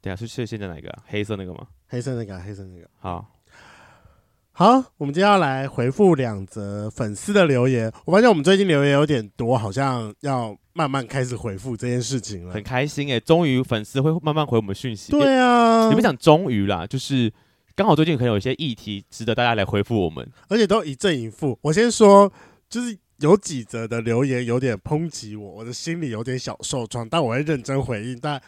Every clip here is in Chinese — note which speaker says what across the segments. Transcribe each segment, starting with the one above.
Speaker 1: 等一下是最先讲哪一个啊、黑色那个吗？
Speaker 2: 黑色那个啊，黑色那个。
Speaker 1: 好，
Speaker 2: 好，我们接下来回复两则粉丝的留言。我发现我们最近留言有点多，好像要慢慢开始回复这件事情了
Speaker 1: 很。开心哎、终于粉丝会慢慢回我们讯息。
Speaker 2: 对啊
Speaker 1: 也不，讲终于啦，就是刚好最近可能有一些议题值得大家来回复我们。
Speaker 2: 而且都一正一负。我先说，就是有几则的留言有点抨击我，我的心里有点小受创，但我会认真回应。但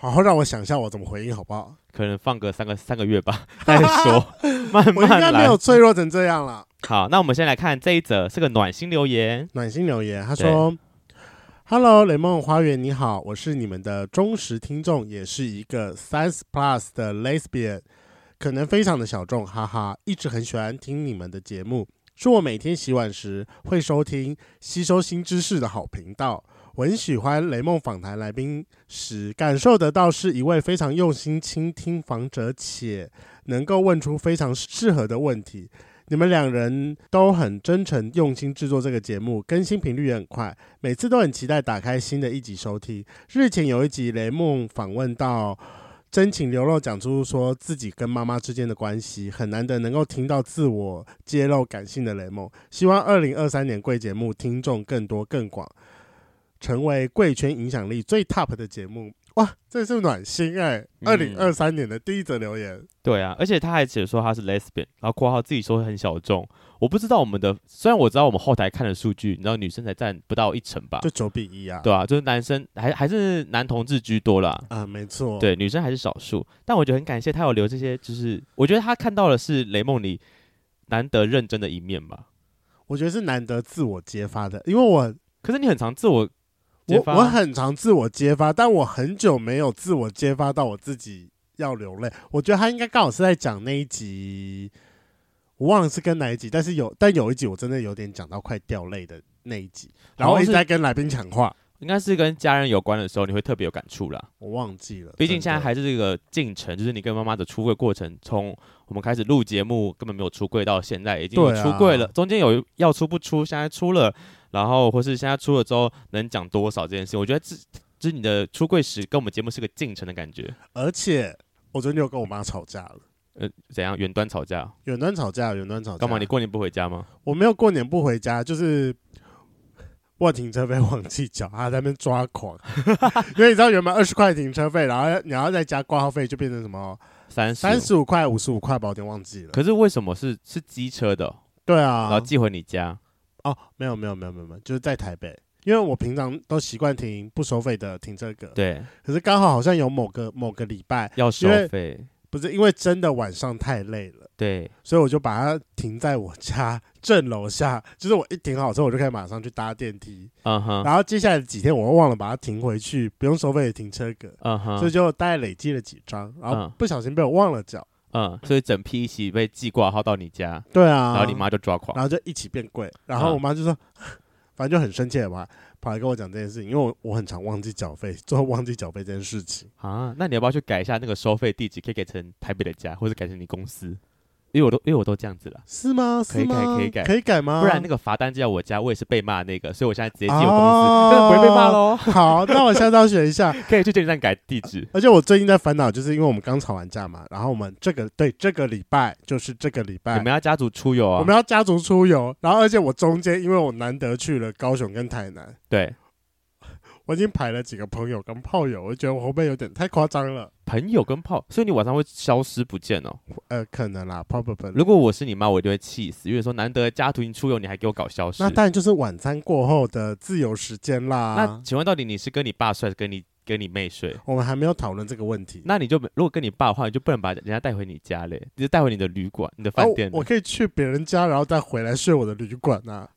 Speaker 2: 好好让我想一下我怎么回应好不好？
Speaker 1: 可能放个三个三个月吧， 再说，慢
Speaker 2: 我应该
Speaker 1: 慢
Speaker 2: 没
Speaker 1: 来
Speaker 2: 有。脆弱成这样啦。
Speaker 1: 好，那我们先来看这一则，是个暖心留言。
Speaker 2: 暖心留言，他说：“Hello，雷梦花园，你好，我是你们的忠实听众，也是一个三十 plus 的 lesbian，可能非常的小众，哈哈，一直很喜欢听你们的节目，是我每天洗碗时会收听，吸收新知识的好频道。”我很喜欢雷梦访谈来宾时，感受得到是一位非常用心倾听访者，且能够问出非常适合的问题。你们两人都很真诚、用心制作这个节目，更新频率也很快，每次都很期待打开新的一集收听。日前有一集雷梦访问到真情流露，讲出说自己跟妈妈之间的关系，很难得能够听到自我揭露感性的雷梦。希望二零二三年贵节目听众更多更广，成为贵圈影响力最 top 的节目。哇，这是暖心哎、二零二三年的第一则留言，
Speaker 1: 对啊，而且他还写说他是 lesbian，然后括号自己说很小众。我不知道我们的，虽然我知道我们后台看的数据，你知道女生才占不到一成吧
Speaker 2: 就？九比一啊。
Speaker 1: 对啊，就是男生还还是男同志居多啦。
Speaker 2: 啊，没错。
Speaker 1: 对，女生还是少数。但我觉得很感谢他有留这些，就是我觉得他看到的是雷梦里难得认真的一面吧。
Speaker 2: 我觉得是难得自我揭发的，因为我
Speaker 1: 可是你很常自我揭
Speaker 2: 我
Speaker 1: 发啊，
Speaker 2: 我很常自我揭发，但我很久没有自我揭发到我自己要流泪。我觉得他应该刚好是在讲那一集，我忘了是跟哪一集，但是有但有一集我真的有点讲到快掉泪的那一集，然后
Speaker 1: 好
Speaker 2: 一
Speaker 1: 像
Speaker 2: 直
Speaker 1: 是
Speaker 2: 在跟来宾讲话，
Speaker 1: 应该是跟家人有关的时候，你会特别有感触啦。
Speaker 2: 我忘记了。
Speaker 1: 毕竟现
Speaker 2: 真
Speaker 1: 在
Speaker 2: 的
Speaker 1: 还是这个进程，就是你跟妈妈的出柜过程，从我们开始录节目根本没有出柜到现在已经有
Speaker 2: 对啊
Speaker 1: 出柜了，中间有要出不出，现在出了，然后或是现在出了之后能讲多少这件事情，我觉得这这是你的出柜史跟我们节目是个进程的感觉。
Speaker 2: 而且我昨天有跟我妈吵架了，
Speaker 1: 呃，怎样远端吵架？
Speaker 2: 远端吵架，远端吵架。
Speaker 1: 干嘛？你过年不回家吗？
Speaker 2: 我没有过年不回家，就是我停车费忘记缴，他在那边抓狂。 因为你知道原本二十块停车费，然后你要再加挂号费，就变成什么
Speaker 1: 三十
Speaker 2: 三十五块、五十五块吧，我有点忘记了。
Speaker 1: 可是为什么是是机车的哦、
Speaker 2: 对
Speaker 1: 然后
Speaker 2: 啊，
Speaker 1: 寄回你家？
Speaker 2: 哦，没有没有没有没有没有，就是在台北，因为我平常都习惯停不收费的停车格，
Speaker 1: 对，
Speaker 2: 可是刚好好像有某个某个礼拜，
Speaker 1: 要收
Speaker 2: 因为
Speaker 1: 费。
Speaker 2: 不是因为真的晚上太累了。
Speaker 1: 对，
Speaker 2: 所以我就把它停在我家正楼下，就是我一停好之后，我就可以马上去搭电梯。
Speaker 1: 嗯哼，
Speaker 2: 然后接下来几天我又忘了把它停回去，不用收费的停车格，
Speaker 1: 嗯
Speaker 2: 所以
Speaker 1: 哼，
Speaker 2: 就大概累积了几张，然后
Speaker 1: 嗯
Speaker 2: 不小心被我忘了缴。
Speaker 1: 嗯，所以整批一起被寄挂号到你家，
Speaker 2: 对啊，
Speaker 1: 然后你，妈就啊抓狂。
Speaker 2: 然后就一起变贵。然后我妈就说， 反正就很生气嘛，跑来跟我讲这件事情，因为我我很常忘记缴费，最后忘记缴费这件事情。
Speaker 1: 啊，那你要不要去改一下那个收费地址，可以改成台北的家，或者改成你公司？因为我都因为我都这样子了，
Speaker 2: 是吗？
Speaker 1: 可以
Speaker 2: 是吗
Speaker 1: 改可以改
Speaker 2: 可以改吗？
Speaker 1: 不然那
Speaker 2: 个
Speaker 1: 个罚单寄到我家，我也是被骂那个，所以我现在直接寄我公司，
Speaker 2: 啊
Speaker 1: 那、不会被骂。喽。
Speaker 2: 好，那我下次要学一下。
Speaker 1: 可以去捷运站改地址。
Speaker 2: 而且我最近在烦恼，就是因为我们刚吵完架嘛，然后我们这个对这个礼拜就是这个礼拜
Speaker 1: 你们要家族出游啊？
Speaker 2: 哎我们要家族出游，然后而且我中间因为我难得去了高雄跟台南，
Speaker 1: 对
Speaker 2: 我已经排了几个朋友跟炮友，我觉得我会不会有点太夸张了？
Speaker 1: 朋友跟炮，所以你晚上会消失不见哦。
Speaker 2: 呃，可能啦，probably。
Speaker 1: 如果我是你妈，我一定会气死，因为说难得家徒出游，你还给我搞消失
Speaker 2: 那。当然啊就是晚餐过后的自由时间啦
Speaker 1: 那。请问到底你是跟你爸睡，还是跟你跟你妹睡？
Speaker 2: 我们还没有讨论这个问题。
Speaker 1: 那你就如果跟你爸的话，你就不能把人家带回你家嘞，你就带回你的旅馆、你的
Speaker 2: 哦
Speaker 1: 饭店。
Speaker 2: 我可以去别人家，然后再回来睡我的旅馆啊。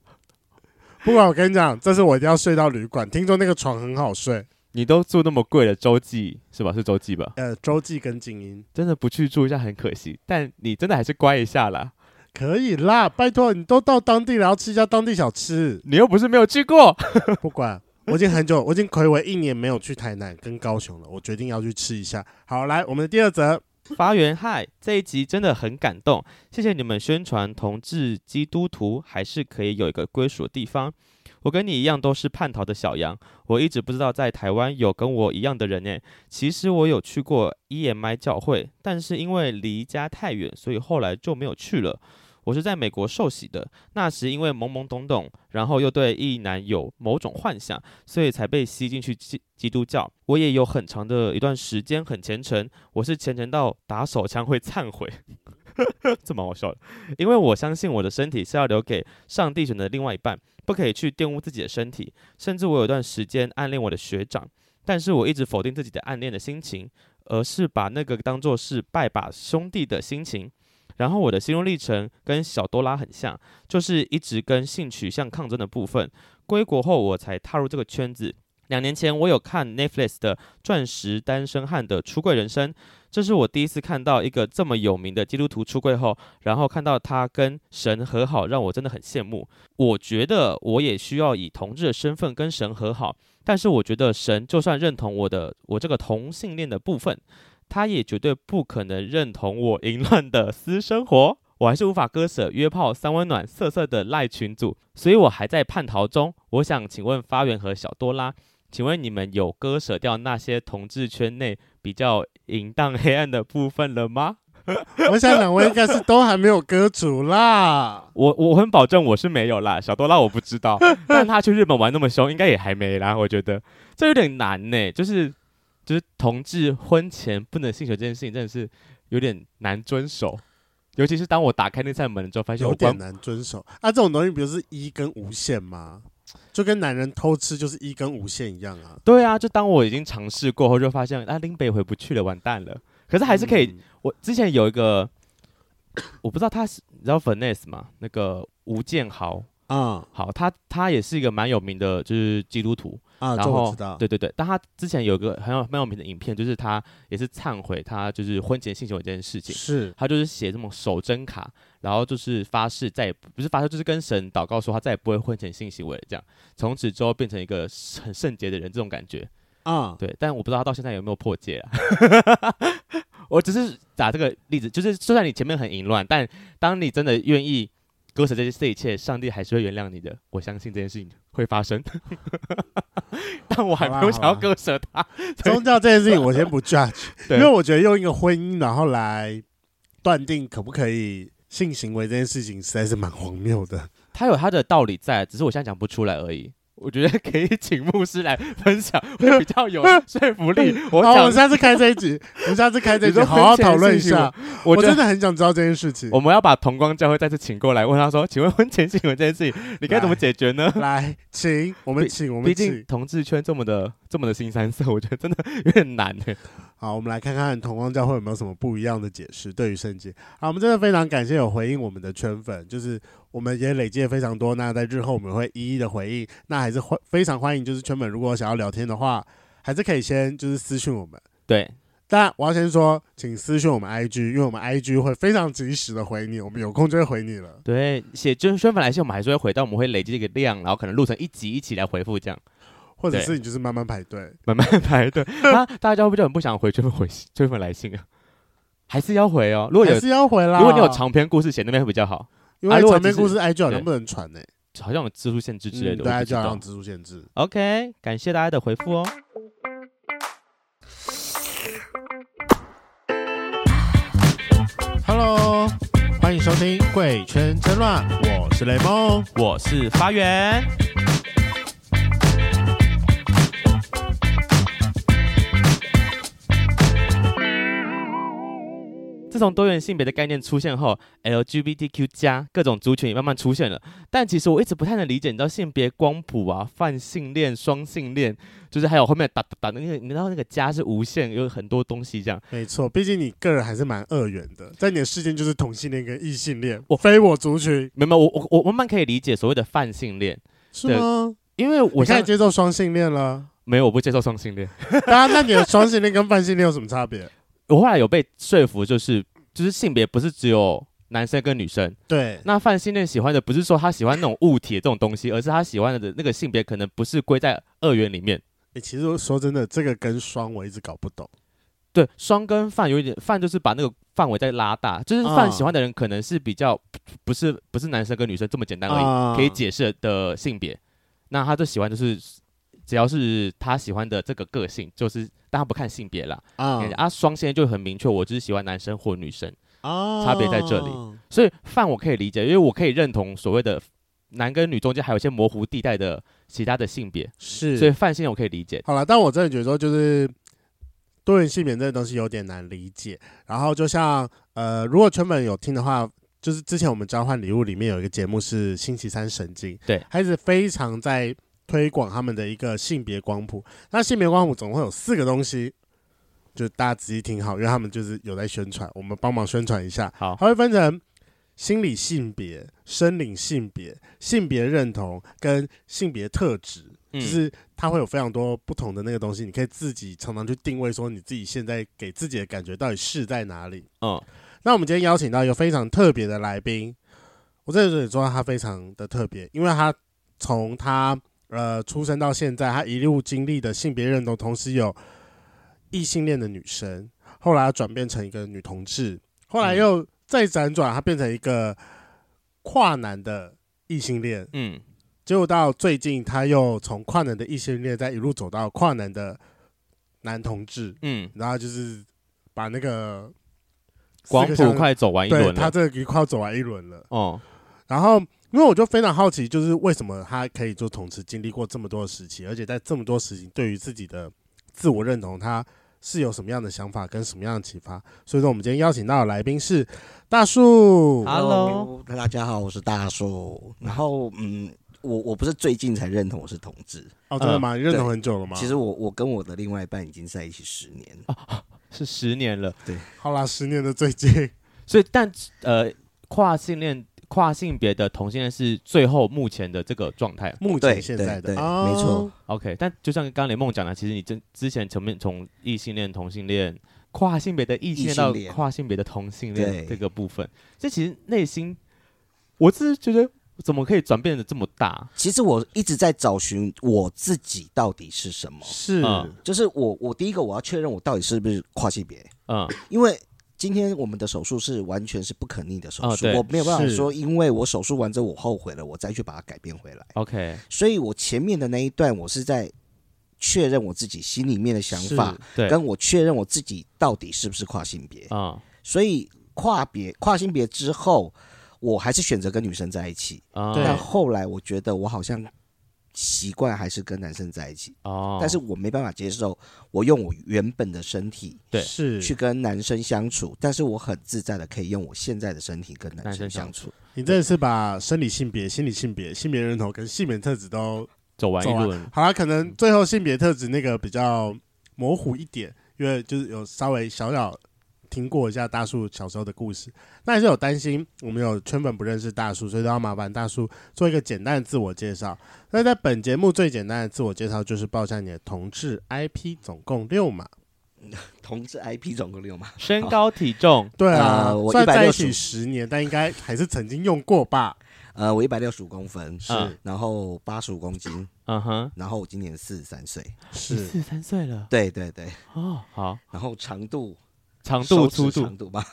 Speaker 2: 不管我跟你讲，这次我一定要睡到旅馆。听说那个床很好睡，
Speaker 1: 你都住那么贵了，洲际是吧？是洲际吧？
Speaker 2: 呃，洲际跟静音
Speaker 1: 真的不去住一下很可惜，但你真的还是乖一下啦。
Speaker 2: 可以啦，拜托你都到当地，然后吃一下当地小吃。
Speaker 1: 你又不是没有去过，
Speaker 2: 不管，我已经很久，我已经暌违一年没有去台南跟高雄了，我决定要去吃一下。好，来我们的第二则，
Speaker 1: 发源嗨，这一集真的很感动，谢谢你们宣传同志基督徒还是可以有一个归属的地方。我跟你一样都是叛逃的小羊，我一直不知道在台湾有跟我一样的人诶。其实我有去过 EMI 教会，但是因为离家太远，所以后来就没有去了。我是在美国受洗的，那时因为懵懵懂懂，然后又对异男有某种幻想，所以才被吸进去基基督教。我也有很长的一段时间很虔诚，我是虔诚到打手枪会忏悔， 这蛮好笑的。因为我相信我的身体是要留给上帝选的另外一半，不可以去玷污自己的身体。甚至我有段时间暗恋我的学长，但是我一直否定自己的暗恋的心情，而是把那个当做是拜把兄弟的心情。然后我的心路历程跟小多拉很像，就是一直跟性取向抗争的部分。归国后我才踏入这个圈子。两年前我有看 Netflix 的《钻石单身汉的出柜人生》，这是我第一次看到一个这么有名的基督徒出柜后，然后看到他跟神和好，让我真的很羡慕。我觉得我也需要以同志的身份跟神和好，但是我觉得神就算认同我的我这个同性恋的部分，他也绝对不可能认同我淫乱的私生活，我还是无法割舍约炮、三温暖、色色的赖群组，所以我还在叛逃中。我想请问发源和小多拉，请问你们有割舍掉那些同志圈内比较淫荡黑暗的部分了吗？
Speaker 2: 我想两位应该是都还没有割除啦。
Speaker 1: 我我很保证我是没有啦，小多拉我不知 道，但他去日本玩那么凶，应该也还没啦。我觉得这有点难呢、就是就是同志婚前不能性学这件事情真的是有点难遵守，尤其是当我打开那扇门之后，发现
Speaker 2: 有
Speaker 1: 我
Speaker 2: 点
Speaker 1: 关
Speaker 2: 难遵守啊。这种东西不是一跟无限吗？就跟男人偷吃就是一跟无限一样啊。
Speaker 1: 对啊，就当我已经尝试过后，就发现啊林北回不去了，完蛋了。可是还是可以，
Speaker 2: 嗯，
Speaker 1: 我之前有一个我不知道他是你知道 Finesse 吗？那个吴建豪，
Speaker 2: 啊
Speaker 1: 好，他他也是一个蛮有名的，就是基督徒。
Speaker 2: 啊，
Speaker 1: 然
Speaker 2: 这我
Speaker 1: 后
Speaker 2: 知道。
Speaker 1: 对对对，但他之前有一个很有蛮有名的影片，就是他也是忏悔他就是婚前性行为这件事情，
Speaker 2: 是
Speaker 1: 他就是写这种守贞卡，然后就是发誓再也不不是发誓，就是跟神祷告说他再也不会婚前性行为了，这样从此之后变成一个很圣洁的人，这种感觉。
Speaker 2: 啊，
Speaker 1: 对，但我不知道他到现在有没有破戒啊。 我只是打这个例子，就是就算你前面很淫乱，但当你真的愿意割舍这些这一切，上帝还是会原谅你的。我相信这件事情会发生， 但我还没
Speaker 2: 好
Speaker 1: 有
Speaker 2: 啦
Speaker 1: 想
Speaker 2: 好
Speaker 1: 要
Speaker 2: 啦
Speaker 1: 割舍它。
Speaker 2: 宗教这件事情我先不 judge，
Speaker 1: 对
Speaker 2: 因为我觉得用一个婚姻然后来断定可不可以性行为这件事情，实在是蛮荒谬的。
Speaker 1: 他有他的道理在，只是我现在讲不出来而已。我觉得可以 请牧师来分享，会比较有说服 力。我
Speaker 2: 哦好，我们
Speaker 1: 讲，
Speaker 2: 下次开这一集， 我们下次开这一
Speaker 1: 你
Speaker 2: 集，
Speaker 1: 说
Speaker 2: 好好
Speaker 1: 婚前
Speaker 2: 讨论一
Speaker 1: 性行为
Speaker 2: 下。
Speaker 1: 我
Speaker 2: 我
Speaker 1: 觉
Speaker 2: 真
Speaker 1: 得
Speaker 2: 的很想知道这件事情。
Speaker 1: 我们要把同光教会再次请过来，问他说：“请问婚前性行为这件事情，你该怎么
Speaker 2: 来
Speaker 1: 解决呢？”
Speaker 2: 来，请我们请我们
Speaker 1: 毕竟
Speaker 2: 请。
Speaker 1: 同志圈这么的这么的新三色，我 觉得真的有点难呢。
Speaker 2: 好，我们来看看同光教会有没有什么不一样的解释对于圣经。好，我们真的非常感谢有回应我们的圈粉，就是我们也累积了非常多。那在日后我们会一一的回应。那还是欢非常欢迎，就是圈粉如果想要聊天的话，还是可以先就是私讯我们。
Speaker 1: 对，
Speaker 2: 但我要先说，请私讯我们 IG，因为我们 IG 会非常及时的回你，我们有空就会回你了。
Speaker 1: 对，写就是宣粉来信，我们还是会回到，我们会累积这个量，然后可能录成一集一集来回复， 这样
Speaker 2: 或者
Speaker 1: 对
Speaker 2: 是你就是慢慢排队，
Speaker 1: 慢慢排队。那 大家会不会就很不想回圈粉回 圈粉来信啊？还是要回哦。如果有
Speaker 2: 还是要啊回啦。
Speaker 1: 如果你有，长篇故事写那边会比较好，
Speaker 2: 因
Speaker 1: 啊
Speaker 2: 为
Speaker 1: 如果
Speaker 2: 长篇
Speaker 1: 只是
Speaker 2: 故事 IG 好像
Speaker 1: 对
Speaker 2: 不能传诶、
Speaker 1: 好像有字数限制之类
Speaker 2: 嗯
Speaker 1: 的，
Speaker 2: 对
Speaker 1: 我不
Speaker 2: IG
Speaker 1: 知
Speaker 2: 好
Speaker 1: 道
Speaker 2: 像。植入限制。
Speaker 1: OK，感谢大家的回复哦。
Speaker 2: Hello，欢迎收听《贵圈争乱》，我是雷梦。
Speaker 1: 我是发源，自从多元性别的概念出现后，LGBTQ 加各种族群也慢慢出现了。但其实我一直不太能理解，你知道性别光谱啊、泛性恋、双性恋，就是还有后面打打打那个，你知道那个加是无限，有很多东西这样。
Speaker 2: 没错，毕竟你个人还是蛮二元的，在你的世界就是同性恋跟异性恋，
Speaker 1: 我
Speaker 2: 非我族群
Speaker 1: 没有，没有我我我慢慢可以理解所谓的泛性恋，
Speaker 2: 是
Speaker 1: 对
Speaker 2: 吗？
Speaker 1: 因为我
Speaker 2: 我现
Speaker 1: 现在
Speaker 2: 在接受双性恋了。
Speaker 1: 没有，我不接受双性恋。
Speaker 2: 大家，那你的双性恋跟泛性恋有什么 差别？
Speaker 1: 我后来有被说服，就是就是性别不是只有男生跟女生。
Speaker 2: 对，
Speaker 1: 那泛性恋喜欢的不是说他喜欢那种物体的这种东西，而是他喜欢的那个性别可能不是归在二元里面。
Speaker 2: 欸其实我说真的，这个跟双我一直搞不懂。
Speaker 1: 对，双跟泛有一点，泛就是把那个范围再拉大，就是泛
Speaker 2: 嗯
Speaker 1: 喜欢的人可能是比较不是不是男生跟女生这么简单而已，
Speaker 2: 啊
Speaker 1: 可以解释的性别。那他最喜欢就是只要是他喜欢的这个个性，就是但他不看性别啦。
Speaker 2: 啊
Speaker 1: 啊，双性恋就很明确，我就是喜欢男生或女生，
Speaker 2: 啊
Speaker 1: 差别在这里所以范我可以理解，因为我可以认同所谓的男跟女中间还有一些模糊地带的其他的性别，
Speaker 2: 是，
Speaker 1: 所以泛性恋我可以理解。
Speaker 2: 好了，但我真的觉得说，就是多元性别这个东西有点难理解。然后就像呃，如果圈粉有听的话，就是之前我们交换礼物里面有一个节目是星期三神经，
Speaker 1: 对，
Speaker 2: 他一直非常在推广他们的一个性别光谱。那性别光谱总共有四个东西，就大家仔细听好，因为他们就是有在宣传，我们帮忙宣传一下。
Speaker 1: 好，
Speaker 2: 它会分成心理性别、生理性别、性别认同跟性别特质。
Speaker 1: 嗯
Speaker 2: 就是它会有非常多不同的那个东西，你可以自己常常去定位，说你自己现在给自己的感觉到底是在哪里。
Speaker 1: 嗯，
Speaker 2: 那我们今天邀请到一个非常特别的来宾，我在这里说他非常的特别，因为他从他呃出生到现在，他一路经历的性别认同，同时有异性恋的女生，后来他转变成一个女同志，后来又再辗转，他变成一个跨男的异性恋，
Speaker 1: 嗯，
Speaker 2: 结果到最近，他又从跨男的异性恋，再一路走到跨男的男同志，
Speaker 1: 嗯，
Speaker 2: 然后就是把那个
Speaker 1: 光
Speaker 2: 四个
Speaker 1: 谱
Speaker 2: 项
Speaker 1: 快走完一
Speaker 2: 对
Speaker 1: 轮
Speaker 2: 他
Speaker 1: 了。
Speaker 2: 这个一块走完一轮了。
Speaker 1: 哦，
Speaker 2: 然后，因为我就非常好奇，就是为什么他可以就同时经历过这么多的时期，而且在这么多时期，对于自己的自我认同，他是有什么样的想法跟什么样的启发？所以说，我们今天邀请到的来宾是大树。
Speaker 1: Hello
Speaker 3: 大家好，我是大树。然后，嗯，我我不是最近才认同我是同志，
Speaker 1: 呃
Speaker 2: 哦，真的吗？你认同很久了吗？
Speaker 3: 其实我我跟我的另外一半已经在一起十年，
Speaker 1: 是十年了，
Speaker 2: 好啦，十年的最近，
Speaker 1: 所以但呃，跨性恋、跨性别的同性恋是最后目前的这个状态。
Speaker 2: 目
Speaker 3: 对
Speaker 2: 前现在的
Speaker 3: 对对
Speaker 2: 哦
Speaker 3: 没错
Speaker 1: OK，但就像刚刚雷梦讲的，其实你之之前前面从异性恋、同性恋、跨性别的异性恋到
Speaker 3: 异性恋
Speaker 1: 跨性别的同性恋
Speaker 3: 对
Speaker 1: 这个部分，这其实内心，我只是觉得怎么可以转变的这么大？
Speaker 3: 其实我一直在找寻我自己到底是什么。
Speaker 2: 是
Speaker 1: 嗯
Speaker 3: 就是我我第一个我要确认我到底是不是跨性别，
Speaker 1: 嗯
Speaker 3: 因为今天我们的手术是完全是不可逆的手
Speaker 1: 哦
Speaker 3: 术，
Speaker 1: 对
Speaker 3: 我没有办法
Speaker 2: 是
Speaker 3: 说因为我手术完之后我后悔了，我再去把它改变回来。
Speaker 1: ，OK，
Speaker 3: 所以我前面的那一段我是在确认我自己心里面的想法，
Speaker 1: 对，
Speaker 3: 跟我确认我自己到底是不是跨性别。
Speaker 1: 嗯
Speaker 3: 所以跨别跨性别之后，我还是选择跟女生在一起。
Speaker 1: 啊，
Speaker 2: 对
Speaker 3: 但后来我觉得我好像习惯还是跟男生在一起，
Speaker 1: 哦，
Speaker 3: 但是我没办法接受我用我原本的身体
Speaker 1: 对
Speaker 2: 是
Speaker 3: 去跟男生相处，但是我很自在的可以用我现在的身体跟
Speaker 1: 男
Speaker 3: 男
Speaker 1: 生
Speaker 3: 生
Speaker 1: 相
Speaker 3: 相处。
Speaker 1: 处
Speaker 2: 你真的是把生理性别、心理性别、性别认同跟性别特质都
Speaker 1: 走完一
Speaker 2: 走完
Speaker 1: 轮，
Speaker 2: 好了，可能最后性别特质那个比较模糊一点，因为就是有稍微小小听过一下大树小时候的故事，那还是有担心我们有圈粉不认识大树，所以都要麻烦大树做一个简单的自我介绍。那在本节目最简单的自我介绍就是报一下你的同志 IP，总共六码。
Speaker 3: 同志 IP 总共六嘛，
Speaker 1: 身高体重，
Speaker 2: 对啊
Speaker 3: 呃，我
Speaker 2: 虽然在一
Speaker 3: 160
Speaker 2: 起十年，但应该还是曾经用过吧？
Speaker 3: 呃，我一百六十五公分，
Speaker 2: 是
Speaker 1: 嗯
Speaker 3: 然后八十五公斤，
Speaker 1: 嗯哼，
Speaker 3: 然后我今年四十三岁。
Speaker 1: 你
Speaker 2: 是
Speaker 1: 四十三岁了，
Speaker 3: 对对对，
Speaker 1: 哦，好，
Speaker 3: 然后长度、
Speaker 1: 长度、
Speaker 3: 手
Speaker 1: 粗
Speaker 3: 指
Speaker 1: 度，
Speaker 3: 长度吧，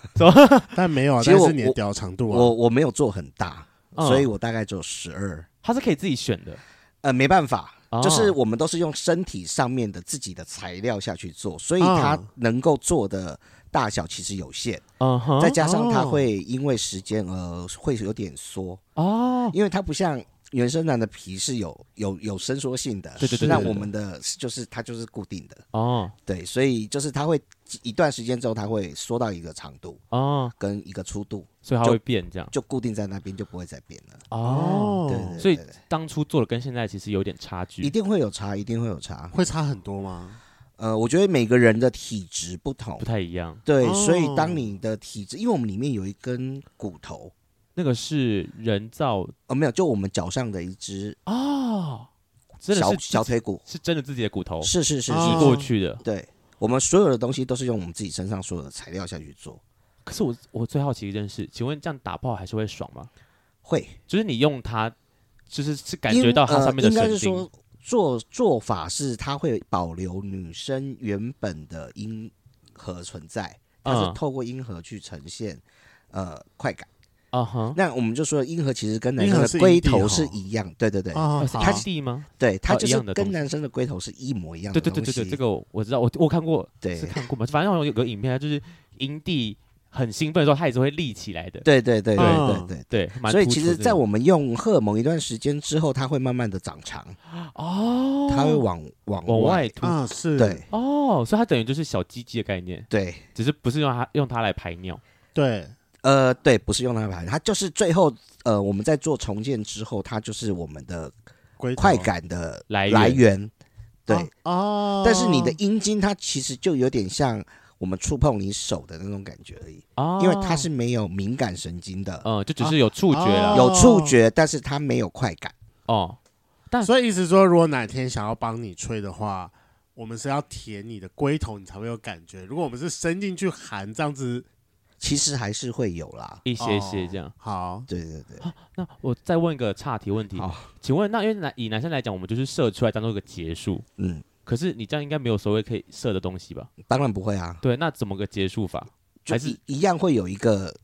Speaker 2: 但没有啊，
Speaker 3: 其实
Speaker 2: 但
Speaker 3: 我
Speaker 2: 是你的屌长度啊，
Speaker 3: 我哦我没有做很大，
Speaker 1: 嗯
Speaker 3: 所以我大概只有十二。
Speaker 1: 他是可以自己选的，
Speaker 3: 呃，没办法，
Speaker 1: 哦
Speaker 3: 就是我们都是用身体上面的自己的材料下去做，所以它
Speaker 2: 嗯
Speaker 3: 能够做的大小其实有限，
Speaker 1: 嗯哼，
Speaker 3: 再加上它
Speaker 2: 哦
Speaker 3: 会因为时间而会有点缩，
Speaker 1: 哦，
Speaker 3: 因为它不像。原生男的皮是有有有伸缩性的，
Speaker 1: 对对对对
Speaker 3: 那
Speaker 1: 对对
Speaker 3: 我们的就是它就是固定的，
Speaker 1: 哦
Speaker 3: 对，所以就是它会一段时间之后，它会缩到一个长度
Speaker 1: 哦，
Speaker 3: 跟一个粗度，
Speaker 1: 所以它
Speaker 3: 就
Speaker 1: 会变这样
Speaker 3: 就固定在那边，就不会再变了。
Speaker 1: 哦。
Speaker 3: 对对对
Speaker 1: 所以
Speaker 3: 对对
Speaker 1: 当初做的跟现在其实有点差
Speaker 3: 一
Speaker 1: 距。
Speaker 3: 定会有差，一定会有差。
Speaker 2: 会差很多吗？
Speaker 3: 呃，我觉得每个人的体质不同
Speaker 1: 不，太一样，
Speaker 3: 对，
Speaker 2: 哦
Speaker 3: 所以当你的体质，因为我们里面有一根骨头，
Speaker 1: 那个是人造
Speaker 3: 哦，没有，就我们脚上的一只
Speaker 1: 哦，真的
Speaker 3: 小
Speaker 1: 是
Speaker 3: 小腿骨，
Speaker 1: 是真的自己的骨头
Speaker 3: 是是是
Speaker 2: 哦
Speaker 1: 移
Speaker 3: 是，
Speaker 1: 过去的。
Speaker 3: 对，我们所有的东西都是用我们自己身上所有的材料下去做，
Speaker 1: 可是我我最好奇一件事，请问这样打炮还是会爽吗？
Speaker 3: 会
Speaker 1: 就是你用它，就是是感
Speaker 3: 因
Speaker 1: 觉到它
Speaker 3: 呃
Speaker 1: 上面的
Speaker 3: 应该
Speaker 1: 神
Speaker 3: 是
Speaker 1: 经
Speaker 3: 说做做法是它会保留女生原本的音盒存在，它
Speaker 1: 嗯
Speaker 3: 是透过音盒去呈现呃快感。
Speaker 1: 啊哈，
Speaker 3: 那我们就说，阴核其实跟男
Speaker 2: 阴
Speaker 3: 生
Speaker 2: 核
Speaker 3: 的
Speaker 2: 是
Speaker 3: 龟
Speaker 2: 阴蒂
Speaker 3: 头
Speaker 2: 吼
Speaker 3: 是一样，对对对，
Speaker 2: 啊，
Speaker 1: 哦是
Speaker 2: 好
Speaker 1: 异地吗？
Speaker 3: 对，它
Speaker 1: 哦
Speaker 3: 就
Speaker 1: 一
Speaker 3: 是
Speaker 1: 样的
Speaker 3: 跟
Speaker 1: 东西
Speaker 3: 男生的龟头是一模一样
Speaker 1: 对
Speaker 3: 的
Speaker 1: 对对
Speaker 3: 东
Speaker 1: 对
Speaker 3: 西。
Speaker 1: 对，这个我我知道，我我看过，
Speaker 3: 对
Speaker 1: 是看过吗？反正好像有个影片，它就是营地很兴奋的时候，它也是会立起来的。
Speaker 3: 对对对对
Speaker 2: 嗯
Speaker 3: 对对
Speaker 1: 对，蛮
Speaker 3: 所以
Speaker 1: 突
Speaker 3: 其
Speaker 1: 出
Speaker 3: 实，
Speaker 1: 的
Speaker 3: 在我们用荷尔蒙一段时间之后，它会慢慢的长长，
Speaker 1: 哦，
Speaker 3: 它会往往
Speaker 1: 往
Speaker 3: 外，
Speaker 1: 外凸。
Speaker 2: 啊，是，
Speaker 3: 对
Speaker 1: 哦，所以它等于就是小鸡鸡的概念，
Speaker 3: 对，
Speaker 1: 只是不是用它用它来排尿。
Speaker 2: 对，
Speaker 3: 呃，对，不是用它排，它就是最后呃，我们在做重建之后，它就是我们的
Speaker 2: 龟头
Speaker 3: 快感的
Speaker 1: 来源
Speaker 3: 来源，对。
Speaker 2: 啊哦，
Speaker 3: 但是你的阴茎它其实就有点像我们触碰你手的那种感觉而已，
Speaker 1: 哦，
Speaker 3: 因为它是啊没有敏感神经的，
Speaker 1: 嗯，就只是有触觉了。
Speaker 2: 哦
Speaker 3: 有触觉，但是它没有快感。
Speaker 1: 哦，
Speaker 2: 嗯所以意思说，如果哪天想要帮你吹的话，我们是要舔你的龟头，你才会有感觉。如果我们是伸进去含这样子，哦
Speaker 3: 其实还是会有啦。
Speaker 1: 一些些
Speaker 3: 哦
Speaker 1: 这样。
Speaker 2: 好，
Speaker 3: 对对对，
Speaker 1: 那我再问一个岔题问题，
Speaker 3: 好，
Speaker 1: 请问那因为男以男生来讲，我们就是射出来当做一个结束，
Speaker 3: 嗯，
Speaker 1: 可是你这样应该没有所谓可以射的东西吧？
Speaker 3: 当然不会啊，
Speaker 1: 对，那怎么个结束法？
Speaker 3: 就
Speaker 1: 还是
Speaker 3: 一一样会有一个，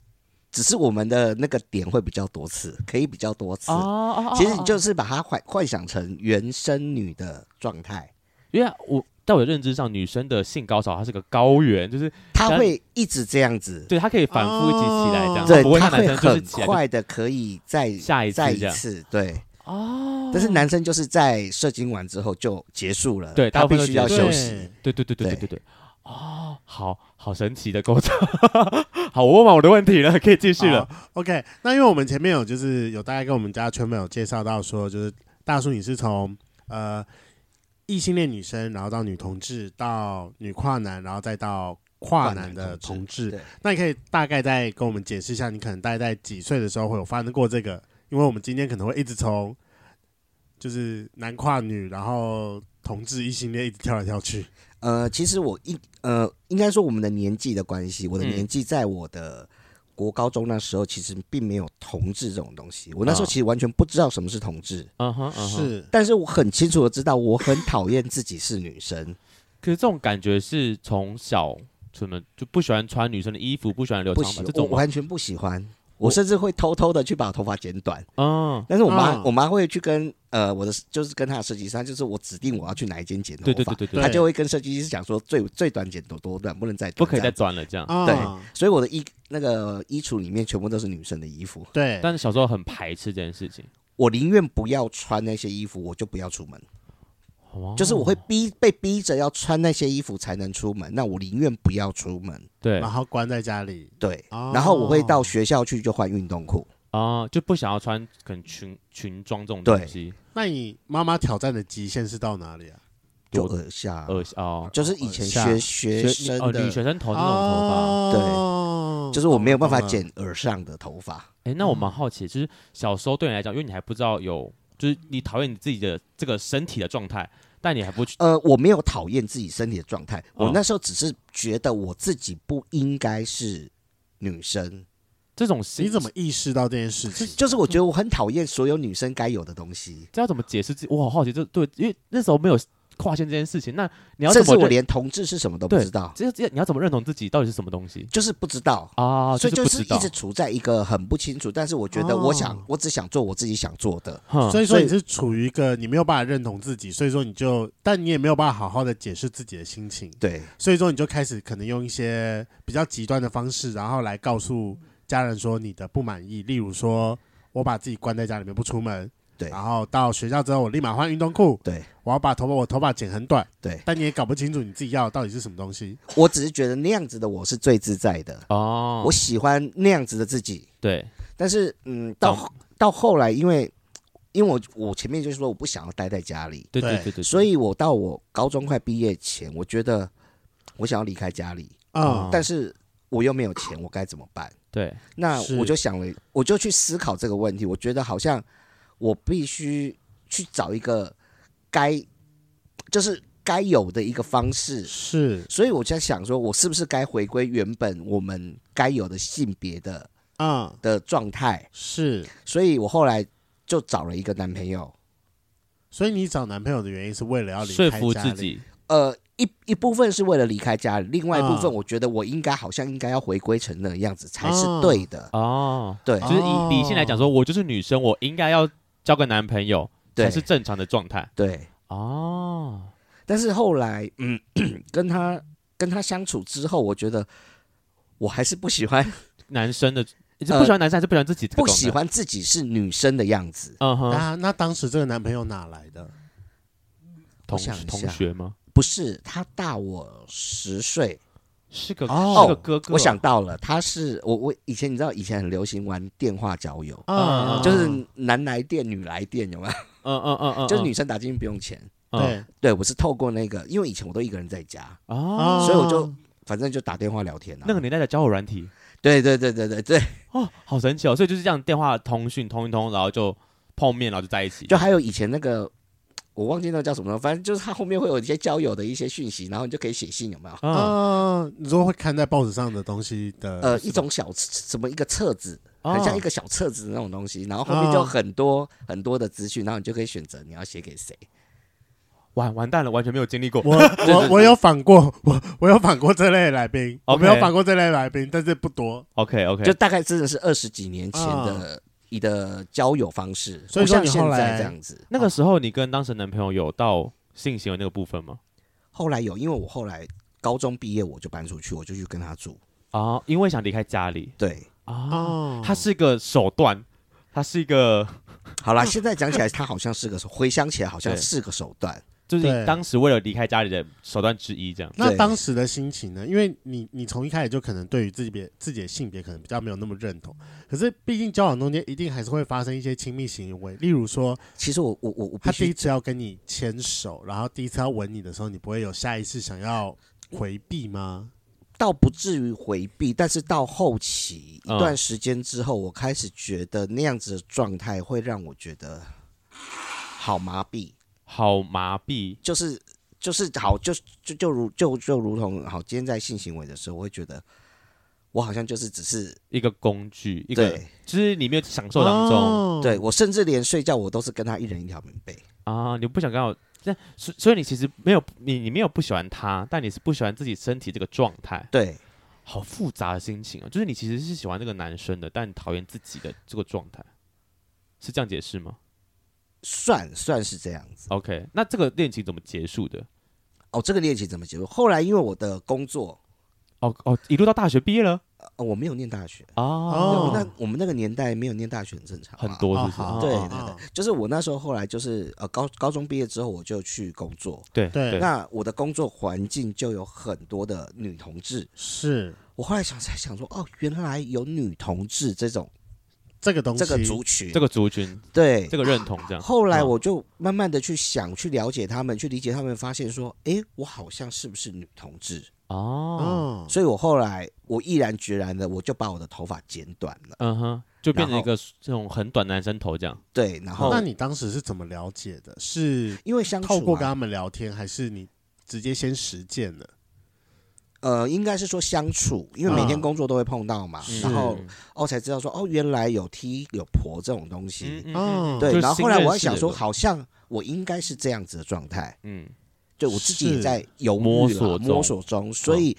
Speaker 3: 只是我们的那个点会比较多次，可以比较多次。
Speaker 1: 哦
Speaker 3: 其实你就是把它幻幻想成原生女的状态，
Speaker 1: 因为我在我的认知上，女生的性高潮它是个高原，就是
Speaker 3: 她
Speaker 1: 但
Speaker 3: 会一直这样子，
Speaker 1: 对它可以反复一起起来这样，
Speaker 2: 哦
Speaker 1: 它
Speaker 3: 对
Speaker 1: 不会，
Speaker 3: 她
Speaker 1: 像男
Speaker 3: 会
Speaker 1: 生就是
Speaker 3: 很
Speaker 1: 起来
Speaker 3: 快的可以再
Speaker 1: 就下一次
Speaker 3: 再
Speaker 1: 这
Speaker 3: 一
Speaker 1: 样。
Speaker 3: 次，对。
Speaker 1: 哦，
Speaker 3: 但是男生就是在射精完之后就结束了，
Speaker 1: 对大
Speaker 3: 他
Speaker 1: 部分都
Speaker 3: 必须要
Speaker 1: 结
Speaker 3: 休
Speaker 1: 束
Speaker 3: 息。
Speaker 1: 对对对对对对
Speaker 3: 对
Speaker 1: 对，哦，好好神奇的构造。 好，我问完我的问题了，可以继续了。
Speaker 2: 好。OK，那因为我们前面有就是有大概跟我们家圈朋友介绍到说，就是大叔你是从呃异性恋女生，然后到女同志，到女跨男，然后再到跨男的同志。
Speaker 3: 对
Speaker 2: 那你可以大概再跟我们解释一下，你可能大概在几岁的时候会有发生过这个？因为我们今天可能会一直从就是男跨女，然后同志异性恋一直跳来跳去。
Speaker 3: 呃，其实我一呃，应该说我们的年纪的关系，我的
Speaker 1: 嗯
Speaker 3: 年纪在我的国高中那时候，其实并没有同志这种东西。我那时候
Speaker 1: 啊
Speaker 3: 其实完全不知道什么是同志，
Speaker 1: 嗯哼，嗯哼。
Speaker 2: 是
Speaker 3: 但是我很清楚的知道，我很讨厌自己是女生，
Speaker 1: 可是这种感觉是从小什么就不喜欢穿女生的衣服，不喜欢留
Speaker 3: 不
Speaker 1: 长
Speaker 3: 喜
Speaker 1: 发这
Speaker 3: 我
Speaker 1: 种吗，
Speaker 3: 完全不喜欢。
Speaker 1: 我
Speaker 3: 我甚至会偷偷的去把头发剪短，
Speaker 1: 嗯，
Speaker 3: 但是我妈、
Speaker 2: 嗯
Speaker 3: 我妈会去跟呃我的就是跟她的设计师，她就是我指定我要去哪一间剪头发，
Speaker 1: 对对对对
Speaker 3: 她
Speaker 1: 对，
Speaker 2: 对
Speaker 3: 就会跟设计师讲说最最短剪多多短，不能再短
Speaker 1: 不可以
Speaker 3: 这
Speaker 1: 再
Speaker 3: 样
Speaker 1: 短了这样。
Speaker 2: 啊，
Speaker 3: 所以我的衣那个衣橱里面全部都是女生的衣服，
Speaker 2: 对
Speaker 1: 但是小时候很排斥这件事情，
Speaker 3: 我宁愿不要穿那些衣服，我就不要出门。
Speaker 1: 哦
Speaker 3: 就是我会逼被逼着要穿那些衣服才能出门，那我宁愿不要出门。
Speaker 1: 对
Speaker 2: 然后关在家里。
Speaker 3: 对，
Speaker 2: 哦
Speaker 3: 然后我会到学校去就换运动裤。
Speaker 1: 啊，就不想要穿可能裙裙装这种
Speaker 3: 对
Speaker 1: 东西，
Speaker 2: 那你妈妈挑战的极限是到哪里啊？
Speaker 3: 就
Speaker 1: 多
Speaker 3: 耳下，
Speaker 1: 呃哦，
Speaker 3: 就是以前
Speaker 2: 下
Speaker 3: 学学生
Speaker 1: 哦女
Speaker 3: 啊的，
Speaker 1: 学生头那种头发。
Speaker 2: 哦
Speaker 3: 就是我没有办法
Speaker 2: 懂了
Speaker 3: 剪耳上的头发。
Speaker 1: 哎，那我蛮好奇，就是小时候对你来讲，因为你还不知道有，就是你讨厌你自己的这个身体的状态，但你还不去
Speaker 3: 呃，我没有讨厌自己身体的状态，
Speaker 1: 哦
Speaker 3: 我那时候只是觉得我自己不应该是女生，
Speaker 1: 这种心，
Speaker 2: 你怎么意识到这件事情？
Speaker 3: 就是我觉得我很讨厌所有女生该有的东西。
Speaker 1: 这要怎么解释自己？我好好奇，这对，因为那时候没有跨线这件事情，那你要
Speaker 3: 甚
Speaker 1: 怎
Speaker 3: 至
Speaker 1: 么
Speaker 3: 我
Speaker 1: 认
Speaker 3: 连同志是什么都不
Speaker 1: 对
Speaker 3: 知道，
Speaker 1: 这这你要怎么认同自己到底是什么东西
Speaker 3: 就是不知道，
Speaker 1: 啊？
Speaker 3: 所以
Speaker 1: 是
Speaker 3: 就
Speaker 1: 不
Speaker 3: 是
Speaker 1: 知道
Speaker 3: 一直，处在一个很不清楚。但是我觉得，我想，
Speaker 2: 哦
Speaker 3: 我只想做我自己想做的。
Speaker 1: 哼
Speaker 2: 所以
Speaker 3: 所
Speaker 2: 说
Speaker 3: 以
Speaker 2: 你是处于一个你没有办法认同自己，所以说你就，但你也没有办法好好的解释自己的心情，
Speaker 3: 对
Speaker 2: 所以说你就开始可能用一些比较极端的方式，然后来告诉家人说你的不满意，例如说我把自己关在家里面不出门，
Speaker 3: 对
Speaker 2: 然后到学校之后我立马换运动裤，
Speaker 3: 对，
Speaker 2: 我要把头发我头发剪很短，
Speaker 3: 对，
Speaker 2: 但你也搞不清楚你自己要的到底是什么东西，
Speaker 3: 我只是觉得那样子的我是最自在的，
Speaker 1: 哦，
Speaker 3: 我喜欢那样子的自己。
Speaker 1: 对
Speaker 3: 但是，嗯，到
Speaker 1: 懂
Speaker 3: 后到后来，因为因为我我前面就是说我不想要待在家里，
Speaker 1: 对对
Speaker 2: 对
Speaker 1: 对对，
Speaker 3: 所以我到我高中快毕业前，我觉得我想要离开家里，
Speaker 1: 哦
Speaker 2: 嗯，
Speaker 3: 但是我又没有钱，我该怎么办？
Speaker 1: 对
Speaker 3: 那
Speaker 2: 是
Speaker 3: 我就想了，我就去思考这个问题。我觉得好像我必须去找一个该，就是该有的一个方式。
Speaker 2: 是
Speaker 3: 所以我在想说，我是不是该回归原本我们该有的性别的
Speaker 2: 嗯
Speaker 3: 的状态？
Speaker 2: 是，
Speaker 3: 所以我后来就找了一个男朋友。
Speaker 2: 所以你找男朋友的原因是为了要离
Speaker 1: 说
Speaker 2: 开
Speaker 1: 服
Speaker 2: 家
Speaker 1: 自
Speaker 2: 里，
Speaker 1: 己
Speaker 3: 呃，一一部分是为了离开家里，另外一部
Speaker 2: 啊
Speaker 1: 嗯
Speaker 3: 分我觉得我应该好像应该要回归成那个样子才
Speaker 1: 嗯
Speaker 3: 是对的。
Speaker 1: 哦，
Speaker 3: 对哦
Speaker 1: 就是以理性来讲说，我就是女生，我应该要交个男朋友才
Speaker 3: 对
Speaker 1: 是正常的状态。
Speaker 3: 对，
Speaker 1: 哦，
Speaker 3: 但是后来嗯， 跟他跟他相处之后，我觉得我还是不喜欢
Speaker 1: 男生的你是
Speaker 3: 呃
Speaker 1: 不喜欢男生还是不喜欢自己这个
Speaker 3: 不
Speaker 1: 状态
Speaker 3: 喜。欢自己是女生的样子，
Speaker 1: 嗯哼，
Speaker 2: 啊那那当时这个男朋友哪来的？
Speaker 1: 同
Speaker 3: 我想一
Speaker 1: 同
Speaker 3: 下
Speaker 1: 学吗？
Speaker 3: 不是他大我十岁，
Speaker 1: 是个
Speaker 2: 哦
Speaker 1: 是个哥哥。
Speaker 3: 我想到了，他是我我以前你知道以前很流行玩电话交友，嗯
Speaker 2: 哦
Speaker 1: 啊
Speaker 3: 就是男来电女来电有吗？
Speaker 1: 嗯，嗯嗯嗯嗯，
Speaker 3: 就是女生打进去不用钱。
Speaker 1: 嗯
Speaker 2: 对，
Speaker 3: 对，我是透过那个，因为以前我都一个人在家，
Speaker 1: 哦，
Speaker 3: 所以我就反正就打电话聊天啊。
Speaker 1: 那个年代的交友软体
Speaker 3: 对对对对对对，
Speaker 1: 哦，好神奇哦。所以就是这样电话通讯通一通，然后就碰面，然后就在一起。
Speaker 3: 就还有以前那个我忘记那个叫什么了，反正就是它后面会有一些交友的一些讯息，然后你就可以写信，有没有？
Speaker 1: 嗯
Speaker 2: 啊，你说会看在报纸上的东西的，
Speaker 3: 呃，
Speaker 2: 是啊
Speaker 3: 一
Speaker 2: 吧
Speaker 3: 种小什么一个册子，
Speaker 1: 哦
Speaker 3: 很像一个小册子那种东西，然后后面就
Speaker 2: 哦
Speaker 3: 很多很多的资讯，然后你就可以选择你要写给谁。
Speaker 1: 完完蛋了，完全没有经历过。
Speaker 2: 我我我有访过，我我有访过这类来宾，我没有访过这类来宾，但是不多。
Speaker 1: OK OK，
Speaker 3: 就大概真的是二十几年前的你的交友方式，
Speaker 2: 啊所以说
Speaker 3: 不像
Speaker 2: 你
Speaker 3: 现
Speaker 2: 后
Speaker 3: 在
Speaker 2: 来
Speaker 3: 这样子。
Speaker 1: 那个时候你跟当时的男朋友有到性行为那个部分吗？
Speaker 3: 后来有，因为我后来高中毕业我就搬出去，我就去跟他住。
Speaker 1: 啊，因为想离开家里
Speaker 3: 对，
Speaker 1: 啊，
Speaker 2: 哦，
Speaker 1: 它是一个手段，它是一个，
Speaker 2: 啊
Speaker 3: 好啦，现在讲起来他好像是个手，回想起来好像
Speaker 1: 对
Speaker 3: 是个手段。
Speaker 1: 就是
Speaker 2: 对
Speaker 1: 你当时为了离开家里的手段之一，这样。
Speaker 2: 那
Speaker 3: 对
Speaker 2: 当时的心情呢？因为你你从一开始就可能对于自己别自己的性别可能比较没有那么认同，可是毕竟交往中间一定还是会发生一些亲密行为，例如说
Speaker 3: 其实我我我我必
Speaker 2: 他第一
Speaker 3: 须
Speaker 2: 次要跟你牵手，然后第一次要吻你的时候，你不会有下意识想要回避吗？
Speaker 3: 倒不至于回避，但是到后期
Speaker 1: 嗯
Speaker 3: 一段时间之后，我开始觉得那样子的状态会让我觉得好麻痹。
Speaker 1: 好麻痹，
Speaker 3: 就是就是好，就就就如就就如同好，今天在性行为的时候，我会觉得我好像就是只是
Speaker 1: 一个工具，一个
Speaker 3: 对
Speaker 1: 就是你没有享受当中
Speaker 2: 哦
Speaker 3: 对我，甚至连睡觉我都是跟他一人一条棉被。
Speaker 1: 啊，你不想跟我，那所所以你其实没有你你没有不喜欢他，但你是不喜欢自己身体这个状态，
Speaker 3: 对
Speaker 1: 好复杂的心情啊。就是你其实是喜欢这个男生的，但你讨厌自己的这个状态，是这样解释吗
Speaker 3: 算算是这样子。
Speaker 1: ？OK，那这个恋情怎么结束的？
Speaker 3: 哦，这个恋情怎么结束？后来因为我的工作，
Speaker 1: 哦哦，一路到大学毕业了
Speaker 3: 呃、我没有念大学，
Speaker 1: 哦
Speaker 2: 哦
Speaker 3: 那我们那个年代没有念大学很正常、啊
Speaker 1: 很。多是
Speaker 2: 哦
Speaker 1: 不是？
Speaker 2: 好
Speaker 3: 对
Speaker 2: 哦
Speaker 3: 对
Speaker 2: 哦
Speaker 3: 对，就是我那时候后来就是呃高高中毕业之后我就去工作，
Speaker 1: 对
Speaker 2: 对
Speaker 1: 对，
Speaker 3: 那我的工作环境就有很多的女同志。
Speaker 2: 是
Speaker 3: 我后来想才想说，哦，原来有女同志这种
Speaker 2: 这个嗯东西，
Speaker 3: 这个族群，
Speaker 1: 这个族群
Speaker 3: 对
Speaker 1: 这。个认同这样。
Speaker 3: 后来我就慢慢的去想，去了解他们，去理解他们，发现说，诶，我好像是不是女同志？
Speaker 1: 哦，
Speaker 2: 哦，
Speaker 3: 所以我后来我毅然决然的，我就把我的头发剪短了，
Speaker 1: 嗯哼，就变成一
Speaker 3: 然后
Speaker 1: 个这种很短的男生头这样。
Speaker 3: 对，然后
Speaker 2: 那你当时是怎么了解的？是
Speaker 3: 因为相处、啊、
Speaker 2: 透过跟他们聊天，还是你直接先实践的？
Speaker 3: 呃，应该是说相处，因为每天
Speaker 2: 嗯
Speaker 3: 工作都会碰到嘛，
Speaker 2: 是
Speaker 3: 然后
Speaker 1: 嗯
Speaker 3: 哦才知道说，哦，原来有 T 有婆这种东西，
Speaker 1: 嗯嗯嗯，
Speaker 2: 哦
Speaker 3: 对，
Speaker 1: 就是
Speaker 3: 然后
Speaker 1: 新
Speaker 3: 后来
Speaker 1: 认
Speaker 3: 我还
Speaker 1: 识
Speaker 3: 想
Speaker 1: 的
Speaker 3: 说，
Speaker 1: 人
Speaker 3: 好像我应该是这样子的状态，
Speaker 1: 嗯，
Speaker 3: 对我自己也
Speaker 2: 是
Speaker 3: 在犹豫
Speaker 1: 摸
Speaker 3: 啦
Speaker 1: 索
Speaker 3: 摸
Speaker 1: 中嗯
Speaker 3: 索中，所以、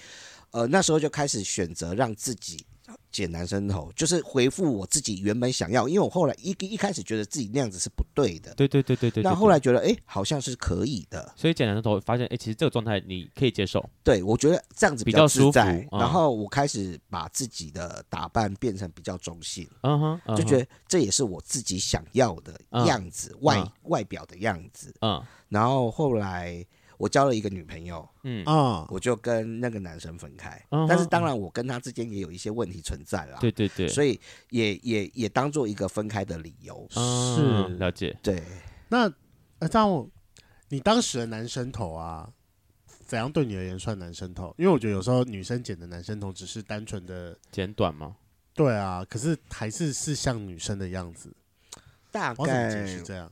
Speaker 3: 呃那时候就开始选择让自己剪男生头，就是回复我自己原本想要，因为我后来一一开始觉得自己那样子是不对的，
Speaker 1: 对对对对对。
Speaker 3: 但
Speaker 1: 对
Speaker 3: 后来
Speaker 1: 对
Speaker 3: 觉得哎好像是可以的，
Speaker 1: 所以剪男生头，发现哎，其实这个状态你可以接受。
Speaker 3: 对我觉得这样子
Speaker 1: 比
Speaker 3: 较
Speaker 1: 较
Speaker 3: 自
Speaker 1: 舒服
Speaker 3: 在，
Speaker 1: 嗯
Speaker 3: 然后我开始把自己的打扮变成比较中性，
Speaker 1: 嗯哼，嗯
Speaker 3: 就
Speaker 1: 哼
Speaker 3: 觉得这也是我自己想要的
Speaker 1: 嗯
Speaker 3: 样子，外、
Speaker 1: 嗯
Speaker 3: 外表的样子，
Speaker 1: 嗯
Speaker 3: 然后后来我交了一个女朋友。
Speaker 1: 嗯，
Speaker 2: 啊，
Speaker 3: 我就跟那个男生分开。
Speaker 1: 嗯哼
Speaker 3: 但是当然，我跟他之间也有一些问题存在啦，
Speaker 1: 对对对，
Speaker 3: 所以也也也当做一个分开的理由。
Speaker 1: 嗯
Speaker 2: 是
Speaker 1: 了解。
Speaker 3: 对，
Speaker 2: 那呃，这样我你当时的男生头啊，怎样对你而言算男生头？因为我觉得有时候女生剪的男生头只是单纯的，
Speaker 1: 剪短吗？
Speaker 2: 对啊，可是还是是像女生的样子。
Speaker 3: 大
Speaker 2: 我要怎么
Speaker 3: 概
Speaker 2: 哦解释这样？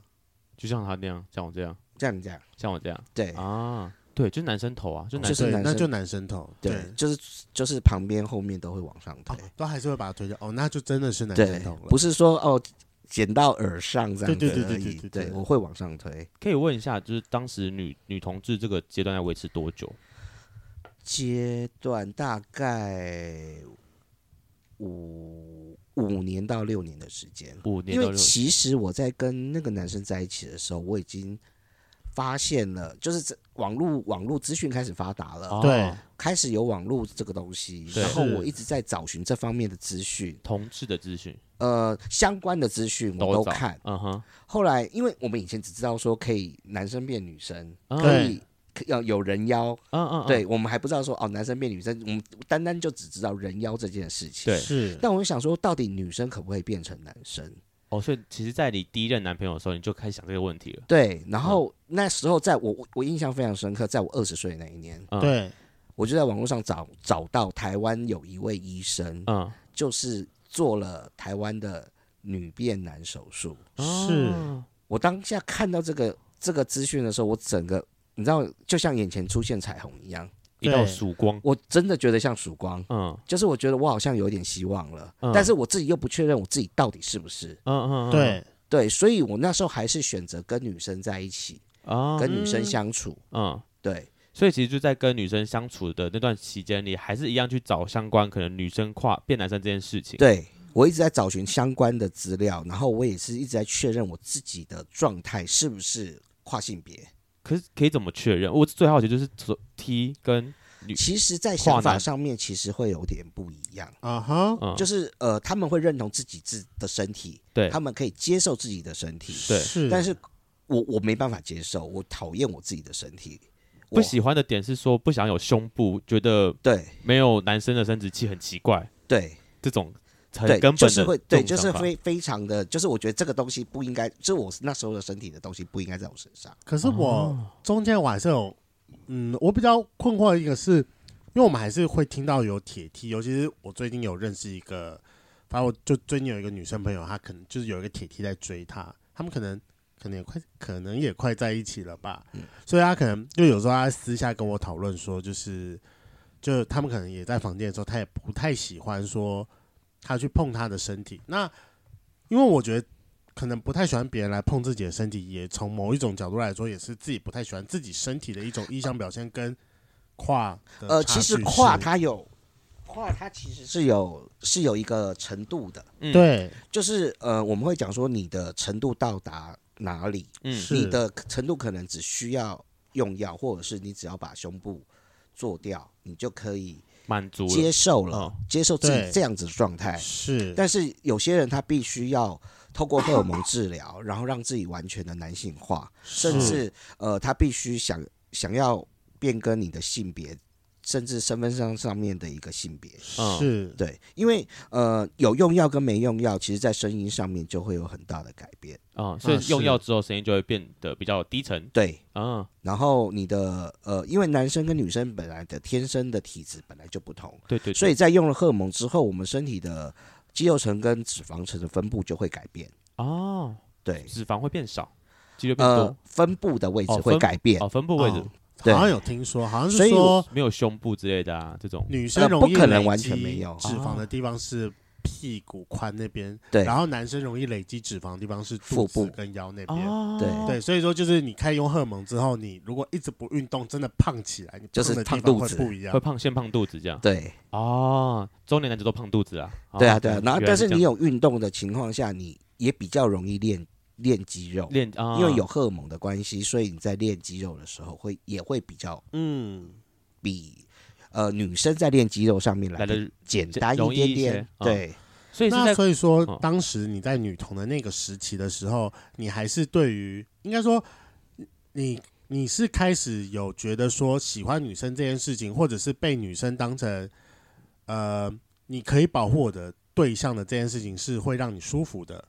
Speaker 1: 就像他那样，像我这样，
Speaker 3: 这样讲，
Speaker 1: 像我这样
Speaker 3: 对
Speaker 1: 啊。对，就是男生头啊，就男
Speaker 3: 哎就是
Speaker 1: 生
Speaker 2: 对
Speaker 3: 男，
Speaker 2: 那
Speaker 3: 生
Speaker 2: 就男生头，
Speaker 3: 对，就是就是旁边后面都会往上推
Speaker 2: 哦，都还是会把它推掉。哦，那就真的是男
Speaker 3: 对
Speaker 2: 哦生头了，。
Speaker 3: 不是说哦。捡到耳上这样子
Speaker 2: 对
Speaker 3: 而
Speaker 2: 对
Speaker 3: 已。
Speaker 2: 对对对对对
Speaker 3: 我会往上推。
Speaker 1: 可以问一下，就是当时女女同志这个阶段要维持多久？
Speaker 3: 阶段大概五五年到六年的时间，
Speaker 1: 五年
Speaker 3: 因
Speaker 1: 到
Speaker 3: 为
Speaker 1: 六
Speaker 3: 其实我在跟那个男生在一起的时候，我已经发现了，就是这网络网络资讯开始发达了，
Speaker 1: 哦
Speaker 2: 对
Speaker 3: 开始有网络这个东西，
Speaker 1: 对
Speaker 3: 然后
Speaker 2: 是
Speaker 3: 我一直在找寻这方面的资讯，
Speaker 1: 同志的资讯
Speaker 3: 呃，相关的资讯我
Speaker 1: 都
Speaker 3: 都
Speaker 1: 找
Speaker 3: 看。
Speaker 1: 嗯哼，
Speaker 3: 后来，因为我们以前只知道说可以男生变女生，
Speaker 1: 嗯
Speaker 3: 可以可要有人妖，
Speaker 1: 嗯嗯，嗯
Speaker 3: 对我们还不知道说哦男生变女生，我们单单就只知道人妖这件事情。
Speaker 1: 对
Speaker 2: 是，
Speaker 3: 但我就想说，到底女生可不可以变成男生？
Speaker 1: 哦，所以其实，在你第一任男朋友的时候，你就开始想这个问题了。
Speaker 3: 对，然后那时候在我我我印象非常深刻，在我二十岁那一年，
Speaker 1: 嗯，，
Speaker 2: 对
Speaker 3: 我就在网络上找找到台湾有一位医生，
Speaker 1: 嗯，
Speaker 3: 就是做了台湾的女变男手术。
Speaker 2: 是
Speaker 1: 哦
Speaker 3: 我当下看到这个这个资讯的时候，我整个你知道，就像眼前出现彩虹一样，
Speaker 1: 一道
Speaker 2: 对
Speaker 1: 曙光。
Speaker 3: 我真的觉得像曙光，
Speaker 1: 嗯
Speaker 3: 就是我觉得我好像有点希望了，
Speaker 1: 嗯
Speaker 3: 但是我自己又不确认我自己到底是不是
Speaker 1: 嗯嗯，嗯，
Speaker 2: 对
Speaker 3: 对，所以我那时候还是选择跟女生在一起，
Speaker 1: 啊，
Speaker 3: 跟女生相处，
Speaker 1: 嗯，
Speaker 3: 对。
Speaker 1: 所以其实就在跟女生相处的那段期间里，还是一样去找相关可能女生跨变男生这件事情。，
Speaker 3: 对我一直在找寻相关的资料，然后我也是一直在确认我自己的状态是不是跨性别。
Speaker 1: 可是可以怎么确认？我最好奇就是所 T 跟女，
Speaker 3: 其实，在
Speaker 1: 跨
Speaker 3: 想法
Speaker 1: 男
Speaker 3: 上面其实会有点不一样，
Speaker 2: 啊哈，
Speaker 1: 嗯，
Speaker 3: 就是呃，他们会认同自己自的身体，
Speaker 1: 对
Speaker 3: 他，们可以接受自己的身体，
Speaker 1: 对
Speaker 2: 是，
Speaker 3: 但是我我没办法接受，我讨厌我自己的身体，我
Speaker 1: 不喜欢的点是说不想有胸部，觉得
Speaker 3: 对
Speaker 1: 没有男生的生殖器很奇怪，
Speaker 3: 对
Speaker 1: 这种很
Speaker 3: 对，
Speaker 1: 根本的
Speaker 3: 就是会对，
Speaker 1: 这种
Speaker 3: 就是
Speaker 1: 想法
Speaker 3: 非非常的，就是我觉得这个东西不应该，就是我那时候的身体的东西不应该在我身上，
Speaker 2: 可是我中间我还是有，嗯，我比较困惑的一个是，因为我们还是会听到有铁梯，尤其是我最近有认识一个，反正我就最近有一个女生朋友，她可能就是有一个铁梯在追她，他们可能可能也快可能也快在一起了吧，所以她可能就有时候她私下跟我讨论说，就是就他们可能也在房间的时候，她也不太喜欢说她去碰她的身体，那因为我觉得。可能不太喜欢别人来碰自己的身体，也从某一种角度来说，也是自己不太喜欢自己身体的一种意向表现跟跨的
Speaker 3: 呃，
Speaker 2: 差
Speaker 3: 其实
Speaker 2: 距
Speaker 3: 跨
Speaker 2: 是
Speaker 3: 它有跨它其实是有是有一个程度的，
Speaker 1: 嗯
Speaker 2: 对
Speaker 3: 就是呃，我们会讲说你的程度到达哪里，
Speaker 1: 嗯
Speaker 2: 是
Speaker 3: 你的程度可能只需要用药，或者是你只要把胸部做掉，你就可以
Speaker 1: 满足
Speaker 3: 接
Speaker 1: 了，
Speaker 3: 受了，
Speaker 1: 哦
Speaker 3: 接受自己
Speaker 2: 对
Speaker 3: 这样子的状态。
Speaker 2: 是，
Speaker 3: 但是有些人他必须要透过荷尔蒙治疗，然后让自己完全的男性化，
Speaker 1: 嗯
Speaker 3: 甚至呃，他必须想想要变更你的性别，甚至身份上上面的一个性别。
Speaker 1: 嗯
Speaker 2: 是
Speaker 3: 对，因为呃，有用药跟没用药，其实在声音上面就会有很大的改变。
Speaker 1: 嗯，所以
Speaker 2: 啊是
Speaker 1: 用药之后声音就会变得比较低沉，
Speaker 3: 对，
Speaker 1: 嗯，
Speaker 3: 然后你的呃，因为男生跟女生本来的天生的体质本来就不同，
Speaker 1: 对对，对
Speaker 3: 所以在用了荷尔蒙之后，我们身体的肌肉层跟脂肪层的分布就会改变。
Speaker 1: 哦，
Speaker 3: 对，
Speaker 1: 脂肪会变少，肌肉变多
Speaker 3: 呃，，分布的位置
Speaker 1: 哦
Speaker 3: 会
Speaker 1: 分
Speaker 3: 改变，
Speaker 1: 哦，分布位置
Speaker 2: 哦
Speaker 3: 对
Speaker 2: 好像有听说，好像
Speaker 3: 所
Speaker 2: 是
Speaker 3: 以
Speaker 2: 说
Speaker 1: 没有胸部之类的啊，这种
Speaker 2: 女生
Speaker 3: 呃
Speaker 2: 容易
Speaker 3: 不可能
Speaker 2: 累
Speaker 3: 完
Speaker 2: 积
Speaker 3: 全没有哦
Speaker 2: 脂肪的地方是屁股宽那边，
Speaker 3: 对
Speaker 2: 然后男生容易累积脂肪的地方是肚
Speaker 3: 腹
Speaker 2: 子
Speaker 3: 部
Speaker 2: 跟腰那边。
Speaker 1: 哦，
Speaker 3: 对
Speaker 2: 对，所以说就是你开始用荷尔蒙之后，你如果一直不运动，真的胖起来，你
Speaker 3: 就是
Speaker 2: 胖的地
Speaker 3: 胖
Speaker 2: 方
Speaker 3: 肚
Speaker 2: 会
Speaker 3: 子
Speaker 2: 不一样
Speaker 1: 会。胖先胖肚子这样，
Speaker 3: 对
Speaker 1: 哦，中年男子都胖肚子啊，哦
Speaker 3: 对啊对啊。然后
Speaker 1: 原来
Speaker 3: 但是
Speaker 1: 这样
Speaker 3: 你有运动的情况下，你也比较容易练练肌肉，
Speaker 1: 练啊，
Speaker 3: 因为有荷尔蒙的关系，所以你在练肌肉的时候会也会比较
Speaker 2: 嗯，
Speaker 3: 比呃女生在练肌肉上面
Speaker 1: 来
Speaker 3: 来的
Speaker 1: 的，
Speaker 3: 简单
Speaker 1: 容易
Speaker 3: 点
Speaker 1: 一些
Speaker 3: 点，
Speaker 1: 啊
Speaker 3: 对。
Speaker 1: 所以是
Speaker 2: 那
Speaker 1: 在
Speaker 2: 所以说
Speaker 1: 嗯，
Speaker 2: 当时你在女童的那个时期的时候，你还是对于应该说，你你是开始有觉得说喜欢女生这件事情，或者是被女生当成呃你可以保护我的对象的这件事情，是会让你舒服的。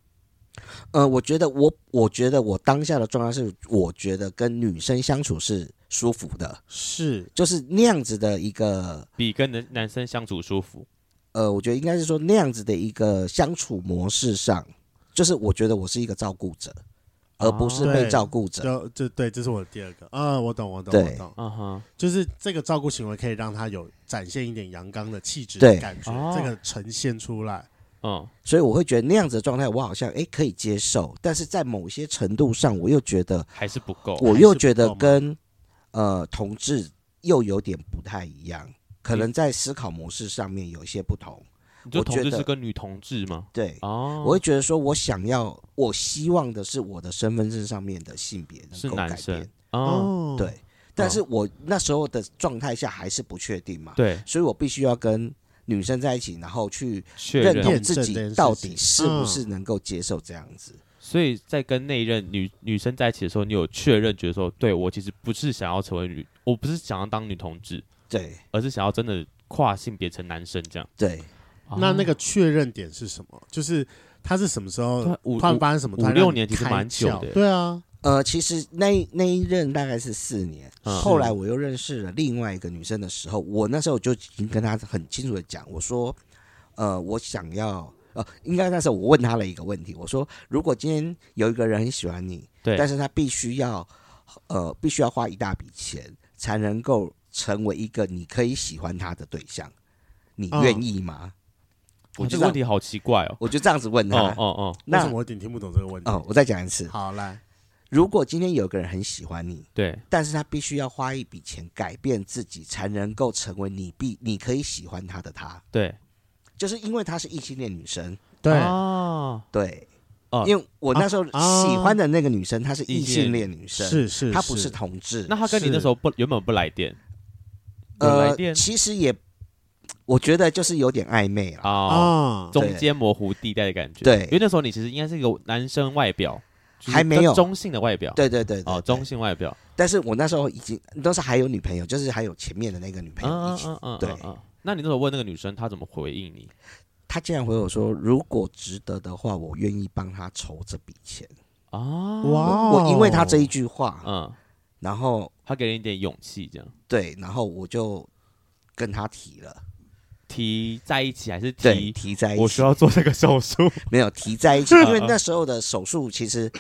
Speaker 3: 呃，我觉得我，我觉得我当下的状态是，我觉得跟女生相处是舒服的，
Speaker 2: 是
Speaker 3: 就是那样子的一个，
Speaker 1: 比跟男男生相处舒服，
Speaker 3: 呃，我觉得应该是说那样子的一个相处模式上，就是我觉得我是一个照顾者，而不是
Speaker 2: 哦
Speaker 3: 被
Speaker 2: 对
Speaker 3: 照顾者。
Speaker 2: 就就对，这是我的第二个。嗯，我懂，我懂，
Speaker 3: 对
Speaker 2: 我懂。
Speaker 1: 嗯哼，
Speaker 2: 就是这个照顾行为可以让他有展现一点阳刚的气质的
Speaker 3: 对
Speaker 2: 感觉
Speaker 1: 哦，
Speaker 2: 这个呈现出来。
Speaker 1: 嗯嗯
Speaker 3: 所以我会觉得那样子的状态，我好像诶可以接受，但是在某些程度上，我又觉得，
Speaker 1: 哦还是不够。
Speaker 3: 我
Speaker 2: 还
Speaker 3: 又
Speaker 2: 是
Speaker 3: 觉
Speaker 2: 不
Speaker 3: 得
Speaker 2: 够吗
Speaker 3: 跟呃同志又有点不太一样，可能在思考模式上面有一些不同。
Speaker 1: 你说
Speaker 3: 我
Speaker 1: 同
Speaker 3: 觉
Speaker 1: 志
Speaker 3: 得
Speaker 1: 是跟女同志吗？
Speaker 3: 对，
Speaker 1: 哦，
Speaker 3: 我会觉得说我想要，我希望的是我的身份证上面的性别
Speaker 1: 是
Speaker 3: 能够
Speaker 1: 男
Speaker 3: 改
Speaker 1: 生
Speaker 3: 变，
Speaker 1: 哦，
Speaker 2: 哦，
Speaker 3: 对。但是我那时候的状态下还是不确定嘛，
Speaker 1: 对，
Speaker 3: 所以我必须要跟女生在一起，然后去
Speaker 1: 确
Speaker 3: 认
Speaker 1: 认。
Speaker 3: 同自
Speaker 2: 验证这件
Speaker 3: 己
Speaker 2: 事
Speaker 3: 到
Speaker 2: 情
Speaker 3: 底是不
Speaker 2: 嗯
Speaker 3: 是能够接受这样子。
Speaker 1: 所以在跟那一任女女生在一起的时候，你有确认觉得说，对我其实不是想要成为女，我不是想要当女同志，
Speaker 3: 对
Speaker 1: 而是想要真的跨性别成男生这样。
Speaker 3: 对，
Speaker 2: 那
Speaker 1: 哦
Speaker 2: 那个确认点是什么？就是他是什么时候
Speaker 1: 对五
Speaker 2: 突然发生什么？
Speaker 1: 五
Speaker 2: 突然让
Speaker 1: 六
Speaker 2: 你
Speaker 1: 年其实
Speaker 2: 开
Speaker 1: 蛮久
Speaker 2: 窍
Speaker 1: 的
Speaker 2: 对啊，
Speaker 3: 呃，其实那一那一任大概是四年，
Speaker 1: 嗯
Speaker 3: 后来我又认识了另外一个女生的时候，我那时候就已经跟她很清楚的讲，我说，呃，我想要，呃，应该那时候我问她了一个问题，我说，如果今天有一个人很喜欢你，
Speaker 1: 对，
Speaker 3: 但是他必须要，呃，必须要花一大笔钱才能够成为一个你可以喜欢他的对象，你
Speaker 2: 嗯
Speaker 3: 愿意吗？
Speaker 1: 我
Speaker 3: 就
Speaker 1: 这
Speaker 3: 这
Speaker 1: 个问
Speaker 3: 样
Speaker 1: 题好奇怪哦。
Speaker 3: 我就这样子问她，
Speaker 1: 哦哦哦，
Speaker 2: 为
Speaker 3: 那
Speaker 2: 什么我有点听不懂这个问题？
Speaker 3: 哦，我再讲一次，
Speaker 2: 好来，
Speaker 3: 如果今天有个人很喜欢你。
Speaker 1: 对，
Speaker 3: 但是他必须要花一笔钱改变自己，才能够成为你必你可以喜欢他的他，
Speaker 1: 对，
Speaker 3: 就是因为她是异性恋女生，
Speaker 2: 对，
Speaker 1: 哦，
Speaker 3: 对，
Speaker 1: 哦
Speaker 3: 因为我那时候
Speaker 2: 啊
Speaker 3: 喜欢的那个女生她是
Speaker 1: 异
Speaker 3: 异
Speaker 1: 性
Speaker 3: 性恋女生，
Speaker 2: 是是，
Speaker 3: 她不是同志，
Speaker 1: 那他跟你那
Speaker 2: 是
Speaker 1: 时候不原本不来电，有来
Speaker 3: 呃
Speaker 1: 电，
Speaker 3: 其实也我觉得就是有点暧昧了，
Speaker 1: 啊，
Speaker 2: 啊，
Speaker 1: 中间模糊地带的感觉。
Speaker 3: 呃对
Speaker 1: 因为那时候你其实应该是一个男生外表，就是
Speaker 3: 还没有
Speaker 1: 中性的外表。
Speaker 3: 对对对对
Speaker 1: 哦，
Speaker 3: 对
Speaker 1: 中性外表，
Speaker 3: 但是我那时候已经都是还有女朋友，就是还有前面的那个女朋友一
Speaker 1: 嗯
Speaker 3: 起，
Speaker 1: 嗯嗯，
Speaker 3: 对
Speaker 1: 嗯嗯那你那时候问那个女生，她怎么回应你？
Speaker 3: 她竟然回我说，如果值得的话，我愿意帮她筹这笔钱，
Speaker 1: 啊，
Speaker 2: 哇，哦
Speaker 3: 我因为她这一句话，
Speaker 1: 嗯，
Speaker 3: 然后
Speaker 1: 她给你一点勇气，这样
Speaker 3: 对，然后我就跟他提了，
Speaker 1: 提在一起还是
Speaker 3: 对，
Speaker 1: 提？
Speaker 3: 提在一
Speaker 1: 我
Speaker 3: 起
Speaker 1: 需，要做这个手 术。
Speaker 3: 没有提在一起，
Speaker 1: 嗯
Speaker 3: 因为那时候的手术其实，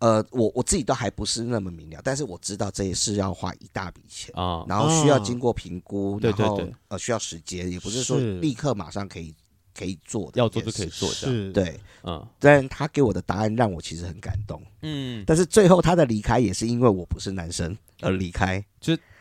Speaker 3: 呃，我我自己都还不是那么明了，但是我知道这也是要花一大笔钱，
Speaker 1: 啊，
Speaker 3: 然后需要
Speaker 2: 哦
Speaker 3: 经过评估，
Speaker 1: 对对
Speaker 3: 然后
Speaker 1: 对
Speaker 3: 呃需要时间，也不是说
Speaker 2: 是
Speaker 3: 立刻马上可以可以做的，
Speaker 1: 要做就可以。做这样。
Speaker 2: 是，
Speaker 3: 对，
Speaker 1: 嗯
Speaker 3: 但他给我的答案让我其实很感动，
Speaker 1: 嗯，
Speaker 3: 但是最后他的离开也是因为我不是男生而离开，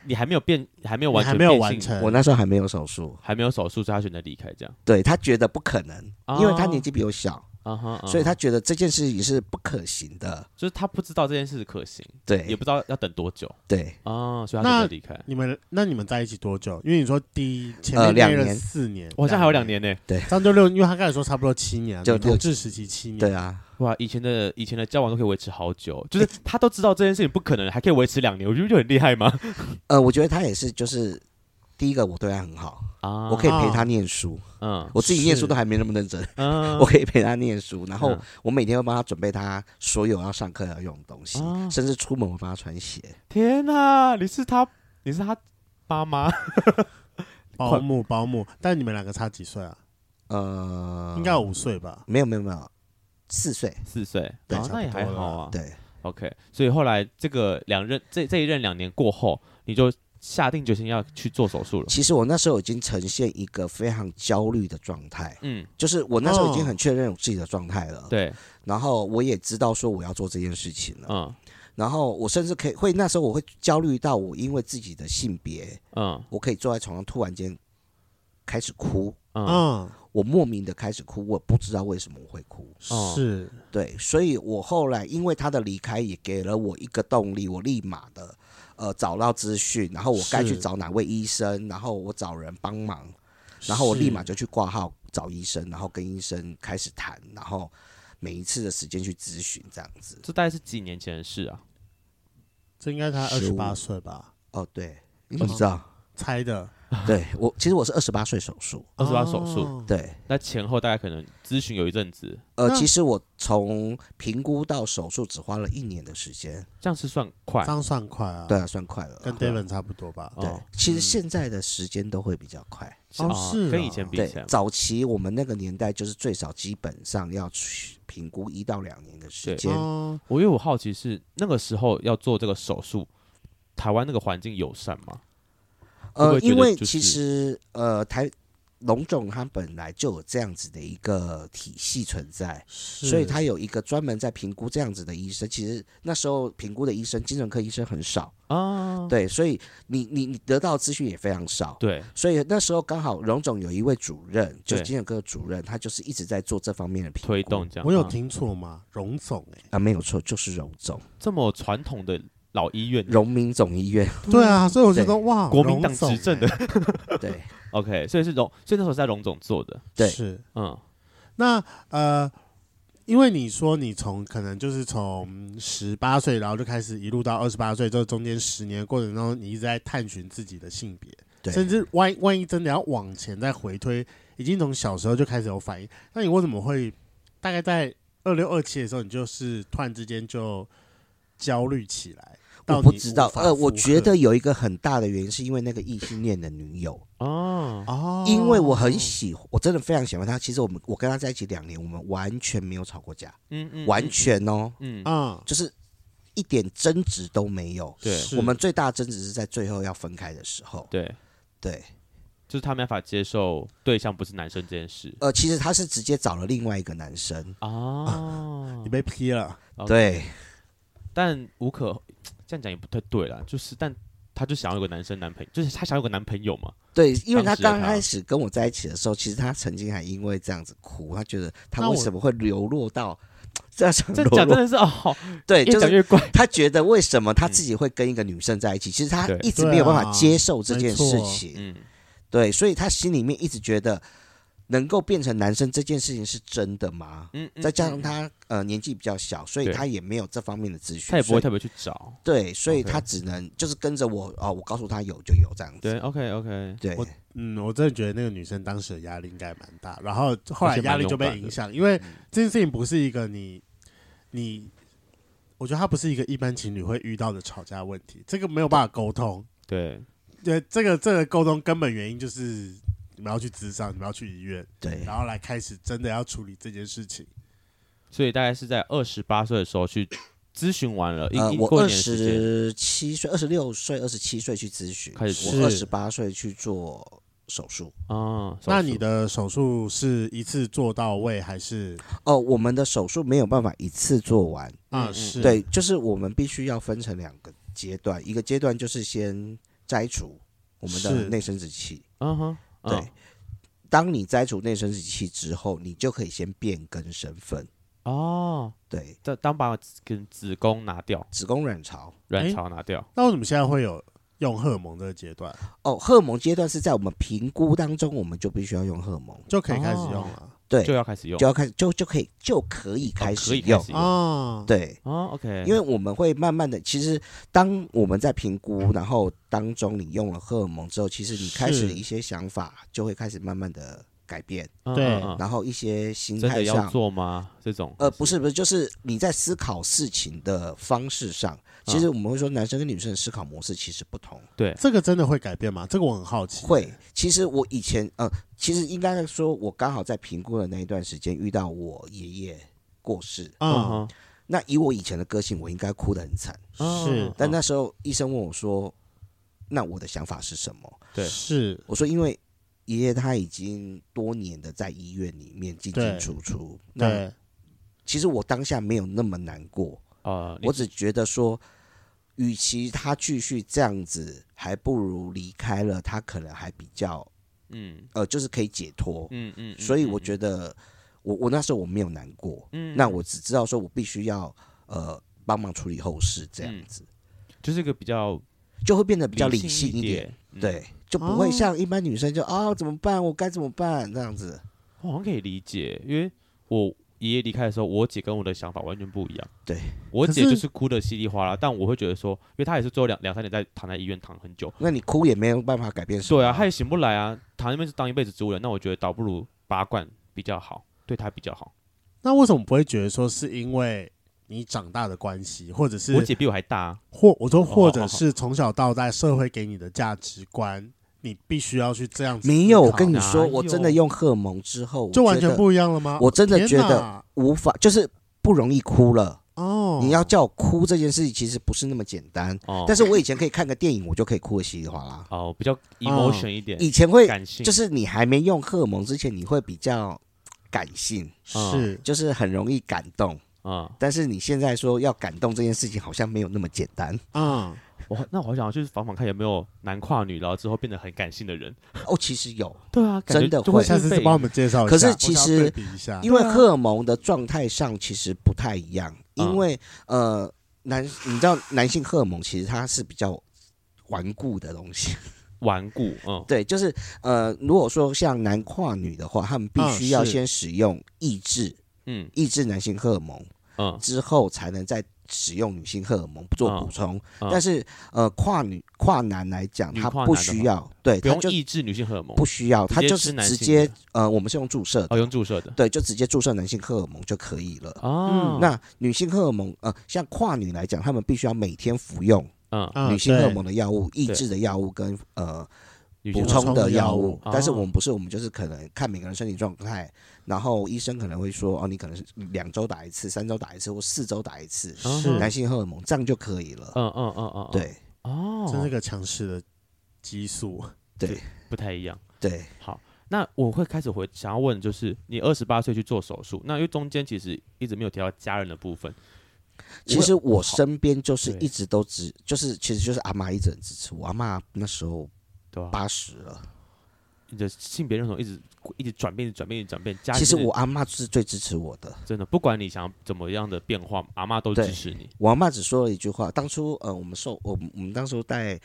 Speaker 1: 你还没有变，还没有
Speaker 2: 你
Speaker 1: 完
Speaker 2: 还
Speaker 1: 全
Speaker 2: 没有
Speaker 1: 变
Speaker 2: 完
Speaker 1: 性
Speaker 2: 成，
Speaker 3: 我那时候还没有手术，
Speaker 1: 还没有手术，所以她选择离开这样。
Speaker 3: 对他觉得不可能，因为他
Speaker 1: 哦
Speaker 3: 年纪比我小，
Speaker 1: 啊哈，啊
Speaker 3: 所以
Speaker 1: 哈
Speaker 3: 他觉得这件事情是不可行的。
Speaker 1: 就是她不知道这件事可行，也
Speaker 3: 对
Speaker 1: 不知道要等多久
Speaker 3: 对，
Speaker 1: 啊，所以她选
Speaker 2: 那
Speaker 1: 择离开。
Speaker 2: 你们那你们在一起多久？因为你说第一前
Speaker 3: 呃
Speaker 2: 面
Speaker 3: 两
Speaker 2: 那个人
Speaker 3: 年
Speaker 2: 四年，
Speaker 1: 我好像还有两，年呢。
Speaker 2: 三就六，因为他刚才说差不多七年啊，
Speaker 3: 就
Speaker 2: 女同
Speaker 3: 六
Speaker 2: 志时期
Speaker 1: 嗯
Speaker 2: 七年，
Speaker 3: 对啊，
Speaker 1: 哇，以前的以前的交往都可以维持好久，就是她都知道这件事情不可能，还可以维持两年，我觉得就很厉害嘛。
Speaker 3: 呃，我觉得他也是，就是第一个我对他很好，
Speaker 1: 啊，
Speaker 3: 我可以陪他念书，
Speaker 1: 嗯
Speaker 3: 我自己念书
Speaker 2: 是
Speaker 3: 都还没那么认真，
Speaker 1: 嗯
Speaker 3: 我可以陪他念书，然后
Speaker 1: 嗯
Speaker 3: 我每天会帮他准备他所有要上课要用的东西
Speaker 1: 哦，
Speaker 3: 甚至出门我帮他穿鞋。
Speaker 1: 天哪，你是他，你是他爸妈，
Speaker 2: 保姆保姆，但你们两个差几岁啊？
Speaker 3: 呃，
Speaker 2: 应该有五岁吧？
Speaker 3: 没有没有没有，四岁，
Speaker 1: 四岁，
Speaker 3: 对
Speaker 1: 哦
Speaker 3: 差不
Speaker 1: 那也还
Speaker 2: 多了
Speaker 1: 好啊。
Speaker 3: 对
Speaker 1: OK，所以后来这个两任这这一任两年过后，你就下定决心要去做手术了。
Speaker 3: 其实我那时候已经呈现一个非常焦虑的状态，
Speaker 1: 嗯，
Speaker 3: 就是我那时候已经
Speaker 2: 哦
Speaker 3: 很确认我自己的状态了，
Speaker 1: 对，
Speaker 3: 然后我也知道说我要做这件事情了，
Speaker 1: 嗯
Speaker 3: 然后我甚至可以会那时候我会焦虑到我因为自己的性别，
Speaker 1: 嗯
Speaker 3: 我可以坐在床上突然间开始哭，
Speaker 1: 嗯，
Speaker 2: 嗯，
Speaker 3: 我莫名的开始哭，我不知道为什么我会哭。
Speaker 1: 哦
Speaker 2: 是
Speaker 3: 对，所以我后来因为他的离开也给了我一个动力，我立马的呃找到资讯，然后我该去
Speaker 2: 是
Speaker 3: 找哪位医生，然后我找人帮忙，然后我立马
Speaker 2: 是
Speaker 3: 就去挂号找医生，然后跟医生开始谈，然后每一次的时间去咨询这样子。
Speaker 1: 这大概是几年前的事啊。
Speaker 2: 这应该才二
Speaker 3: 十
Speaker 2: 十
Speaker 3: 五
Speaker 2: 八岁吧？
Speaker 3: 哦，对，你
Speaker 2: 嗯
Speaker 3: 知道。
Speaker 2: 猜的，
Speaker 3: 对我，其实我是二十八岁手术。
Speaker 1: 二十八手术，
Speaker 2: 哦，
Speaker 3: 对，
Speaker 1: 那前后大概可能咨询有一阵子，
Speaker 3: 呃，
Speaker 2: 那
Speaker 3: 其实我从评估到手术只花了一年的时间。
Speaker 1: 这样是算快
Speaker 2: 这。样算快啊，
Speaker 3: 对，啊，算快了啦。
Speaker 2: 跟 David 差不多吧？
Speaker 1: 哦
Speaker 3: 对，
Speaker 2: 嗯
Speaker 3: 其实现在的时间都会比较快。
Speaker 2: 哦
Speaker 1: 啊
Speaker 2: 是
Speaker 1: 跟
Speaker 2: 啊
Speaker 1: 以前比
Speaker 3: 对
Speaker 1: 起来，，
Speaker 3: 早期我们那个年代就是最少基本上要去评估一到两年的时
Speaker 1: 对
Speaker 3: 间。
Speaker 2: 哦，
Speaker 1: 我因为我好奇是那个时候要做这个手术，台湾那个环境友善吗？会不
Speaker 3: 呃
Speaker 1: 会，觉
Speaker 3: 因
Speaker 1: 得
Speaker 3: 为
Speaker 1: 就
Speaker 3: 其
Speaker 1: 是
Speaker 3: 实呃台龙种它本来就有这样子的一个体系存在，
Speaker 2: 是
Speaker 3: 所以它有一个专门在评估这样子的医生。其实那时候评估的医生，精神科医生很少，
Speaker 1: 啊，
Speaker 3: 对，所以你你你得到的资讯也非常少。
Speaker 1: 对，
Speaker 3: 所以那时候刚好龙总有一位主任，就
Speaker 1: 对
Speaker 3: 精神科的主任，他就是一直在做这方面的评估
Speaker 1: 推动这样。
Speaker 2: 我有
Speaker 1: 啊
Speaker 2: 听错吗？荣总哎、
Speaker 3: 啊，没有错，就是荣总，
Speaker 1: 这么传统的老医院，
Speaker 3: 荣民总医院，
Speaker 2: 对啊，所以我觉得
Speaker 3: 对
Speaker 2: 哇，
Speaker 1: 国民党
Speaker 2: 荣总欸
Speaker 1: 执政的。
Speaker 3: 哎对
Speaker 1: OK，所以是荣，所以那时候是在荣总做的。
Speaker 3: 对
Speaker 2: 是
Speaker 1: 嗯，
Speaker 2: 那呃，因为你说你从可能就是从十八岁，然后就开始一路到二十八岁，这中间十年过程中，你一直在探寻自己的性别，甚
Speaker 3: 对。
Speaker 2: 至万一万一真的要往前再回推，已经从小时候就开始有反应，那你为什么会大概在二六二七的时候，你就是突然之间就焦虑起来？到
Speaker 3: 我不
Speaker 2: 你
Speaker 3: 知
Speaker 2: 无
Speaker 3: 道，
Speaker 2: 法
Speaker 3: 呃，
Speaker 2: 负
Speaker 3: 我觉
Speaker 2: 荷
Speaker 3: 得有一个很大的原因，是因为那个异性恋的女友，
Speaker 1: 哦，
Speaker 2: 哦，
Speaker 3: 因为我很喜，我真的非常喜欢她。其实我们我跟她在一起两年，我们完全没有吵过架，
Speaker 1: 嗯嗯，
Speaker 3: 完全哦，
Speaker 1: 嗯，嗯，
Speaker 2: 啊、嗯，
Speaker 3: 就是一点争执都没有。
Speaker 1: 对
Speaker 2: 是
Speaker 3: 我们最大的争执是在最后要分开的时候。
Speaker 1: 对，
Speaker 3: 对，
Speaker 1: 就是他没办法接受对象不是男生这件事
Speaker 3: 呃，其实她是直接找了另外一个男生。
Speaker 1: 哦
Speaker 2: 你。被批了，
Speaker 1: OK
Speaker 3: 对，
Speaker 1: 但无可这样讲也不太对啦，就是但他就想要有个男生男朋友，就是他想要有个男朋友嘛。
Speaker 3: 对，因为
Speaker 1: 当
Speaker 3: 她
Speaker 1: 时的
Speaker 3: 刚
Speaker 1: 她
Speaker 3: 开始跟我在一起的时候，其实她曾经还因为这样子哭，她觉得她
Speaker 2: 那
Speaker 3: 为
Speaker 2: 我
Speaker 3: 什么会流落到这样
Speaker 1: 这样
Speaker 3: 流
Speaker 1: 讲真
Speaker 3: 落？
Speaker 1: 的是哦，
Speaker 3: 对，
Speaker 1: 越
Speaker 3: 哎就
Speaker 1: 讲
Speaker 3: 是
Speaker 1: 越怪。
Speaker 3: 她觉得为什么她自己会跟一个女生在一起？其实她
Speaker 1: 嗯对
Speaker 3: 一直没有办
Speaker 2: 对
Speaker 3: 法
Speaker 2: 啊
Speaker 3: 接受这
Speaker 2: 没
Speaker 3: 件
Speaker 2: 错
Speaker 3: 事情。
Speaker 1: 嗯，
Speaker 3: 对，所以他心里面一直觉得能够变成男生这件事情是真的吗？
Speaker 1: 嗯嗯
Speaker 3: 再加上
Speaker 1: 嗯
Speaker 3: 他呃年纪比较小，所以
Speaker 1: 对
Speaker 3: 他也没有这方面的资讯，
Speaker 1: 他也不会
Speaker 3: 所以
Speaker 1: 特别去找。
Speaker 3: 对，所以
Speaker 1: OK
Speaker 3: 他只能就是跟着我哦，我告诉他有就有这样
Speaker 1: 对
Speaker 3: 子。
Speaker 1: ，OK OK，
Speaker 3: 对
Speaker 2: 我嗯，我真的觉得那个女生当时的压力应该蛮大，然后后来
Speaker 1: 而且蛮
Speaker 2: 压力就被影响，因为
Speaker 1: 嗯
Speaker 2: 这件事情不是一个你你，我觉得它不是一个一般情侣会遇到的吵架问题，这个没有办法沟通。
Speaker 1: 对
Speaker 2: 对，这个这个沟通根本原因就是你们要去咨商，你们要去医院，
Speaker 3: 对
Speaker 2: 然后来开始真的要处理这件事情。
Speaker 1: 所以大概是在二十八岁的时候去咨询完了，一
Speaker 3: 呃，
Speaker 1: 一
Speaker 3: 我
Speaker 1: 过一
Speaker 3: 二
Speaker 1: 年时间
Speaker 3: 十七岁、二十六岁、二十七岁去咨询，
Speaker 1: 开始
Speaker 3: 我二
Speaker 2: 是
Speaker 3: 十八岁去做手术。
Speaker 1: 啊，手
Speaker 2: 那你
Speaker 1: 术
Speaker 2: 的手术是一次做到位还是
Speaker 3: 哦，我们的手术没有办法一次做完，
Speaker 1: 嗯
Speaker 2: 啊？
Speaker 1: 嗯
Speaker 2: 是
Speaker 3: 对，就是我们必须要分成两个阶段，一个阶段就是先摘除我们
Speaker 2: 是
Speaker 3: 的内生殖器，
Speaker 1: 嗯哼，嗯
Speaker 3: 对，当你摘除内生殖器之后，你就可以先变更身份，
Speaker 1: 哦，
Speaker 3: 对，
Speaker 1: 当当把子跟子宫拿掉，
Speaker 3: 子宫卵巢。
Speaker 1: 卵
Speaker 2: 诶
Speaker 1: 巢拿掉，
Speaker 2: 那为什么现在会有用荷尔蒙这个阶段
Speaker 3: 哦，荷尔蒙阶段是在我们评估当中，我们就必须要用荷尔蒙，
Speaker 2: 就可以开始用
Speaker 1: 哦
Speaker 2: 了？
Speaker 3: 对，
Speaker 1: 就
Speaker 3: 就
Speaker 1: 要开始用。哦
Speaker 3: 要开始就就可以就可以
Speaker 1: 可
Speaker 3: 开始
Speaker 1: 以开
Speaker 3: 用，
Speaker 1: 始
Speaker 2: 啊，
Speaker 3: 对，
Speaker 1: 哦，OK，
Speaker 3: 因为我们会慢慢的，其实当我们在评估，然后当中你用了荷尔蒙之后，其实你开始
Speaker 2: 是
Speaker 3: 一些想法就会开始慢慢的改变，
Speaker 1: 嗯
Speaker 2: 对
Speaker 1: 嗯嗯
Speaker 3: 然后一些心
Speaker 1: 真的
Speaker 3: 态
Speaker 1: 要
Speaker 3: 上。
Speaker 1: 做吗？这种
Speaker 3: 啊呃，不是不是，就是你在思考事情的方式上，其
Speaker 1: 啊
Speaker 3: 实我们会说男生跟女生的思考模式其实不同。
Speaker 2: 这个真的会改变吗？这个我很好奇。
Speaker 3: 会，其实我以前呃，其实应该说，我刚好在评估的那一段时间遇到我爷爷过世。
Speaker 2: 啊，
Speaker 1: 嗯
Speaker 3: 那以我以前的个性，我应该哭得很惨。
Speaker 1: 哼，
Speaker 2: 是
Speaker 1: 嗯
Speaker 3: 但那时候医生问我说：“那我的想法是什么
Speaker 1: 对
Speaker 2: 是？”
Speaker 3: 我说：“因为爷爷他已经多年的在医院里面进
Speaker 2: 对
Speaker 3: 进出出。那
Speaker 2: 对，
Speaker 3: 其实我当下没有那么难过，
Speaker 1: 呃，你
Speaker 3: 我只觉得说，与其他继续这样子，还不如离开了，他可能还比较
Speaker 1: 嗯
Speaker 3: 呃，就是可以解脱。
Speaker 1: 嗯嗯，
Speaker 3: 所以我
Speaker 1: 得
Speaker 3: 觉得我我那时候我没有难过，
Speaker 1: 嗯
Speaker 3: 那我只知道说我必须要呃帮忙处理后事这
Speaker 1: 嗯
Speaker 3: 样子，
Speaker 1: 就是一个比较
Speaker 3: 就会变得比较理
Speaker 1: 性
Speaker 3: 性一点，
Speaker 1: 点，嗯，
Speaker 3: 对，就不会
Speaker 2: 哦
Speaker 3: 像一般女生就啊、怎么办，我该怎么办这样子，
Speaker 1: 我好像可以理解，因为我爷爷离开的时候，我姐跟我的想法完全不一样。
Speaker 3: 对，
Speaker 1: 我
Speaker 2: 可
Speaker 1: 姐就是是哭的稀里哗啦，但我会觉得说，因为她也是最后两两三年在躺在医院躺很久，
Speaker 3: 那你哭也没有办法改变什么，
Speaker 1: 对啊，她也醒不来啊，躺那边是当一辈子植物人，那我觉得倒不如拔管比较好，对她比较好。
Speaker 2: 那为什么不会觉得说是因为你长大的关系，或者
Speaker 1: 我
Speaker 2: 是
Speaker 1: 姐比我还大、啊，
Speaker 2: 或我说或
Speaker 1: 哦哦
Speaker 2: 者是从小到大社会给你的价值观，你必须要去这样子思考？
Speaker 3: 没有，我跟你
Speaker 1: 哪
Speaker 3: 说，我真的
Speaker 1: 有
Speaker 3: 用荷尔蒙之后，我
Speaker 2: 就完
Speaker 3: 觉
Speaker 2: 全
Speaker 3: 得
Speaker 2: 不一样了吗？
Speaker 3: 我真的
Speaker 2: 天
Speaker 3: 觉得
Speaker 2: 哪
Speaker 3: 无法，就是不容易哭了。
Speaker 2: 哦，
Speaker 1: 嗯
Speaker 3: 你要叫我哭这件事情，其实不是那么简单。
Speaker 1: 哦，
Speaker 3: 但是我以前可以看个电影，我就可以哭的稀里哗啦。
Speaker 1: 哦比较 emotion 一点，
Speaker 3: 以前会
Speaker 1: 感性，
Speaker 3: 就是你还没用荷尔蒙之前，你会比较感性，
Speaker 2: 是
Speaker 3: 就是很容易感动。
Speaker 1: 啊、
Speaker 3: 但是你现在说要感动这件事情，好像没有那么简单。
Speaker 2: 啊，
Speaker 1: 我那我好想要去访访看有没有男跨女，然后之后变得很感性的人。
Speaker 3: 哦，其实有，
Speaker 1: 对啊，感觉
Speaker 3: 真的
Speaker 1: 就
Speaker 3: 会
Speaker 1: 会
Speaker 2: 下次再
Speaker 1: 被
Speaker 2: 帮我们介绍一下。
Speaker 3: 可是其
Speaker 2: 我想
Speaker 3: 实
Speaker 2: 要对比一下，
Speaker 3: 因为荷尔蒙的状态上其实不太一样，
Speaker 1: 嗯
Speaker 3: 因为呃，男你知道男性荷尔蒙其实它是比较顽固的东西，
Speaker 1: 顽固，嗯，
Speaker 3: 对，就是呃，如果说像男跨女的话，他们必
Speaker 2: 嗯
Speaker 3: 须要
Speaker 2: 是
Speaker 3: 先使用抑制
Speaker 1: 嗯
Speaker 3: 抑制男性荷尔蒙，
Speaker 1: 嗯
Speaker 3: 之后才能再使用女性荷尔蒙做补充。
Speaker 1: 嗯
Speaker 3: 但是呃，跨女跨男来讲，
Speaker 1: 女
Speaker 3: 他
Speaker 1: 跨
Speaker 3: 不
Speaker 1: 男的
Speaker 3: 需
Speaker 1: 话
Speaker 3: 要，对，
Speaker 1: 不
Speaker 3: 他
Speaker 1: 用
Speaker 3: 就
Speaker 1: 抑制女性荷尔蒙，
Speaker 3: 不需要，
Speaker 1: 直
Speaker 3: 他
Speaker 1: 接
Speaker 3: 就
Speaker 1: 吃
Speaker 3: 是
Speaker 1: 男
Speaker 3: 直
Speaker 1: 性
Speaker 3: 接
Speaker 1: 的
Speaker 3: 呃，我们是用注射的，
Speaker 1: 哦，用注射的
Speaker 3: 对，就直接注射男性荷尔蒙就可以了。
Speaker 1: 哦，
Speaker 3: 那女性荷尔蒙，呃，像跨女来讲，她们必须要每天服用
Speaker 1: 嗯，
Speaker 2: 啊
Speaker 3: 女性荷尔
Speaker 2: 对
Speaker 3: 蒙的药物、抑
Speaker 1: 对
Speaker 3: 制的药物跟呃
Speaker 1: 女性
Speaker 3: 补
Speaker 1: 荷尔
Speaker 2: 荷尔
Speaker 3: 充
Speaker 2: 蒙
Speaker 3: 的药
Speaker 2: 药
Speaker 3: 物
Speaker 2: 物。
Speaker 3: 但是
Speaker 1: 哦
Speaker 3: 我们不是，我们就是可能看每个人身体状态，然后医生可能会说，哦，你可能是两周打一次、三周打一次或四周打一次
Speaker 1: 蒙
Speaker 2: 是
Speaker 1: 嗯
Speaker 3: 男性荷尔蒙，这样就可以了。
Speaker 1: 嗯嗯嗯嗯，嗯，
Speaker 3: 对
Speaker 1: 哦，
Speaker 2: 真是个强势的激素。
Speaker 1: 不太一样。
Speaker 3: 对，
Speaker 1: 好，那我会开始回想要问，就是你二十八岁去做手术，那因为中间其实一直没有提到家人的部分，
Speaker 3: 其实我身边就是
Speaker 1: 对
Speaker 3: 一直都支，就是其实就是阿妈一直很支持我。阿妈那时候
Speaker 1: 对吧、
Speaker 3: 八十了，
Speaker 1: 你的性别认同一直一直转变，一直转变，一直转变。家里
Speaker 3: 其实
Speaker 1: 面
Speaker 3: 我阿妈是最支持我的。
Speaker 1: 真的不管你想要怎么样的变化，阿妈都
Speaker 3: 对
Speaker 1: 支持你。
Speaker 3: 我阿妈只说了一句话：当初呃，我们受我们我们当初在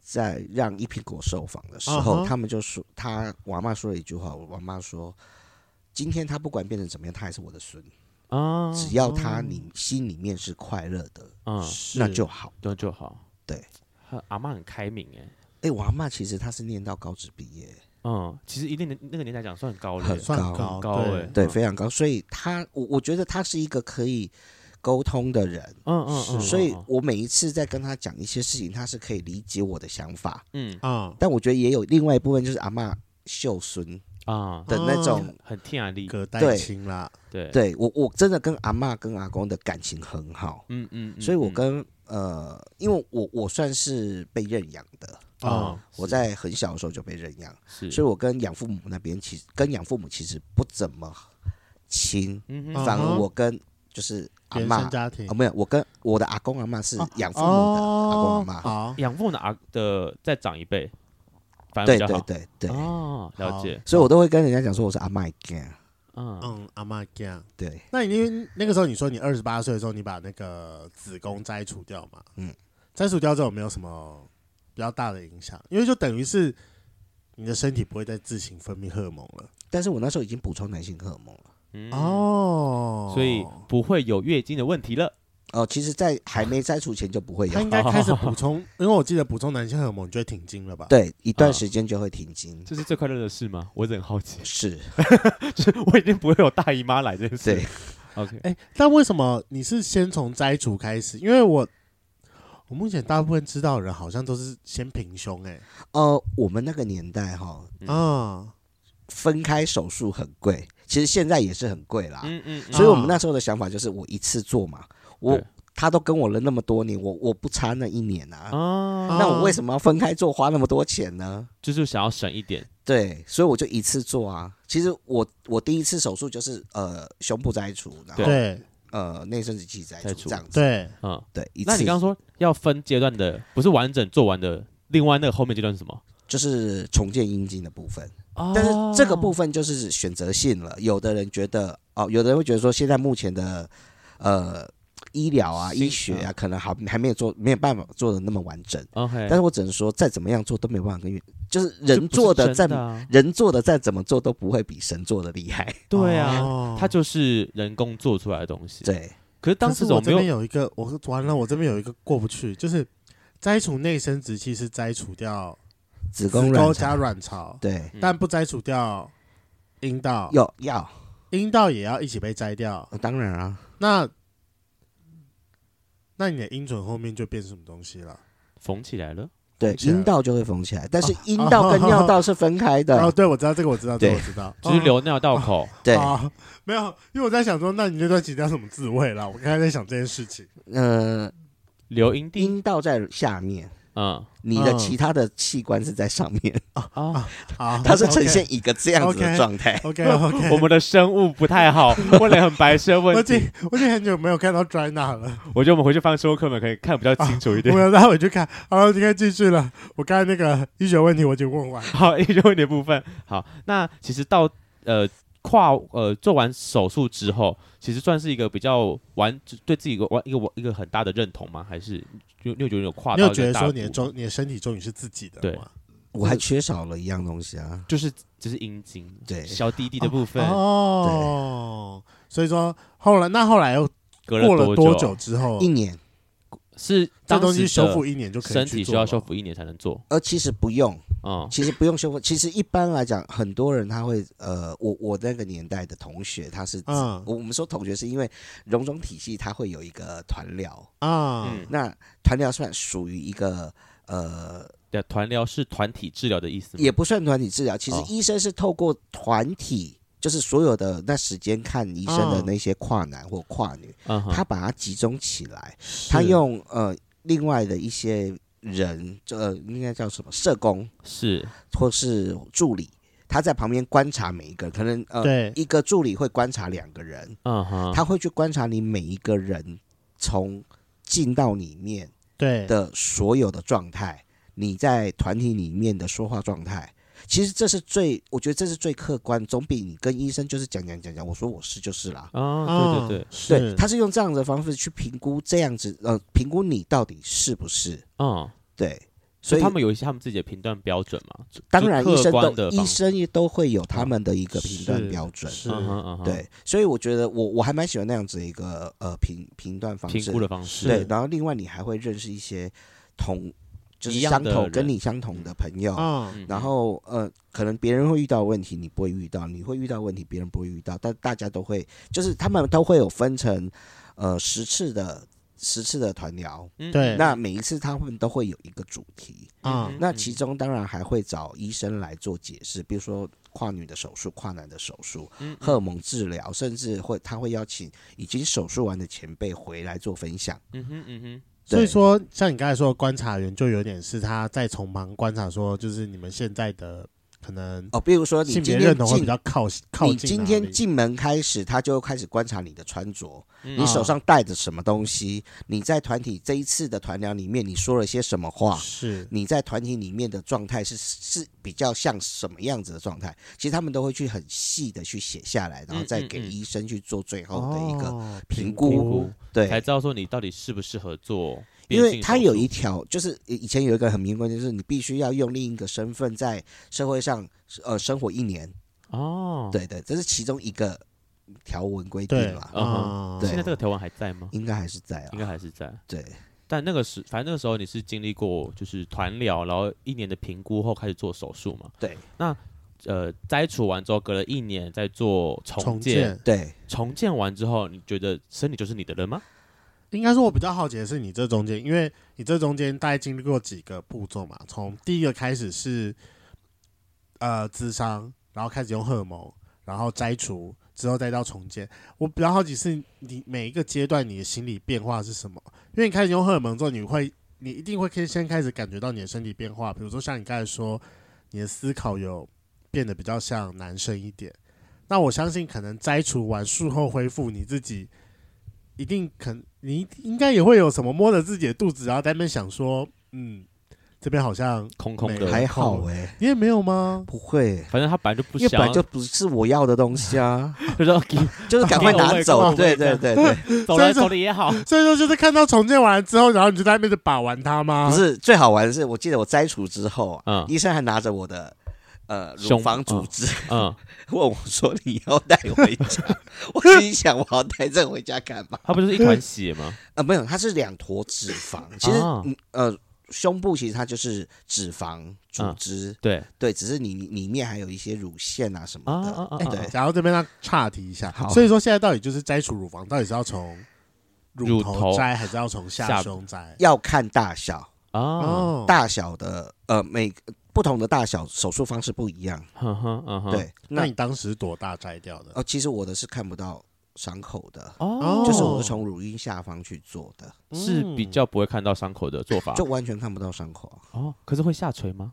Speaker 3: 在让一苹果受访的时候
Speaker 1: 啊
Speaker 2: 嗯哼
Speaker 3: 他们就说他我阿妈说了一句话，我阿妈说：今天他不管变成怎么样，他还是我的孙，
Speaker 1: 啊，
Speaker 3: 只要他你心里面是快乐的，
Speaker 1: 嗯，
Speaker 3: 那就好。
Speaker 1: 那就好。
Speaker 3: 对
Speaker 1: 呵，阿妈很开明哎。
Speaker 3: 哎、我阿妈其实她是念到高职毕业，
Speaker 1: 嗯，其实一定的那个年代讲算很高了耶，
Speaker 3: 很
Speaker 2: 算
Speaker 3: 高
Speaker 2: 高，
Speaker 1: 高
Speaker 2: 对
Speaker 1: 欸
Speaker 3: 对，
Speaker 1: 嗯
Speaker 3: 非常高，所以她我我觉得她是一个可以沟通的人。
Speaker 1: 嗯嗯嗯，
Speaker 3: 所以
Speaker 1: 嗯，
Speaker 3: 我每一次在跟她讲一些事情，她是可以理解我的想法，
Speaker 1: 嗯
Speaker 2: 啊，
Speaker 3: 但我觉得也有另外一部分就是阿妈秀孙，
Speaker 1: 啊，
Speaker 3: 的那种，
Speaker 1: 很天然力，
Speaker 2: 隔代
Speaker 3: 对
Speaker 2: 亲啦，
Speaker 1: 对，
Speaker 3: 对我我真的跟阿嬷跟阿公的感情很好，
Speaker 1: 嗯嗯，嗯
Speaker 3: 所以我
Speaker 1: 嗯
Speaker 3: 跟呃，因为我我算是被认养的，
Speaker 2: 啊，
Speaker 1: 啊，
Speaker 3: 我在很小的时候就被认养，
Speaker 1: 是，
Speaker 3: 所以我跟养父母那边其实跟养父母其实不怎么亲，
Speaker 1: 嗯
Speaker 2: 啊
Speaker 1: 哼
Speaker 3: 反而
Speaker 2: 嗯哼
Speaker 3: 我跟就是阿
Speaker 2: 嗯原
Speaker 3: 嬷
Speaker 2: 生家庭
Speaker 3: 啊，没有，我跟我的阿公阿嬷是
Speaker 2: 啊
Speaker 3: 养父母的阿公阿
Speaker 2: 哦
Speaker 3: 嬷，
Speaker 2: 好，
Speaker 1: 养父的阿的再长一辈，反而
Speaker 3: 对
Speaker 1: 比较
Speaker 3: 对
Speaker 1: 好。
Speaker 3: 对对，
Speaker 1: 哦，了
Speaker 2: 好
Speaker 1: 解，
Speaker 3: 所以我都会跟人家讲说我是阿嬷干，
Speaker 1: 嗯，
Speaker 2: 嗯，阿妈讲。
Speaker 3: 对，
Speaker 2: 那你因为那个时候你说你二十八岁的时候，你把那个子宫摘除掉嘛？嗯
Speaker 3: 嗯，
Speaker 2: 摘除掉之后有没有什么比较大的影响？因为就等于是你的身体不会再自行分泌荷尔蒙了。
Speaker 3: 但是我那时候已经补充男性荷尔蒙了。
Speaker 2: 哦，
Speaker 1: 嗯
Speaker 2: 嗯
Speaker 1: 所
Speaker 3: 哎
Speaker 1: 以不会有月经的问题了。
Speaker 3: 哦，其实，在还没摘除前就不会有
Speaker 2: 他，应该开始补充，因为我记得补充男性荷尔蒙就会停经了吧？，
Speaker 3: 对，一段
Speaker 1: 啊
Speaker 3: 时间就会停经。，
Speaker 1: 这是最快乐的事吗？我一直很好奇
Speaker 3: 是
Speaker 1: 就是我已经不会有大姨妈来这件事。
Speaker 3: 对，
Speaker 1: ，OK，
Speaker 2: 哎、但为什么你是先从摘除开始？因为我我目前大部分知道的人好像都是先平胸、欸，
Speaker 3: 呃，我们那个年代哈、
Speaker 1: 嗯
Speaker 2: 啊，
Speaker 3: 分开手术很贵，其实现在也是很贵啦。
Speaker 2: 啊
Speaker 1: 嗯嗯嗯
Speaker 3: 所以我们那时候的想法就是，我一次做嘛，我
Speaker 1: 对
Speaker 3: 他都跟我了那么多年，我我不差那一年啊，
Speaker 1: 啊，
Speaker 3: 那我为什么要分开做，花那么多钱呢？
Speaker 1: 就是想要省一点。
Speaker 3: 对，所以我就一次做啊。其实我我第一次手术就是呃胸部摘除，然后
Speaker 2: 对
Speaker 3: 呃内生殖器摘
Speaker 1: 摘
Speaker 3: 除
Speaker 1: 除
Speaker 3: 这样子。
Speaker 2: 对，
Speaker 1: 嗯，
Speaker 3: 对，一次
Speaker 1: 那你刚刚说要分阶段的，不是完整做完的，另外那个后面阶段是什么？
Speaker 3: 就是重建阴茎的部分。
Speaker 1: 哦
Speaker 3: 但是这个部分就是选择性了，有的人觉得哦，有的人会觉得说，现在目前的呃医疗啊、
Speaker 1: 新
Speaker 3: 医学啊，可能还还没有做，没有办法做的那么完整。
Speaker 1: 哦 OK，
Speaker 3: 但是我只能说，再怎么样做都没有办法跟原，就是
Speaker 1: 这不
Speaker 3: 人
Speaker 1: 是
Speaker 3: 做的再
Speaker 1: 真啊
Speaker 3: 人做的再怎么做都不会比神做的厉害。
Speaker 1: 对啊，
Speaker 2: 哦
Speaker 1: 它就是人工做出来的东西。，
Speaker 3: 对，
Speaker 1: 可是当
Speaker 2: 可是
Speaker 1: 时
Speaker 2: 我
Speaker 1: 怎么
Speaker 2: 这
Speaker 1: 没
Speaker 2: 边
Speaker 1: 有？
Speaker 2: 有一个，我完了，我这边有一个过不去，就是摘除内生殖器是摘除掉
Speaker 3: 子
Speaker 2: 子
Speaker 3: 宫
Speaker 2: 宫
Speaker 3: 卵
Speaker 2: 加
Speaker 3: 巢，
Speaker 2: 卵巢，
Speaker 3: 对，
Speaker 1: 嗯
Speaker 2: 但不摘除掉阴道，
Speaker 3: 要要，
Speaker 2: 阴道也要一起被摘掉。
Speaker 3: 呃当然啊，
Speaker 2: 那那你的阴唇后面就变成什么东西了？
Speaker 1: 缝起来了。
Speaker 3: 对，
Speaker 2: 起来
Speaker 3: 阴道就会缝起来，但是阴
Speaker 2: 啊
Speaker 3: 道跟尿道是分开的。
Speaker 2: 哦，对，我知道这个，我知道，这个
Speaker 3: 对
Speaker 2: 我知道，
Speaker 1: 就是流尿道口。
Speaker 3: 对，
Speaker 2: 啊，没有，因为我在想说，那你那段期间要怎么自慰啦？我刚才在想这件事情。
Speaker 3: 呃，
Speaker 1: 留阴蒂，
Speaker 3: 阴道在下面，
Speaker 1: 嗯，
Speaker 3: 你的
Speaker 2: 嗯
Speaker 3: 其他的器官是在上面，
Speaker 2: 哦
Speaker 1: 啊，
Speaker 2: 好，
Speaker 3: 它是呈现一个这样子的
Speaker 2: OK
Speaker 3: 状态。
Speaker 2: OK OK，
Speaker 1: 我们的生物不太 好，问了很白痴的
Speaker 2: 我
Speaker 1: 问
Speaker 2: 已
Speaker 1: 题
Speaker 2: 经。我已经很久没有看到 Drina 了，
Speaker 1: 我觉得我们回去放生物课本可以看比较清楚一点
Speaker 2: 我。要待会去看。好了，你可以继续了。我刚才那个医学问题我已经问完了。
Speaker 1: 好，医学问题的部分。好，那其实到呃跨呃做完手术之后，其实算是一个比较完对自己一个完一个完一个很大的认同吗？还是你你有觉得有跨
Speaker 2: 你
Speaker 1: 到一
Speaker 2: 有
Speaker 1: 个
Speaker 2: 觉得
Speaker 1: 大
Speaker 2: 说
Speaker 1: 步
Speaker 2: 你的终你的身体终于是自己的
Speaker 1: 对
Speaker 2: 吗
Speaker 3: 我还缺少了一样东西啊，
Speaker 1: 就是就是阴茎
Speaker 3: 对
Speaker 1: 小弟弟的部分、
Speaker 2: 哦，所以说后来那后来又
Speaker 1: 隔
Speaker 2: 过了
Speaker 1: 多
Speaker 2: 多久之后
Speaker 3: 一，年。
Speaker 1: 是
Speaker 2: 这
Speaker 1: 当
Speaker 2: 东
Speaker 1: 时
Speaker 2: 西修复
Speaker 1: 的
Speaker 2: 一年就可以
Speaker 1: 身
Speaker 2: 去
Speaker 1: 体需
Speaker 2: 做
Speaker 1: 要
Speaker 2: 了
Speaker 1: 修复一年才能做，
Speaker 3: 呃，其实不用，
Speaker 1: 嗯
Speaker 3: 其实不用修复。其实一般来讲，很多人他会，呃，我我那个年代的同学，他是，我
Speaker 2: 嗯
Speaker 3: 我们说同学是因为荣总体系，它会有一个团疗，
Speaker 2: 啊
Speaker 1: 嗯，
Speaker 3: 那团疗算属于一个，呃，
Speaker 1: 对，团疗是团体治疗的意思吗？
Speaker 3: 也不算团体治疗。其实
Speaker 1: 哦
Speaker 3: 医生是透过团体，就是所有的那时间看医生的
Speaker 2: 嗯
Speaker 3: 那些跨男或跨女，
Speaker 1: 嗯哼，
Speaker 3: 他把它集中起来，
Speaker 2: 哦是
Speaker 3: 他用呃另外的一些人，呃，应该叫什么社工
Speaker 1: 是
Speaker 3: 或是助理，他在旁边观察每一个人，可能呃
Speaker 2: 对哦
Speaker 3: 一个助理会观察两个人，
Speaker 1: 嗯哼，
Speaker 3: 他会去观察你每一个人从进到里面
Speaker 2: 对
Speaker 3: 的所有的状态，你在团体里面的说话状态。其实这是最，我觉得这是最客观，总比你跟医生就是讲讲讲讲，我说我是就是啦。
Speaker 2: 嗯
Speaker 3: 嗯
Speaker 1: 啊，对对对，
Speaker 2: 对
Speaker 3: 对，他是用这样的方式去评估这样子，呃，评估你到底是不是
Speaker 1: 嗯，
Speaker 3: 对。
Speaker 1: 所
Speaker 3: 所
Speaker 1: 以
Speaker 3: 以
Speaker 1: 他们有一些他们自己的评断标准嘛，就
Speaker 3: 当然，
Speaker 1: 就
Speaker 3: 医
Speaker 1: 客
Speaker 3: 生
Speaker 1: 观的
Speaker 3: 都
Speaker 1: 方
Speaker 3: 医生也都会有他们的一个评断
Speaker 2: 是
Speaker 3: 标准，
Speaker 2: 是
Speaker 1: 嗯哼嗯哼，
Speaker 3: 对。所以我觉得我我还蛮喜欢那样子一个呃评评断方
Speaker 1: 评
Speaker 3: 式
Speaker 1: 估，的方式，
Speaker 3: 对。然后另外你还会认识一些同就是
Speaker 1: 一样
Speaker 3: 相
Speaker 1: 的
Speaker 3: 同跟
Speaker 1: 人
Speaker 3: 你相同的朋友，
Speaker 2: 啊
Speaker 1: 嗯
Speaker 3: 然后呃，可能别人会遇到的问题，你不会遇到；你会遇到的问题，别人不会遇到。但大家都会，就是他们都会有分成呃十次的十次的团聊，
Speaker 1: 嗯
Speaker 2: 对
Speaker 3: 那每一次他们都会有一个主题。
Speaker 2: 啊
Speaker 1: 嗯
Speaker 3: 那其中当然还会找医生来做解释，比如说跨女的手术、跨男的手术、
Speaker 1: 嗯
Speaker 3: 荷尔蒙治疗，甚至会他会邀请已经手术完的前辈回来做分享。
Speaker 1: 嗯哼嗯哼，
Speaker 2: 所以
Speaker 3: 对
Speaker 2: 说，像你刚才说的观察员，就有点是他在从旁观察，说就是你们现在的可能呃
Speaker 3: 哦，比如说你
Speaker 2: 性
Speaker 3: 今
Speaker 2: 别
Speaker 3: 天
Speaker 2: 认同会比
Speaker 3: 进
Speaker 2: 较靠靠近
Speaker 3: 你今
Speaker 2: 哪
Speaker 3: 天
Speaker 2: 里
Speaker 3: 进门开始，他就开始观察你的穿着，
Speaker 1: 嗯
Speaker 3: 你手上带着什么东西，你在团体这一次的团聊里面你说了些什么话，
Speaker 2: 是
Speaker 3: 你在团体里面的状态是是比较像什么样子的状态？其实他们都会去很细的去写下来，然后再给
Speaker 1: 嗯嗯
Speaker 3: 医生去做最后的一个
Speaker 2: 哦
Speaker 3: 评
Speaker 1: 评
Speaker 3: 估。
Speaker 1: 估才
Speaker 3: 对，
Speaker 1: 知道说你到底适不适合做变
Speaker 3: 因
Speaker 1: 性手术，
Speaker 3: 为他有一条，就是以前有一个很明文规定，就是你必须要用另一个身份在社会上呃生活一年。
Speaker 1: 哦，，
Speaker 3: 对对，这是其中一个条文规定
Speaker 2: 对
Speaker 3: 啦。
Speaker 1: 嗯
Speaker 2: 啊，
Speaker 3: 对
Speaker 1: 现在这个条文还在吗？
Speaker 3: 应该还是在
Speaker 1: 应该
Speaker 3: 啊。
Speaker 1: 还是在，
Speaker 3: 对，
Speaker 1: 但那个时，反正那个时候你是经历过就是团疗，然后一年的评估后开始做手术嘛？
Speaker 3: 对。
Speaker 1: 那呃，摘除完之后，隔了一年再做重
Speaker 2: 重
Speaker 1: 建，
Speaker 2: 建。
Speaker 3: 对，
Speaker 1: 重建完之后，你觉得身体就是你的人吗？
Speaker 2: 应该说，我比较好奇的是你这中间，因为你这中间大概经历过几个步骤嘛？从第一个开始是呃智商，然后开始用荷尔蒙，然后摘除，之后再到重建。我比较好奇是你每一个阶段你的心理变化是什么？因为你开始用荷尔蒙之后，你会你一定会先先开始感觉到你的身体变化，比如说像你刚才说，你的思考有变得比较像男生一点。那我相信，可能摘除完术后恢复，你自己一定肯，你应该也会有什么摸着自己的肚子，然后在那边想说，嗯，这边好像
Speaker 1: 空空
Speaker 2: 对
Speaker 1: 的，
Speaker 2: 没
Speaker 3: 还好哎、
Speaker 2: 你也没有 吗？
Speaker 3: 不会，
Speaker 1: 反正他本来就不
Speaker 3: 因为
Speaker 1: 想
Speaker 3: 本来
Speaker 1: 要，
Speaker 3: 就不是我要的东西啊，
Speaker 1: 就 说给
Speaker 3: 就是赶
Speaker 1: 哦
Speaker 3: 快拿走。对对对对，
Speaker 1: 走
Speaker 2: 所以
Speaker 1: 了
Speaker 2: 说
Speaker 1: 走了也 好，
Speaker 2: 所以说，就是看到重建完之后，然后你就在那边就把玩它吗？
Speaker 3: 不是最好玩的是，我记得我摘除之后啊，
Speaker 1: 啊嗯
Speaker 3: 医生还拿着我的。呃，乳
Speaker 1: 胸
Speaker 3: 房组织、
Speaker 1: 嗯，
Speaker 3: 问我说：“你要带回家？” 我心想：“我要带这个回家干嘛
Speaker 1: 他不就是一团血吗？？”
Speaker 3: 呃，没有，它是两坨脂肪。其实，
Speaker 1: 啊
Speaker 3: 嗯呃，胸部其实它就是脂肪组
Speaker 1: 嗯
Speaker 3: 织，
Speaker 1: 对
Speaker 3: 对，只是你你里面还有一些乳腺啊什
Speaker 1: 啊
Speaker 3: 么的。
Speaker 1: 啊啊
Speaker 2: 哎
Speaker 1: 啊，
Speaker 3: 对
Speaker 2: 然后这边要岔题一下
Speaker 3: 好，
Speaker 2: 所以说现在到底就是摘除乳房，到底是要从
Speaker 1: 乳
Speaker 2: 头
Speaker 1: 头
Speaker 2: 摘还是要从
Speaker 1: 下
Speaker 2: 下胸摘？
Speaker 3: 要看大小，
Speaker 1: 啊，
Speaker 2: 哦，
Speaker 3: 大小的呃每不同的大小手术方式不一样。
Speaker 1: 哼哼嗯哼，，
Speaker 3: 对，
Speaker 2: 那
Speaker 3: 那
Speaker 2: 你当时多大摘掉的？
Speaker 3: 呃其实我的是看不到伤口的，
Speaker 1: 哦，
Speaker 3: 就是我是从乳晕下方去做的，
Speaker 1: 是比较不会看到伤口的做法
Speaker 3: 就完全看不到伤口啊。
Speaker 1: 哦，可是会下垂吗？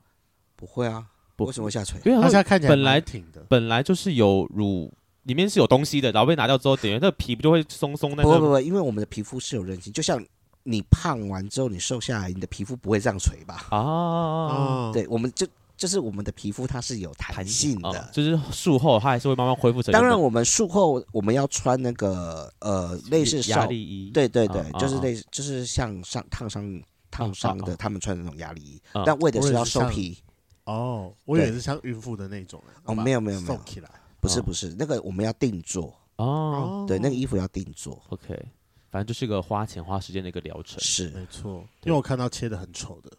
Speaker 3: 不会啊，
Speaker 1: 不
Speaker 3: 为什么会下垂？
Speaker 1: 因为
Speaker 2: 他
Speaker 1: 它
Speaker 2: 现
Speaker 1: 会
Speaker 2: 在看起来
Speaker 1: 本来
Speaker 2: 蛮挺的，
Speaker 1: 本来就是有乳里面是有东西的，然后被拿掉之后，等于那个皮不就会松松的
Speaker 3: 不会不
Speaker 1: 那
Speaker 3: 会，因为我们的皮肤是有韧性，就像你胖完之后你瘦下来，你的皮肤不会这样垂吧？
Speaker 1: 啊，
Speaker 2: 哦，
Speaker 3: 对，我们就就是我们的皮肤它是有弹性的。
Speaker 1: 哦就是术后它还是会慢慢恢复成原
Speaker 3: 当
Speaker 1: 本。
Speaker 3: 然，我们术后我们要穿那个呃类似
Speaker 1: 压
Speaker 3: 少
Speaker 1: 力衣，
Speaker 3: 对对
Speaker 1: 啊
Speaker 3: 对，
Speaker 1: 啊
Speaker 3: 就是
Speaker 1: 啊
Speaker 3: 类似，就是像上烫伤烫伤的，他们穿的那种压力衣
Speaker 1: 啊，
Speaker 3: 但为的
Speaker 2: 我以
Speaker 3: 是
Speaker 2: 为
Speaker 3: 要
Speaker 2: 是
Speaker 3: 收
Speaker 2: 像
Speaker 3: 皮，
Speaker 2: 哦，我以为
Speaker 3: 对
Speaker 2: 是像孕妇的那种，
Speaker 3: 哦没有没有没有
Speaker 2: 送起来，
Speaker 3: 不是
Speaker 1: 啊
Speaker 3: 不是，那个我们要定做，
Speaker 1: 哦
Speaker 2: 哦，
Speaker 3: 对，那个衣服要定做，
Speaker 1: ，OK，反正就是个花钱花时间的一个疗程。
Speaker 3: 是
Speaker 2: 没错，
Speaker 1: 对
Speaker 2: 因为我看到切的很丑的，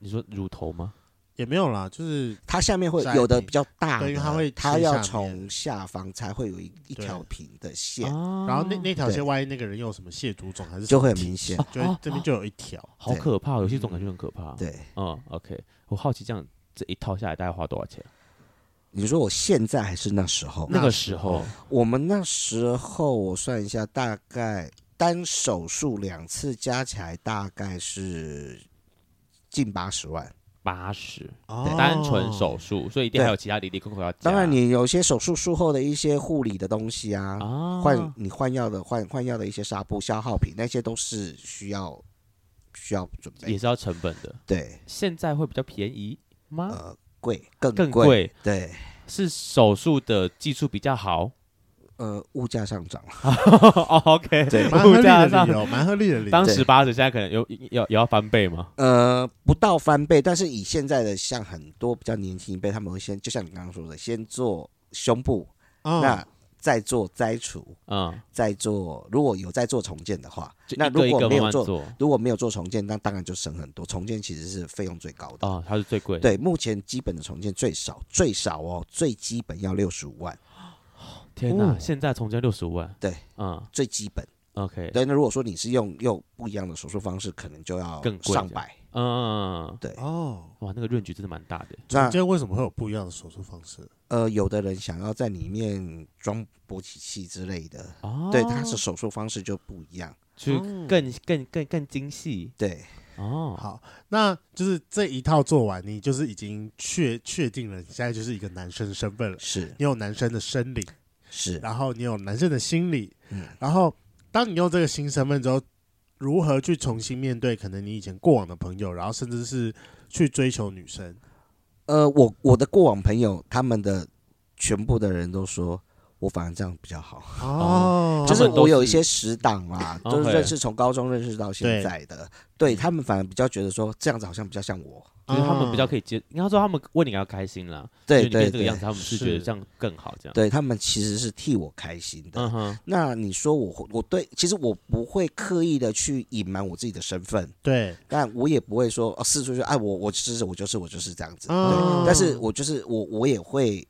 Speaker 1: 你说乳头吗？
Speaker 2: 也没有啦，就是
Speaker 3: 它下面会
Speaker 2: 窄
Speaker 3: 有的
Speaker 2: 皮
Speaker 3: 比较大
Speaker 2: 对
Speaker 3: 的
Speaker 2: 因为它会，
Speaker 3: 它
Speaker 2: 切下
Speaker 3: 要
Speaker 2: 面
Speaker 3: 从下方才会有一一
Speaker 2: 对哦
Speaker 3: 条平的线，
Speaker 1: 啊，
Speaker 2: 然后那那条
Speaker 3: 对
Speaker 2: 线，万一那个人有什么蟹足肿还是哦
Speaker 3: 就
Speaker 2: 什么
Speaker 3: 会很
Speaker 2: 体
Speaker 3: 明显
Speaker 2: 就会这边就有一条，
Speaker 1: 好
Speaker 3: 对
Speaker 1: 可怕哦，有些种感觉很可怕。，
Speaker 3: 对，
Speaker 1: 嗯，OK，我好奇这样这一套下来大概花多少钱？
Speaker 3: 你说我现在还是那时候，
Speaker 1: 那个时候
Speaker 3: 我们那时候我算一下，大概单手术两次加起来大概是近八十万。
Speaker 1: 八十，
Speaker 2: 哦
Speaker 1: 单纯手术，所以一定还
Speaker 3: 对
Speaker 1: 有其他里里扣扣要加。
Speaker 3: 当然，你有些手术术后的一些护理的东西啊，
Speaker 1: 啊，
Speaker 3: 换你换药的换换药的一些纱布、消耗品，那些都是需要需要准
Speaker 1: 也
Speaker 3: 备。
Speaker 1: 是要成本的。
Speaker 3: 对，
Speaker 1: 现在会比较便宜吗？
Speaker 3: 呃，贵更
Speaker 1: 啊更
Speaker 3: 贵，
Speaker 1: 贵
Speaker 3: 对，
Speaker 1: 是手术的技术比较好。
Speaker 3: 呃，物价上涨了，
Speaker 1: 哦 OK，
Speaker 3: 对
Speaker 2: 蛮 合
Speaker 1: 物
Speaker 2: 理
Speaker 1: 价
Speaker 2: 的
Speaker 1: 上
Speaker 2: 理由，蛮合理的理由
Speaker 1: 当。时八十，现在可能有要也要翻倍吗？
Speaker 3: 呃，不到翻倍，但是以现在的像很多比较年轻一辈，他们会先就像你刚刚说的，先做胸部，
Speaker 2: 嗯，
Speaker 3: 那再做摘除，
Speaker 1: 嗯，
Speaker 3: 再做如果有在做重建的话，
Speaker 1: 就
Speaker 3: 那
Speaker 1: 一个
Speaker 3: 如
Speaker 1: 一
Speaker 3: 果
Speaker 1: 个
Speaker 3: 没
Speaker 1: 慢
Speaker 3: 有
Speaker 1: 慢
Speaker 3: 做，
Speaker 1: 做
Speaker 3: 如果没有做重建，那当然就省很多。重建其实是费用最高的。
Speaker 1: 啊，它是最贵的。
Speaker 3: 对，目前基本的重建最少最少哦，最基本要六十五万，
Speaker 1: 天哪，
Speaker 2: 哦
Speaker 1: 现在重建六十五万。
Speaker 3: 对，
Speaker 1: 嗯
Speaker 3: 最基本。
Speaker 1: ，OK，
Speaker 3: 对，那如果说你是用用不一样的手术方式，可能就要
Speaker 1: 更贵
Speaker 3: 上百。
Speaker 1: 嗯嗯，嗯嗯
Speaker 3: 对，
Speaker 2: 哦，
Speaker 1: 哇，那个润局真的蛮大的。
Speaker 2: 中
Speaker 3: 那
Speaker 2: 间为什么会有不一样的手术方式？
Speaker 3: 呃，有的人想要在里面装勃起器之类的，
Speaker 1: 哦，
Speaker 3: 对，他是手术方式就不一样。
Speaker 1: 就
Speaker 2: 哦
Speaker 1: 更更更更精细
Speaker 3: 对，
Speaker 1: 哦。
Speaker 2: 好，那就是这一套做完，你就是已经确确定了，你现在就是一个男生身份了。
Speaker 3: 是
Speaker 2: 你有男生的生理，
Speaker 3: 是，
Speaker 2: 然后你有男生的心理，
Speaker 3: 嗯
Speaker 2: 然后当你用这个新身份之后，如何去重新面对可能你以前过往的朋友，然后甚至是去追求女生？
Speaker 3: 呃，我我的过往朋友，他们的全部的人都说，我反而这样比较好。
Speaker 1: 哦
Speaker 3: 就是
Speaker 1: 他们都
Speaker 3: 我有一
Speaker 1: 是哦
Speaker 3: 些死党啊，
Speaker 1: OK
Speaker 3: 就是认识从高中认识到现在的，对他们反而比较觉得说这样子好像比较像我，
Speaker 1: 就是他们比较
Speaker 2: 以，
Speaker 1: 可以接，应该说他们为你感到开心啦，
Speaker 3: 对
Speaker 1: 就你变
Speaker 3: 对
Speaker 1: 这个样
Speaker 3: 对
Speaker 1: 子，，他们是觉得
Speaker 2: 是
Speaker 1: 这样更好，这样。
Speaker 3: 对他们其实是替我开心的。
Speaker 1: 嗯哼，
Speaker 3: 那你说我会我对，其实我不会刻意的去隐瞒我自己的身份，
Speaker 2: 对，
Speaker 3: 但我也不会说哦四处说哎我我就是我就是我就是这样子，
Speaker 2: 哦
Speaker 1: 嗯啊
Speaker 3: 对，但是我就是我我也会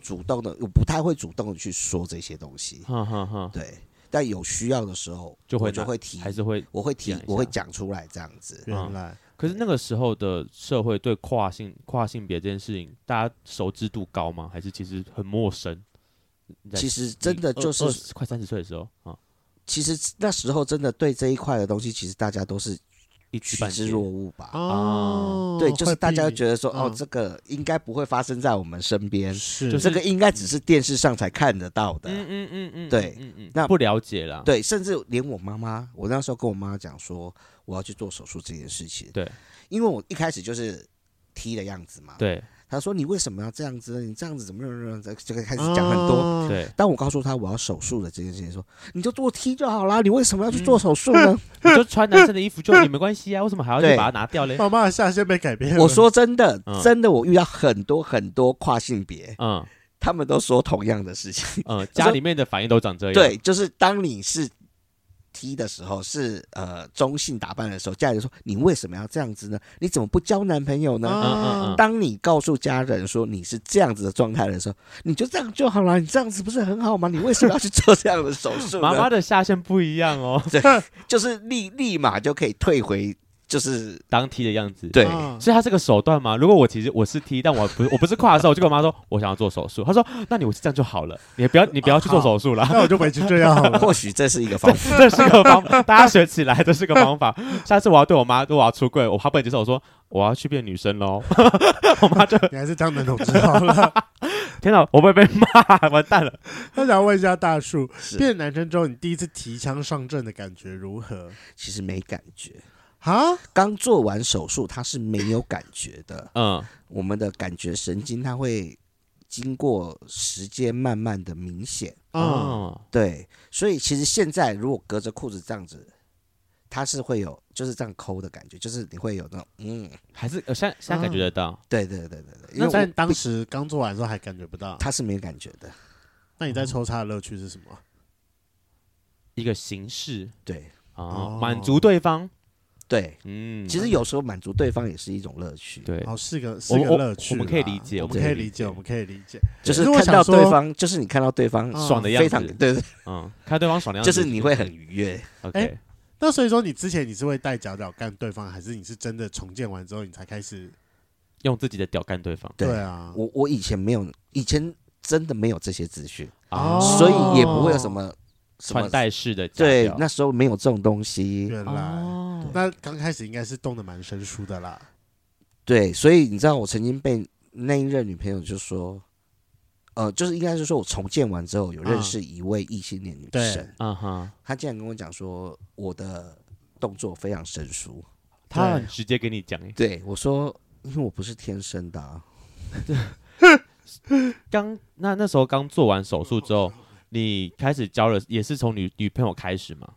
Speaker 3: 主动的，我不太会主动的去说这些东西，
Speaker 1: 哼哼哼，
Speaker 3: 对，但有需要的时候
Speaker 1: 就会
Speaker 3: 我就
Speaker 1: 拿
Speaker 3: 会提，
Speaker 1: 还是会。
Speaker 3: 我会提
Speaker 1: 讲一下
Speaker 3: 我会讲出来这样子，
Speaker 2: 原来
Speaker 1: 可是那个时候的社会对跨性跨性别这件事情，大家熟知度高吗？还是其实很陌生？你在
Speaker 3: 其实真的
Speaker 1: 二
Speaker 3: 就是
Speaker 1: 二十快三十岁的时候啊，
Speaker 3: 其实那时候真的对这一块的东西，其实大家都是
Speaker 1: 一知
Speaker 3: 趋
Speaker 1: 半
Speaker 3: 之
Speaker 1: 解
Speaker 3: 若鹜吧。
Speaker 2: 哦，
Speaker 3: 对，就是大家觉
Speaker 2: 得
Speaker 3: 得说，哦
Speaker 2: 嗯，
Speaker 3: 这个应该不会发生在我们身边，
Speaker 2: 是
Speaker 1: 就是
Speaker 3: 这个应该只是电视上才看得到
Speaker 1: 嗯
Speaker 3: 的。啊
Speaker 1: 嗯嗯嗯，
Speaker 3: 对
Speaker 1: 嗯嗯，
Speaker 3: 那
Speaker 1: 不了解啦，
Speaker 3: 对，甚至连我妈妈，我那时候跟我妈讲说，我要去做手术这件事情。
Speaker 1: 对，
Speaker 3: 因为我一开始就是 T 的样子嘛。，
Speaker 1: 对
Speaker 3: 她说你为什么要这样子呢？你这样子怎么怎么怎么？这个开始讲很多。
Speaker 2: 哦，
Speaker 1: 对，
Speaker 3: 当我告诉她我要手术的这件事情，说你就做 T 就好啦，你为什么要去
Speaker 1: 嗯
Speaker 3: 做手术呢？
Speaker 1: 你就穿男生的衣服就也没关系啊，为什么还要去
Speaker 3: 对
Speaker 1: 把它拿掉嘞？
Speaker 2: 妈妈的下线被改变了。
Speaker 3: 我说真的
Speaker 1: 嗯，
Speaker 3: 真的，我遇到很多很多跨性别，
Speaker 1: 嗯
Speaker 3: 他们都说同样的事情。
Speaker 1: 嗯，家里面的反应都长这样，
Speaker 3: 对，就是当你是 T 的时候，是呃中性打扮的时候，家人说你为什么要这样子呢？你怎么不交男朋友
Speaker 2: 啊
Speaker 3: 呢？
Speaker 1: 嗯嗯嗯，
Speaker 3: 当你告诉家人说你是这样子的状态的时候，你就这样就好了，你这样子不是很好吗？你为什么要去做这样的手术呢？
Speaker 1: 妈妈的下限不一样哦，
Speaker 3: 就是立立马就可以退回，就是
Speaker 1: 当 T 的样子。
Speaker 4: 对，
Speaker 2: 啊
Speaker 1: 所以它是个手段吗？如果我其实我是 T，但我不是我不是跨的时候，我就跟我妈说我想要做手术，她说那你我这样就好了，你不要你不要去做手术了。
Speaker 2: 那我就回去这样好了。
Speaker 3: 或许这是一个方 法。
Speaker 1: 这是个方法，大家学起来，这是个方法。下次我要对我妈，如果我要出柜，我怕不能接受，我说我要去变女生喽。我妈就
Speaker 2: 你还是当男同志好 了。
Speaker 1: 天哪，我会被骂，完蛋了。
Speaker 2: 那想问一下大树，
Speaker 3: 是
Speaker 2: 变男生之后，你第一次提枪上阵的感觉如何？
Speaker 3: 其实没感觉，
Speaker 2: 啊，
Speaker 3: 刚做完手术它是没有感觉的，
Speaker 1: 嗯，
Speaker 3: 我们的感觉神经它会经过时间慢慢的明显。
Speaker 2: 嗯，
Speaker 1: 哦，
Speaker 3: 对，所以其实现在如果隔着裤子这样子，它是会有就是这样抠的感觉，就是你会有那种嗯，
Speaker 1: 还是呃现在现在感觉得
Speaker 2: 啊
Speaker 1: 到，
Speaker 3: 对对对对对，因
Speaker 2: 那
Speaker 3: 为
Speaker 2: 但
Speaker 3: 我
Speaker 2: 当时刚做完的时候还感觉 不到。
Speaker 3: 它是没感觉的，
Speaker 2: 那你在抽插的乐趣是什么？
Speaker 1: 一个形式
Speaker 3: 对
Speaker 1: 啊
Speaker 2: 哦，
Speaker 1: 满足对方。
Speaker 3: 对。
Speaker 1: 嗯，
Speaker 3: 其实有时候满足对方也是一种乐趣，
Speaker 1: 对，
Speaker 2: 哦，是个是
Speaker 1: 我
Speaker 2: 个
Speaker 1: 我
Speaker 2: 乐趣
Speaker 1: 我
Speaker 2: 啦，
Speaker 1: 们可以理解
Speaker 2: 我
Speaker 1: 我
Speaker 2: 们
Speaker 1: 们可
Speaker 2: 可以
Speaker 1: 以
Speaker 2: 理
Speaker 1: 理
Speaker 2: 解，
Speaker 1: 解
Speaker 2: 我们可以理解。
Speaker 3: 就是
Speaker 2: 可是我
Speaker 3: 看
Speaker 2: 想
Speaker 3: 到对
Speaker 2: 说
Speaker 3: 方，就是你看到对方
Speaker 2: 嗯
Speaker 1: 爽的样
Speaker 3: 非常
Speaker 1: 子，
Speaker 3: 对，对
Speaker 1: 嗯，看对方爽的样
Speaker 3: 就
Speaker 1: 子，
Speaker 3: 是你会很愉悦。
Speaker 2: 哎
Speaker 1: OK。
Speaker 2: 那所以说，你之前你是会带脚脚干对方，还是你是真的重建完之后你才开始？
Speaker 1: 用自己的屌干对方
Speaker 3: 对
Speaker 2: 啊，
Speaker 3: 我我以前没有，以前真的没有这些资讯，
Speaker 1: 啊，
Speaker 2: 哦
Speaker 3: 所以也不会有什么什么
Speaker 1: 哦穿戴式的假
Speaker 3: 对
Speaker 1: 屌，
Speaker 3: 那时候没有这种东西，
Speaker 2: 原来
Speaker 1: 哦
Speaker 2: 那刚开始应该是动的蛮生疏的啦。
Speaker 3: 对，所以你知道我曾经被那一任女朋友就说，呃，就是应该是说我重建完之后有认识一位异性恋女生，
Speaker 1: 嗯哼，
Speaker 3: 她竟然跟我讲说我的动作非常生疏，
Speaker 1: 他很直接给你讲诶，
Speaker 3: 对我说因为我不是天生的、啊，
Speaker 1: 刚那那时候刚做完手术之后，你开始交了，也是从女女朋友开始 嘛？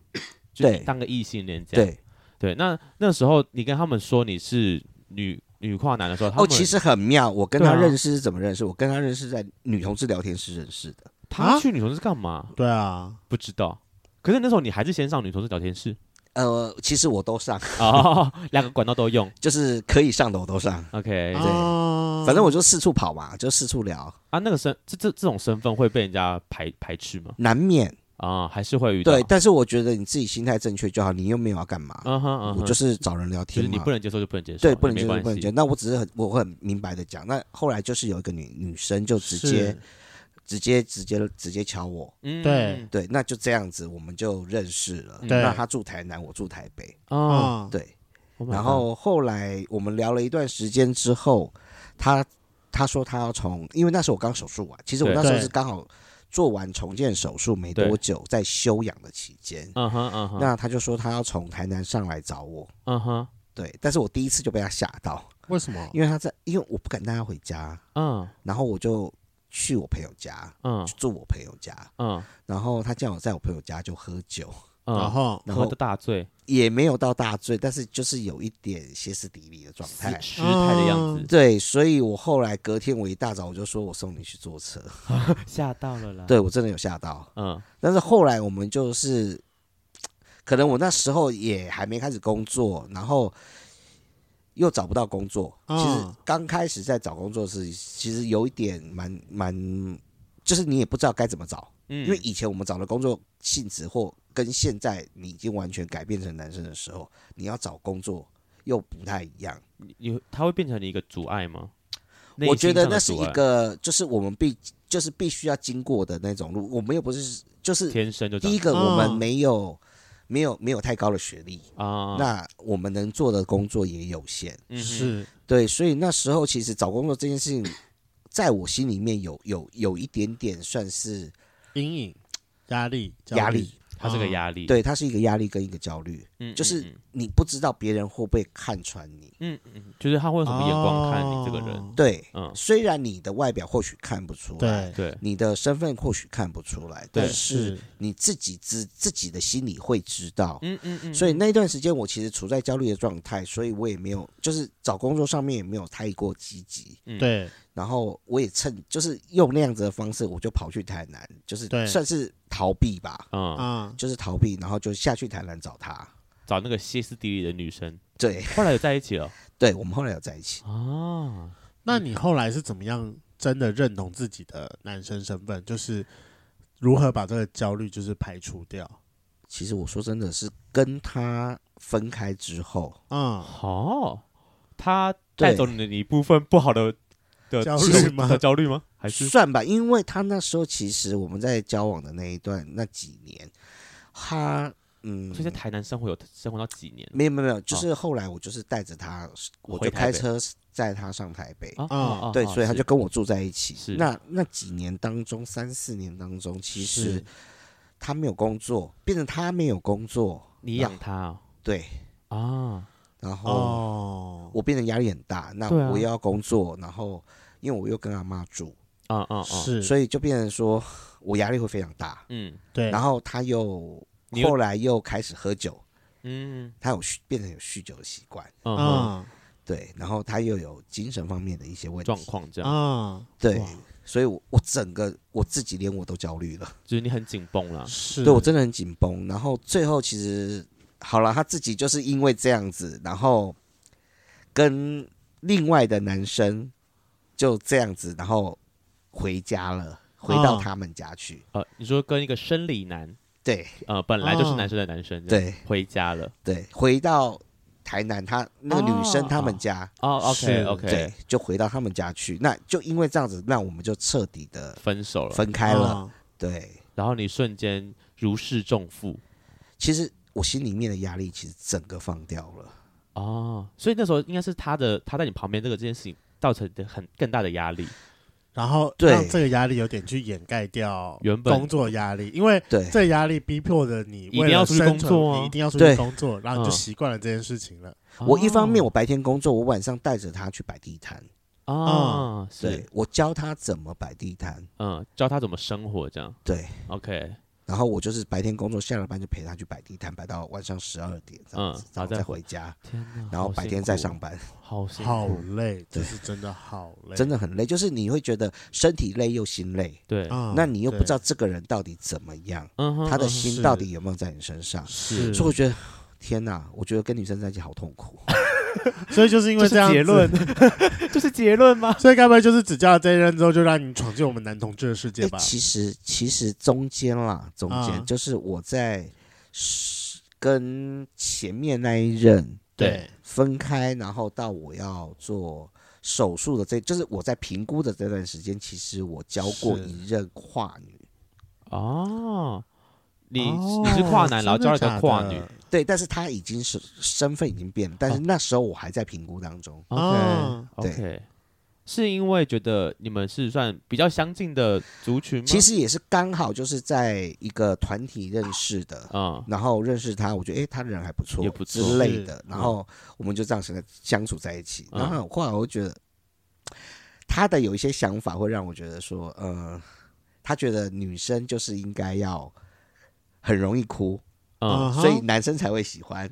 Speaker 1: 就
Speaker 3: 对
Speaker 1: 你当个异性恋这样。
Speaker 3: 对，
Speaker 1: 对那那时候你跟他们说你是女女跨男的时候，他
Speaker 3: 哦，
Speaker 1: 们
Speaker 3: 其实很妙，我跟
Speaker 1: 对
Speaker 3: 她
Speaker 1: 啊
Speaker 3: 认识是怎么认识？我跟她认识在女同志聊天室认识的，
Speaker 2: 啊
Speaker 1: 他去女同志干嘛？
Speaker 2: 对啊，
Speaker 1: 不知道。可是那时候你还是先上女同志聊天室
Speaker 3: 呃，其实我都上，
Speaker 1: 哦，两个管道都用。
Speaker 3: 就是可以上的我都上。
Speaker 1: OK
Speaker 3: 对
Speaker 2: 啊
Speaker 3: 反正我就四处跑嘛，就四处聊，
Speaker 1: 啊，那个身这这这种身份会被人家排排斥吗？
Speaker 3: 难免
Speaker 1: 啊，还是会遇到。
Speaker 3: 对。但是我觉得你自己心态正确就好，你又没有要干嘛，
Speaker 1: 嗯哼嗯
Speaker 3: 我
Speaker 1: 哼，
Speaker 3: 就是是找人聊
Speaker 1: 就
Speaker 3: 天
Speaker 1: 是
Speaker 3: 嘛。
Speaker 1: 你不能接受就不能接受，
Speaker 3: 对，
Speaker 1: 也
Speaker 3: 不能
Speaker 1: 没
Speaker 3: 接受，
Speaker 1: 关
Speaker 3: 不能
Speaker 1: 系
Speaker 3: 接受。那我只是很，我会很明白的讲。那后来就是有一个女女生就直接
Speaker 2: 是
Speaker 3: 直接直接直接敲我，
Speaker 1: 嗯
Speaker 2: 对
Speaker 3: 对，那就这样子我们就认识了。
Speaker 1: 对
Speaker 3: 那她住台南，我住台北，
Speaker 1: 哦，
Speaker 2: 啊，
Speaker 3: 对。
Speaker 1: Oh my
Speaker 3: 嗯然
Speaker 1: God
Speaker 3: 后后来我们聊了一段时间之后，他他说他要从，因为那时候我刚手术完，其实我
Speaker 1: 对
Speaker 3: 那时候
Speaker 2: 对
Speaker 3: 是刚好做完重建手术没
Speaker 1: 对
Speaker 3: 多久，在休养的期间，
Speaker 1: 嗯哼嗯哼，
Speaker 3: 那他就说他要从台南上来找我。
Speaker 1: 嗯哼
Speaker 3: 对，但是我第一次就被他吓到，
Speaker 1: 哦
Speaker 2: 为什么？
Speaker 3: 因为他在，因为我不敢带他回家，
Speaker 1: 嗯
Speaker 3: 然后我就去我朋友家，
Speaker 1: 嗯
Speaker 3: 去住我朋友家，
Speaker 1: 嗯
Speaker 3: 然后他叫我在我朋友家就喝酒，
Speaker 1: 嗯，
Speaker 2: 然后
Speaker 3: 然
Speaker 1: 喝
Speaker 3: 后
Speaker 1: 的大醉，
Speaker 3: 也没有到大醉，但是就是有一点歇斯底里的状
Speaker 1: 失
Speaker 3: 态，
Speaker 1: 失态的样子，
Speaker 3: 对，所以我后来隔天我一大早我就说我送你去坐车，
Speaker 1: 嗯吓到了啦。，
Speaker 3: 嗯对我真的有吓到。
Speaker 1: 嗯
Speaker 3: 但是后来我们就是，可能我那时候也还没开始工作，然后又找不到工作。其实
Speaker 2: 嗯
Speaker 3: 刚开始在找工作是，其实有一点蛮蛮，就是你也不知道该怎么找，
Speaker 1: 嗯，
Speaker 3: 因为以前我们找的工作性质或跟现在你已经完全改变成男生的时候，你要找工作又不太一样。
Speaker 1: 你你它会变成你一个阻碍吗？内
Speaker 3: 我
Speaker 1: 心
Speaker 3: 觉得
Speaker 1: 上的
Speaker 3: 那是
Speaker 1: 阻
Speaker 3: 一
Speaker 1: 碍
Speaker 3: 个，就是我们必就是必须要经过的那种路。我们又不是，就是
Speaker 1: 天生就
Speaker 3: 第一
Speaker 1: 长
Speaker 3: 个，我们
Speaker 2: 嗯
Speaker 3: 没有、没有没有太高的学历，
Speaker 1: 啊，
Speaker 3: 那我们能做的工作也有限。
Speaker 1: 嗯哼
Speaker 2: 是
Speaker 3: 对，所以那时候其实找工作这件事情，在我心里面有有有一点点算是
Speaker 2: 阴影、压力、焦
Speaker 3: 压
Speaker 2: 虑
Speaker 3: 力，，
Speaker 1: 它是个压力，
Speaker 3: 哦对，它是一个压力跟一个焦虑，
Speaker 1: 嗯，嗯
Speaker 3: 就是
Speaker 1: 嗯
Speaker 3: 你不知道别人会不会看穿你。
Speaker 1: 就是他会用什么眼光看你这个人，
Speaker 2: 哦？
Speaker 3: 对，
Speaker 1: 嗯，
Speaker 3: 虽然你的外表或许看不出来，
Speaker 2: 对
Speaker 1: 对，
Speaker 3: 你的身份或许看不出来，
Speaker 1: 对
Speaker 3: 但是。你自己知自己的心里会知道。
Speaker 1: 嗯嗯嗯，
Speaker 3: 所以那段时间我其实处在焦虑的状态，所以我也没有就是找工作上面也没有太过积极。
Speaker 1: 嗯
Speaker 2: 对
Speaker 3: 然后我也趁就是用那样子的方式，我就跑去台南，就是
Speaker 2: 对
Speaker 3: 算是逃避吧，
Speaker 1: 嗯，
Speaker 2: 啊，
Speaker 3: 就是逃避，然后就下去台南找他。
Speaker 1: 找那个歇斯底里的女生，
Speaker 3: 对，
Speaker 1: 后来有在一起了
Speaker 3: 对我们后来有在一起。
Speaker 1: 啊，
Speaker 3: 嗯
Speaker 2: 那你后来是怎么样真的认同自己的男生身份？就是如何把这个焦虑就是排除掉？
Speaker 3: 其实我说真的是跟他分开之后，
Speaker 2: 嗯，
Speaker 1: 哦，他带走你的一部分不好的的
Speaker 2: 焦
Speaker 1: 东
Speaker 2: 虑吗
Speaker 1: 的焦虑吗？还是
Speaker 3: 算吧，因为他那时候其实我们在交往的那一段那几年，他嗯
Speaker 1: 所以，在台哦南生活有生活到几年
Speaker 3: 没有没有没有，就是后来我就是带着他，我
Speaker 1: 回
Speaker 3: 就
Speaker 1: 台
Speaker 3: 开
Speaker 1: 北
Speaker 3: 车载他上台北，
Speaker 1: 啊？
Speaker 2: 啊
Speaker 1: 啊
Speaker 3: 对，所以他就跟我住在一
Speaker 1: 是
Speaker 3: 起。那那几年当中，三四年当中，其实
Speaker 1: 是
Speaker 3: 他没有工作，变成他没有工作，
Speaker 1: 你养他啊
Speaker 3: 对，
Speaker 1: 啊，
Speaker 3: 然后
Speaker 2: 哦，
Speaker 3: 我变得压力很大，那
Speaker 1: 对啊
Speaker 3: 我又要工作，然后因为我又跟阿妈住，
Speaker 1: 啊啊啊，
Speaker 2: 是，
Speaker 3: 哦所以就变成说我压力会非常大。
Speaker 1: 嗯
Speaker 2: 对，
Speaker 3: 然后他又
Speaker 1: 你又
Speaker 3: 后来又开始喝酒，
Speaker 1: 嗯
Speaker 3: 他有酗变成有酗酒的习惯，
Speaker 1: 嗯哼
Speaker 2: 啊
Speaker 3: 对，然后他又有精神方面的一些问
Speaker 1: 状
Speaker 3: 题，
Speaker 1: 况这样，
Speaker 2: 啊，
Speaker 3: 对
Speaker 2: 哇，
Speaker 3: 所以我我整个我自己连我都焦虑了，
Speaker 1: 就是你很紧绷啦。
Speaker 2: 是，
Speaker 3: 对我真的很紧绷。然后最后其实好了，他自己就是因为这样子，然后跟另外的男生就这样子，然后回家了，回到
Speaker 2: 啊
Speaker 3: 他们家去，
Speaker 1: 呃，你说跟一个生理男，
Speaker 3: 对
Speaker 1: 呃，本来就是
Speaker 2: 啊
Speaker 1: 男生的男生，，
Speaker 3: 对
Speaker 1: 回家了。
Speaker 3: 对，回到台南他那个女生他们
Speaker 1: 哦
Speaker 3: 家。
Speaker 1: 哦，OK
Speaker 2: 是
Speaker 1: OK，
Speaker 3: 对，就回到他们家去。那就因为这样子，那我们就彻底的
Speaker 1: 分手了，
Speaker 3: 分开了。
Speaker 2: 啊
Speaker 3: 对，
Speaker 1: 然后你瞬间如释重负
Speaker 3: 其实我心里面的压力其实整个放掉了。
Speaker 1: 哦，所以那时候应该是他的，他在你旁边这个这件事情造成的很更大的压力。
Speaker 2: 然后
Speaker 3: 对
Speaker 2: 让这个压力有点去掩盖掉
Speaker 1: 原本
Speaker 2: 工作压力，因为
Speaker 3: 对
Speaker 2: 这个压力逼迫着你
Speaker 1: 定
Speaker 2: 为了
Speaker 1: 要出去
Speaker 2: 生
Speaker 1: 工作
Speaker 2: 存
Speaker 1: 啊
Speaker 2: 你一定要出去
Speaker 3: 对
Speaker 2: 工作，然后你就
Speaker 1: 嗯
Speaker 2: 习惯了这件事情了。
Speaker 3: 我一方面
Speaker 1: 哦
Speaker 3: 我白天工作，我晚上带着他去摆地摊，
Speaker 1: 啊，
Speaker 3: 对
Speaker 1: 是
Speaker 3: 我教他怎么摆地摊，
Speaker 1: 嗯，教他怎么生活这样。
Speaker 3: 对。
Speaker 1: OK，
Speaker 3: 然后我就是白天工作，下了班就陪他去摆地摊，摆到晚上十二点这样子，
Speaker 1: 嗯然后
Speaker 3: 然后
Speaker 1: 再
Speaker 3: 再
Speaker 1: 回
Speaker 3: 回家，
Speaker 1: 天哪，
Speaker 3: 然后
Speaker 1: 好
Speaker 3: 白
Speaker 1: 辛
Speaker 3: 天再
Speaker 1: 苦哦
Speaker 3: 上，班，
Speaker 1: 好辛
Speaker 2: 好
Speaker 1: 苦，
Speaker 2: 累，这
Speaker 3: 对
Speaker 2: 是真的好累，
Speaker 3: 真的很累。就是你会觉得身体累又心累，
Speaker 1: 嗯对，
Speaker 2: 啊
Speaker 3: 那你又不
Speaker 2: 对
Speaker 3: 知道这个人到底怎么样，
Speaker 1: 嗯哼，
Speaker 3: 他
Speaker 1: 嗯
Speaker 3: 的
Speaker 1: 哼
Speaker 3: 心
Speaker 2: 是
Speaker 3: 到底有没有在你身上。
Speaker 2: 是，
Speaker 3: 所以我觉得，天哪，我觉得跟女生在一起好痛苦。
Speaker 2: 所以就是因为
Speaker 1: 这
Speaker 2: 这样
Speaker 1: 是结
Speaker 2: 子
Speaker 1: 论，，这是结论吗？
Speaker 2: 所以该不会就是只教了这一任之后，就让你闯进我们男同志的世界
Speaker 3: 诶
Speaker 2: 吧？
Speaker 3: 其实其实中间啦，中间、
Speaker 2: 啊
Speaker 3: 就是我在是跟前面那一任
Speaker 1: 对，
Speaker 3: 分开，然后到我要做手术的这，就是我在评估的这段时间，其实我教过
Speaker 2: 是
Speaker 3: 一任跨女，
Speaker 1: 哦，你
Speaker 2: 哦
Speaker 1: 你是跨男，然后
Speaker 2: 真
Speaker 1: 教了
Speaker 2: 的
Speaker 1: 一
Speaker 2: 假
Speaker 1: 个
Speaker 2: 的
Speaker 1: 跨女
Speaker 3: 对，但是她已经是身份已经变了，但是
Speaker 2: 啊
Speaker 1: 哦
Speaker 3: 那时候我还在评估当中。
Speaker 1: ，OK
Speaker 2: 哦
Speaker 1: OK，是因为觉得你们是算比较相近的族群吗？
Speaker 3: 其，实也是刚好就是在一个团体认识的，
Speaker 2: 啊
Speaker 1: 嗯，
Speaker 3: 然后认识他，我觉得诶，他人还不错，
Speaker 1: 也不错
Speaker 3: 之类的
Speaker 2: 是。嗯
Speaker 3: 然后我们就这样相相处在一起。
Speaker 1: 嗯
Speaker 3: 然后后来我就觉得，他的有一些想法会让我觉得说，呃，他觉得女生就是应该要很容易哭，
Speaker 1: 嗯，
Speaker 2: 啊哈
Speaker 3: 所以男生才会喜欢。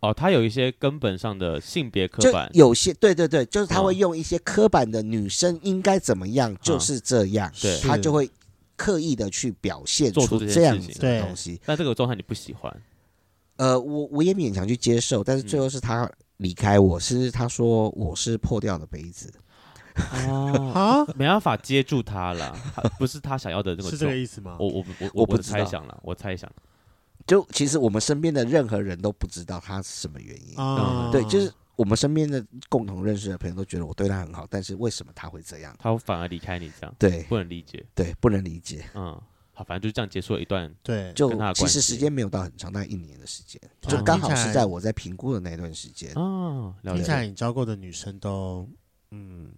Speaker 1: 哦，他有一些根本上的性别刻
Speaker 3: 就
Speaker 1: 板，
Speaker 3: 有些对对对，就是他
Speaker 1: 嗯
Speaker 3: 会用一些刻板的女生应该怎么样，就是这样，
Speaker 1: 对
Speaker 3: 他就会刻意的去表现
Speaker 1: 做出
Speaker 3: 出
Speaker 1: 这件
Speaker 3: 这样
Speaker 1: 事情
Speaker 3: 子的
Speaker 2: 对
Speaker 3: 东西。
Speaker 1: 但这个状态你不喜欢，
Speaker 3: 呃，我我也勉强去接受，
Speaker 1: 嗯
Speaker 3: 但是最后是他离开我，是他说我是破掉的杯子，
Speaker 1: 哦，
Speaker 2: 啊，
Speaker 1: 没办法接住他了，他不是他想要的那个
Speaker 2: 是
Speaker 1: 状
Speaker 2: 这个意思吗？
Speaker 1: 我我我
Speaker 3: 我不
Speaker 1: 的
Speaker 3: 知
Speaker 1: 猜
Speaker 3: 道
Speaker 1: 想了，我猜想，
Speaker 3: 就其实我们身边的任何人都不知道他是什么原因，
Speaker 1: 嗯
Speaker 2: 啊，
Speaker 3: 对，就是我们身边的共同认识的朋友都觉得我对他很好，但是为什么他会这样？
Speaker 1: 他反而离开你这样，
Speaker 3: 对
Speaker 1: 不能理解，
Speaker 3: 对，不能理解。
Speaker 1: 嗯，好，反正就这样结束了一段，
Speaker 2: 对，
Speaker 3: 就
Speaker 1: 跟他的
Speaker 3: 其
Speaker 1: 关系
Speaker 3: 实时间没有到很长，大概一年的时间，
Speaker 2: 啊
Speaker 3: 就刚好
Speaker 2: 听起来
Speaker 3: 是在我在评估的那段时间。
Speaker 1: 哦，了
Speaker 2: 听起
Speaker 1: 解，
Speaker 2: 来你教过的女生都嗯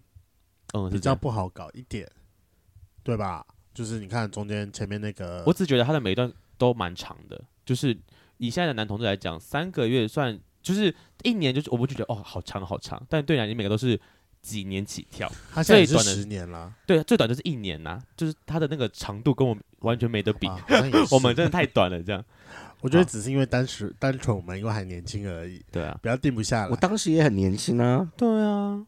Speaker 1: 嗯，
Speaker 2: 比
Speaker 1: 是这
Speaker 2: 较
Speaker 1: 样。
Speaker 2: 不好搞一点，对吧？就是你看中间前面那个，
Speaker 1: 我只觉得他的每一段都蛮长的，就是以现在的男同志来讲，三个月算就是一年，就是我们就觉得哦好长好长，但对男人每个都是几年起跳，
Speaker 2: 他现在也
Speaker 1: 最
Speaker 2: 是
Speaker 1: 短的
Speaker 2: 十年了，
Speaker 1: 对，最短就是一年呐、就是他的那个长度跟我们完全没得比，
Speaker 2: 啊好 像也是
Speaker 1: 我们真的太短了，这样，
Speaker 2: 我觉
Speaker 1: 啊
Speaker 2: 得只是因为单纯单纯我们因为还年轻而已，
Speaker 1: 对啊，
Speaker 2: 不要定不下来
Speaker 3: 我。当时也很年轻啊，
Speaker 1: 对啊，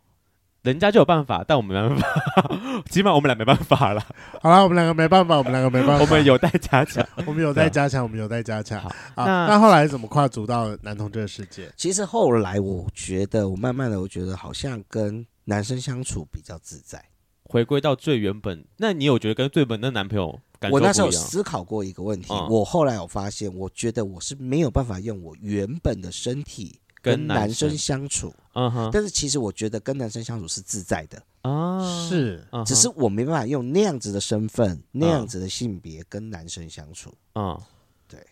Speaker 1: 人家就有办法，但我们没办法， 起码我们俩没办法了，
Speaker 2: 好了，我们两个没办法，我们两个没办法，
Speaker 1: 我们有待加强。
Speaker 2: 我们有
Speaker 1: 对
Speaker 2: 在
Speaker 1: 啊
Speaker 2: 加强，我们有在加强。
Speaker 1: 好
Speaker 2: 啊，
Speaker 1: 那
Speaker 2: 那后来怎么跨足到男同志的世界？
Speaker 3: 其实后来我觉得，我慢慢的我觉得好像跟男生相处比较自在。
Speaker 1: 回归到最原本。那你有觉得跟最本的男朋友感受
Speaker 3: 我
Speaker 1: 不一
Speaker 3: 那时候
Speaker 1: 样？
Speaker 3: 思考过一个问题，
Speaker 1: 嗯
Speaker 3: 我后来有发现，我觉得我是没有办法用我原本的身体
Speaker 1: 跟男
Speaker 3: 男生
Speaker 1: 生
Speaker 3: 相处，
Speaker 1: 嗯哼
Speaker 3: 但是其实我觉得跟男生相处是自在的，
Speaker 1: 啊，
Speaker 2: 是
Speaker 1: 嗯哼，
Speaker 3: 只是我没办法用那样子的身份、那样子的性别跟男生相处。
Speaker 1: 嗯，
Speaker 3: 对，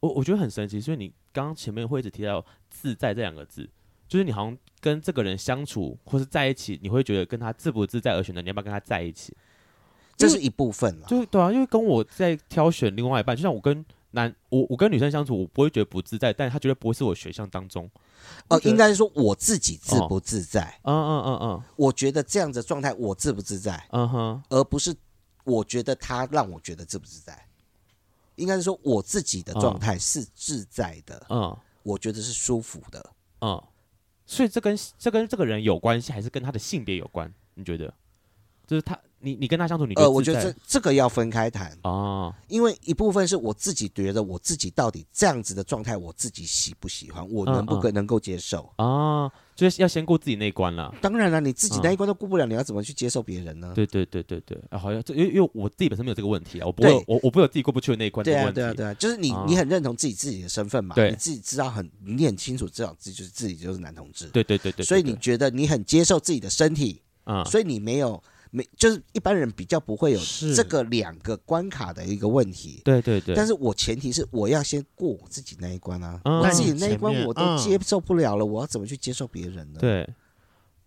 Speaker 1: 我我觉得很神奇，所以你刚刚前面会一直提到“自在”这两个字，就是你好像跟这个人相处或是在一起，你会觉得跟他自不自在而选择你要不要跟他在一起。
Speaker 3: 这是一部分了。
Speaker 1: 就对啊，因为跟我在挑选另外一半，就像我跟男我我跟女生相处，我不会觉得不自在，但他绝对不会是我选项当中。
Speaker 3: 哦、
Speaker 1: 我觉得
Speaker 3: 应该是说我自己自不自在。
Speaker 1: 嗯嗯嗯嗯
Speaker 3: 我觉得这样子的状态我自不自在，
Speaker 1: 嗯哼，
Speaker 3: 而不是我觉得他让我觉得自不自在。应该是说我自己的状态是自在的，
Speaker 1: 嗯
Speaker 3: 我觉得是舒服的。
Speaker 1: 嗯，所以这跟这跟这个人有关系，还是跟他的性别有关？你觉得？就是他，你你跟他相处，你
Speaker 3: 呃，我
Speaker 1: 自
Speaker 3: 觉得
Speaker 1: 在
Speaker 3: 这这个要分开谈，
Speaker 1: 哦，
Speaker 3: 因为一部分是我自己觉得我自己到底这样子的状态，我自己喜不喜欢，我能
Speaker 1: 嗯
Speaker 3: 不
Speaker 1: 嗯
Speaker 3: 能能够接受。
Speaker 1: 啊，就是要先过自己那一关啦。
Speaker 3: 当然了，你自己
Speaker 1: 嗯
Speaker 3: 那一关都过不了，你要怎么去接受别人呢？
Speaker 1: 对对对对对，啊、好像这因为因为我自己本身没有这个问题啊，我不会
Speaker 3: 对
Speaker 1: 我我不会有自己过不去的那一关的
Speaker 3: 对啊，
Speaker 1: 问题。
Speaker 3: 对啊，对啊，就是你
Speaker 1: 啊，
Speaker 3: 你很认同自己自己的身份嘛？
Speaker 1: 对
Speaker 3: 你自己知道很，你很清楚知道自己就是自己就是男同志，
Speaker 1: 对对对对对
Speaker 3: 所以你觉得你很接受自己的身体，
Speaker 1: 啊，
Speaker 3: 所以你没有没就是一般人比较不会有
Speaker 2: 是
Speaker 3: 这个两个关卡的一个问题。
Speaker 1: 对对对，
Speaker 3: 但是我前提是我要先过我自己那一关啊，
Speaker 1: 嗯
Speaker 3: 我自己那一
Speaker 2: 那
Speaker 3: 关
Speaker 2: 你前面嗯
Speaker 3: 我都接受不了了，我要怎么去接受别人呢？，
Speaker 1: 对，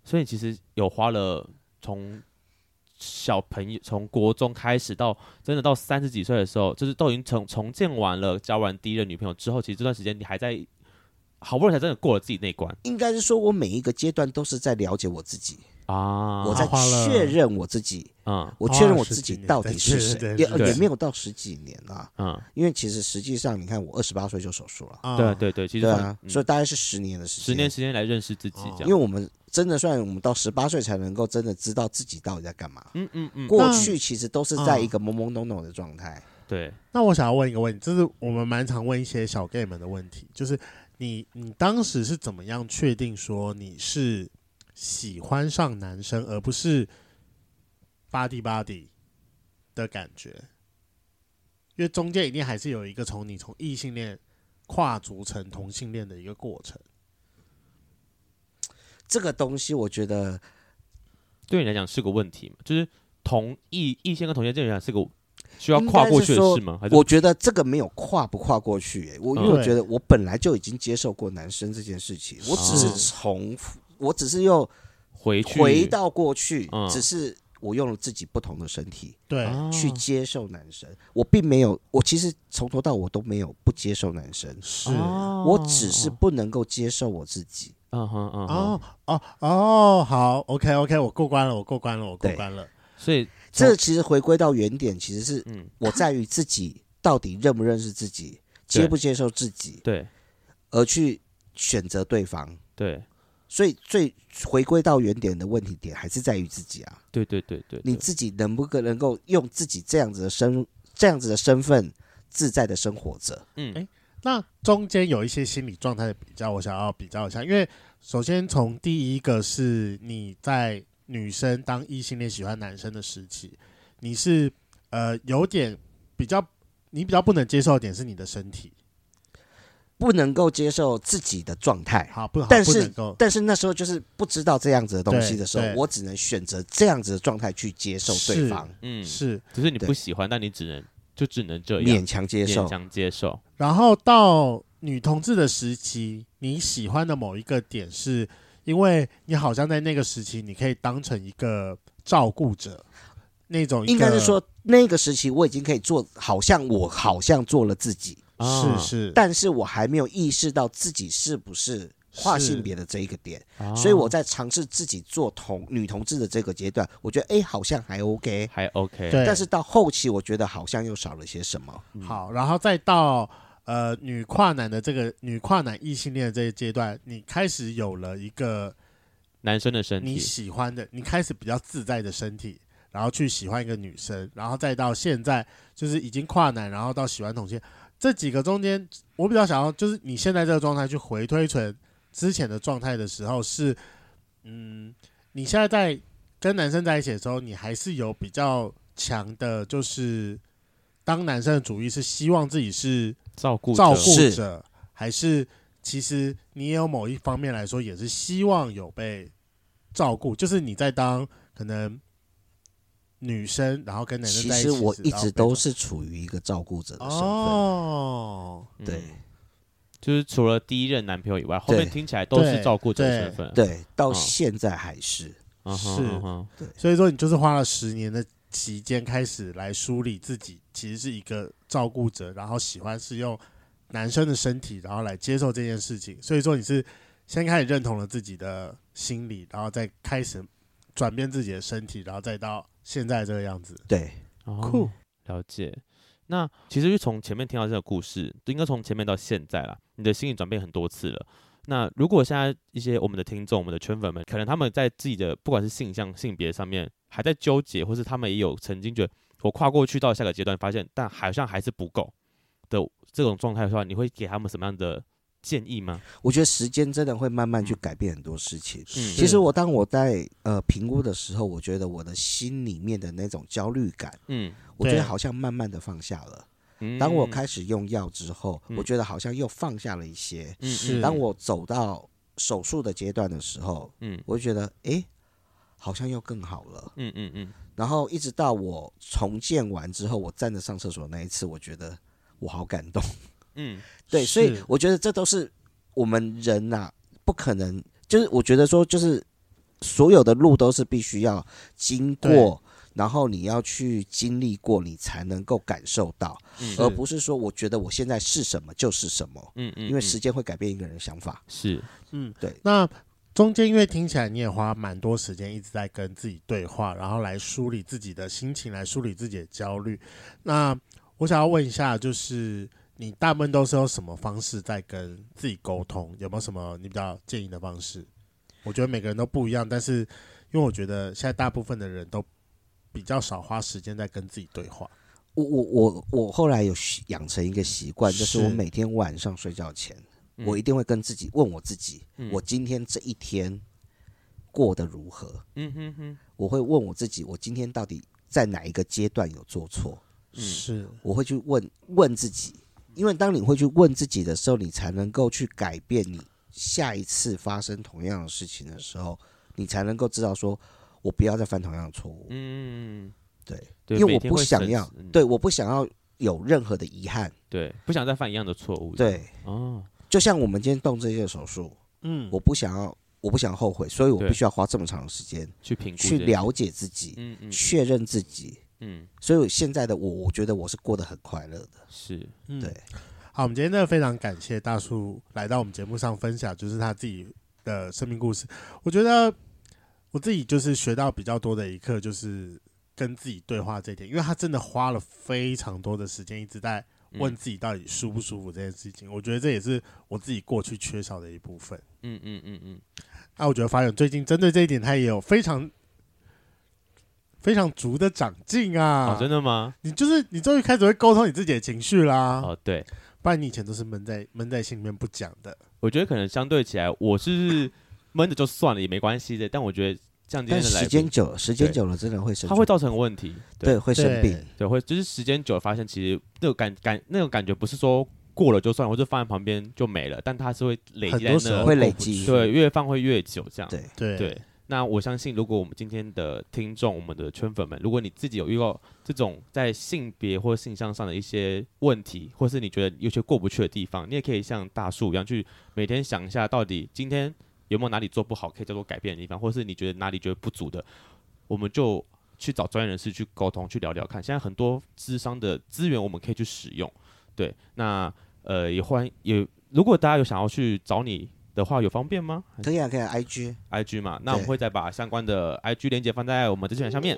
Speaker 1: 所以其实有花了从小朋友从国中开始到真的到三十几岁的时候，就是都已经重重建完了，交完第一任女朋友之后，其实这段时间你还在好不容易才真的过了自己那一关
Speaker 3: 应该是说我每一个阶段都是在了解我自己，
Speaker 1: 啊，
Speaker 3: 我在
Speaker 2: 花了
Speaker 3: 确认我自己，
Speaker 1: 嗯
Speaker 3: 我
Speaker 2: 花
Speaker 3: 确认我
Speaker 2: 十
Speaker 3: 自
Speaker 2: 几
Speaker 3: 己
Speaker 2: 年
Speaker 3: 到
Speaker 2: 在
Speaker 3: 底
Speaker 2: 确
Speaker 3: 是
Speaker 2: 认
Speaker 3: 谁，
Speaker 2: 这
Speaker 3: 也
Speaker 2: 件
Speaker 1: 事
Speaker 3: 也
Speaker 1: 情
Speaker 3: 没有到十几年啊。
Speaker 1: 嗯，
Speaker 3: 因为其实实际上，你看我二十八岁就手术了，
Speaker 2: 啊
Speaker 1: 对对对，其实
Speaker 3: 对啊，
Speaker 1: 嗯
Speaker 3: 所以大概是十年的时间。
Speaker 1: 十年，时间来认识自己
Speaker 2: 哦
Speaker 1: 这样，
Speaker 3: 因为我们真的算我们到十八岁才能够真的知道自己到底在干嘛。
Speaker 1: 嗯嗯嗯，
Speaker 3: 过去其实都是在一
Speaker 2: 嗯
Speaker 3: 个懵懵懂懂的状态。
Speaker 1: 对，
Speaker 2: 那我想要问一个问题，这是我们蛮常问一些小 gay 们的问题，就是你你当时是怎么样确定说你是喜欢上男生，而不是 body body 的感觉？因为中间一定还是有一个从你从异性恋跨足成同性恋的一个过程。
Speaker 3: 这个东西，我觉得
Speaker 1: 对你来讲是个问题嘛？就是同异异性跟同性恋来讲是个需要
Speaker 3: 应
Speaker 1: 跨
Speaker 3: 该
Speaker 1: 过
Speaker 3: 是
Speaker 1: 去的
Speaker 3: 说
Speaker 1: 事吗？还是
Speaker 3: 我觉得这个没有跨不跨过去、欸我因为
Speaker 2: 嗯
Speaker 3: 我觉得我本来就已经接受过男生这件事情，我只是
Speaker 2: 是
Speaker 3: 重复，我只是又
Speaker 1: 哦回去
Speaker 3: 回到过去
Speaker 1: 嗯，
Speaker 3: 只是我用了自己不同的身体。
Speaker 2: 对，
Speaker 1: 啊
Speaker 3: 去接受男生，我并没有，我其实从头到尾我都没有不接受男生，
Speaker 2: 是
Speaker 1: 哦
Speaker 3: 我只是不能够接受我自己。
Speaker 1: 嗯哼嗯哼，
Speaker 2: 哦哦哦，好，OK OK，我过关了，我过关了，我过
Speaker 3: 对
Speaker 2: 关了。
Speaker 1: 所以
Speaker 3: 这其实回归到原点，其实是
Speaker 1: 哦嗯
Speaker 3: 我在于自己到底认不认识自己，接不接受自己，
Speaker 1: 对
Speaker 3: 而去选择对方。
Speaker 1: 对
Speaker 3: 所以最回归到原点的问题点还是在于自己啊，
Speaker 1: 对对对对，
Speaker 3: 你
Speaker 1: 对
Speaker 3: 自己能不能够用自己这样子的身这样子的身份自在的生活着？
Speaker 1: 嗯
Speaker 2: 哎那中间有一些心理状态的比较，我想要比较一下，因为首先从第一个是你在女生当异性恋喜欢男生的时期，你是呃有点比较，你比较不能接受的点是你的身体，
Speaker 3: 不能够接受自己的状态，
Speaker 2: 好不好？
Speaker 3: 但
Speaker 2: 不
Speaker 3: 是
Speaker 2: 能够
Speaker 3: 但是那时候就是不知道这样子的东西的时候
Speaker 2: 对，对
Speaker 3: 我只能选择这样子的状态去接受对
Speaker 2: 是
Speaker 3: 方，
Speaker 1: 嗯，
Speaker 2: 是，
Speaker 1: 只是你不
Speaker 3: 对
Speaker 1: 喜欢，但你只能就只能这样
Speaker 3: 勉强接
Speaker 1: 勉
Speaker 3: 受。
Speaker 1: 强接受，
Speaker 2: 然后到女同志的时期，你喜欢的某一个点是。因为你好像在那个时期，你可以当成一个照顾者，那种一个
Speaker 3: 应该是说那个时期我已经可以做，好像我好像做了自己，
Speaker 1: 啊
Speaker 2: 是是，
Speaker 3: 但是我还没有意识到自己是不是跨性别的这一个点，
Speaker 1: 啊
Speaker 3: 所以
Speaker 2: 哦
Speaker 3: 我在尝试自己做同女同志的这个阶段，我觉得哎好像还 OK，
Speaker 1: 还 OK，
Speaker 2: 对，
Speaker 3: 但是到后期我觉得好像又少了些什么。
Speaker 1: 嗯
Speaker 2: 好，然后再到呃女跨男的这个女跨男异性恋的这个阶段，你开始有了一个
Speaker 1: 男生的身
Speaker 2: 你
Speaker 1: 体
Speaker 2: 喜欢的，你开始比较自在的身体，然后去喜欢一个女生，然后再到现在就是已经跨男，然后到喜欢同性这几个中间，我比较想要就是你现在这个状态去回推成之前的状态的时候是，嗯，你现在在跟男生在一起的时候，你还是有比较强的，就是当男生的主义是希望自己是
Speaker 1: 照顾
Speaker 2: 照
Speaker 1: 者
Speaker 2: 顾
Speaker 3: 是
Speaker 2: 者，还是其实你也有某一方面来说也是希望有被照顾，就是你在当可能女生，然后跟男生
Speaker 3: 其
Speaker 2: 在一起
Speaker 3: 实
Speaker 2: 时，
Speaker 3: 我一
Speaker 2: 然后
Speaker 3: 直
Speaker 2: 被
Speaker 3: 都是处于一个照顾者的身份。
Speaker 2: 哦，
Speaker 3: 对
Speaker 1: 嗯就是除了第一任男朋友以外，后
Speaker 3: 对
Speaker 1: 面听起来都是照顾者的
Speaker 2: 对
Speaker 1: 身份。
Speaker 3: 对，到
Speaker 1: 嗯
Speaker 3: 现在还是
Speaker 1: 嗯哼，
Speaker 2: 是
Speaker 1: 嗯哼
Speaker 2: 所以说你就是花了十年的期间开始来梳理自己，其实是一个照顾者，然后喜欢是用男生的身体，然后来接受这件事情。所以说你是先开始认同了自己的心理，然后再开始转变自己的身体，然后再到现在这个样子。
Speaker 3: 对，
Speaker 1: 哦
Speaker 2: 酷，
Speaker 1: 了解。那其实就从前面听到这个故事，应该从前面到现在啦，你的心理转变很多次了。那如果现在一些我们的听众、我们的圈粉们，可能他们在自己的不管是性向、性别上面还在纠结，或是他们也有曾经觉得我跨过去到下个阶段，发现但好像还是不够的这种状态的话，你会给他们什么样的建议吗？
Speaker 3: 我觉得时间真的会慢慢去
Speaker 2: 嗯
Speaker 3: 改变很多事情。
Speaker 1: 嗯
Speaker 3: 其实我当我在呃评估的时候，我觉得我的心里面的那种焦虑感，
Speaker 1: 嗯，
Speaker 3: 我觉
Speaker 2: 对
Speaker 3: 得好像慢慢的放下了。
Speaker 1: 嗯
Speaker 3: 当我开始用药之后，
Speaker 1: 嗯
Speaker 3: 我觉得好像又放下了一些。
Speaker 1: 嗯
Speaker 2: 是
Speaker 3: 当我走到手术的阶段的时候，
Speaker 1: 嗯
Speaker 3: 我就觉得诶，好像又更好了。
Speaker 1: 嗯嗯嗯
Speaker 3: 然后一直到我重建完之后，我站着上厕所那一次，我觉得我好感动。
Speaker 1: 嗯
Speaker 3: 对，所以
Speaker 2: 是
Speaker 3: 我觉得这都是我们人呐、不可能，就是我觉得说，就是所有的路都是必须要经
Speaker 2: 对
Speaker 3: 过，然后你要去经历过，你才能够感受到，
Speaker 1: 嗯
Speaker 3: 而不是说我觉得我现在是什么就是什么，
Speaker 1: 嗯嗯，
Speaker 3: 因为
Speaker 1: 嗯
Speaker 3: 时间会改变一个人的想法。
Speaker 1: 是
Speaker 2: 那中间因为听起来你也花蛮多时间一直在跟自己对话，然后来梳理自己的心情，来梳理自己的焦虑。那我想要问一下，就是你大部分都是用什么方式在跟自己沟通？有没有什么你比较建议的方式？我觉得每个人都不一样，但是因为我觉得现在大部分的人都比较少花时间在跟自己对话。
Speaker 3: 我我我我后来有习养成一个习惯，就是
Speaker 2: 是
Speaker 3: 我每天晚上睡觉前，
Speaker 1: 嗯
Speaker 3: 我一定会跟自己问我自己，
Speaker 1: 嗯
Speaker 3: 我今天这一天过得如何？
Speaker 1: 嗯哼哼
Speaker 3: 我会问我自己，我今天到底在哪一个阶段有做错？
Speaker 1: 嗯
Speaker 2: 是，
Speaker 3: 我会去问问自己，因为当你会去问自己的时候，你才能够去改变你下一次发生同样的事情的时候，你才能够知道说，我不要再犯同样的错误，
Speaker 1: 嗯，
Speaker 3: 对
Speaker 1: 对，
Speaker 3: 因为
Speaker 1: 每
Speaker 3: 我
Speaker 1: 天
Speaker 3: 不
Speaker 1: 会
Speaker 3: 想
Speaker 1: 审
Speaker 3: 要
Speaker 1: 视嗯，
Speaker 3: 对，我不想要有任何的遗憾，
Speaker 1: 对，不想再犯一样的错误。，
Speaker 3: 对，
Speaker 1: 哦，
Speaker 3: 就像我们今天动这些手术，
Speaker 2: 嗯
Speaker 3: 我不想要，我不想后悔，所以我
Speaker 1: 对
Speaker 3: 必须要花这么长的时间
Speaker 1: 去评估
Speaker 3: 去
Speaker 1: 这件事，
Speaker 3: 了解自己，
Speaker 1: 嗯嗯
Speaker 3: 确认自己，
Speaker 1: 嗯，
Speaker 3: 所以现在的我，我觉得我是过得很快乐的，
Speaker 1: 是，
Speaker 2: 嗯
Speaker 3: 对。
Speaker 2: 好，我们今天真的非常感谢大叔来到我们节目上分享，就是他自己的生命故事。我觉得我自己就是学到比较多的一课，就是跟自己对话这一点，因为他真的花了非常多的时间一直在
Speaker 1: 嗯
Speaker 2: 问自己到底舒不舒服这件事情。我觉得这也是我自己过去缺少的一部分。
Speaker 1: 嗯嗯嗯嗯，
Speaker 2: 那我觉得法远最近针对这一点，他也有非常非常足的长进啊！
Speaker 1: 哦，真的吗？
Speaker 2: 你就是你终于开始会沟通你自己的情绪啦，
Speaker 1: 哦，对，
Speaker 2: 不然你以前都是闷在闷在心里面不讲的。
Speaker 1: 我觉得可能相对起来，我是闷着就算了，也没关系的。但我觉得像今
Speaker 3: 但
Speaker 1: 天的来
Speaker 3: 时
Speaker 1: 宾
Speaker 3: 间，久了，时间
Speaker 1: 对
Speaker 3: 久了真的会生出，
Speaker 1: 它会造成问题，
Speaker 3: 对会
Speaker 2: 对
Speaker 3: 生病，
Speaker 1: 对，会就是时间久了发现，其实那种感感那种感觉不是说过了就算了，或者放在旁边就没了，但它是会累
Speaker 2: 很
Speaker 1: 积在
Speaker 2: 多时候
Speaker 1: 那，
Speaker 3: 会累
Speaker 2: 过不
Speaker 3: 积
Speaker 2: 去
Speaker 1: 对，越放会越久这样。
Speaker 3: 对
Speaker 2: 对
Speaker 1: 对，那我相信，如果我们今天的听众、我们的圈粉们，如果你自己有遇到这种在性别或性向上的一些问题，或是你觉得有些过不去的地方，你也可以像大树一样，去每天想一下，到底今天有没有哪里做不好，可以叫做改变的地方，或是你觉得哪里觉得不足的，我们就去找专业人士去沟通，去聊聊看。现在很多智商的资源我们可以去使用。对，那呃也欢也，如果大家有想要去找你的话，有方便吗？还是
Speaker 3: 可以啊，可以啊，IG。
Speaker 1: IG 嘛，那我们会再把相关的 IG 连接放在我们资讯栏下面。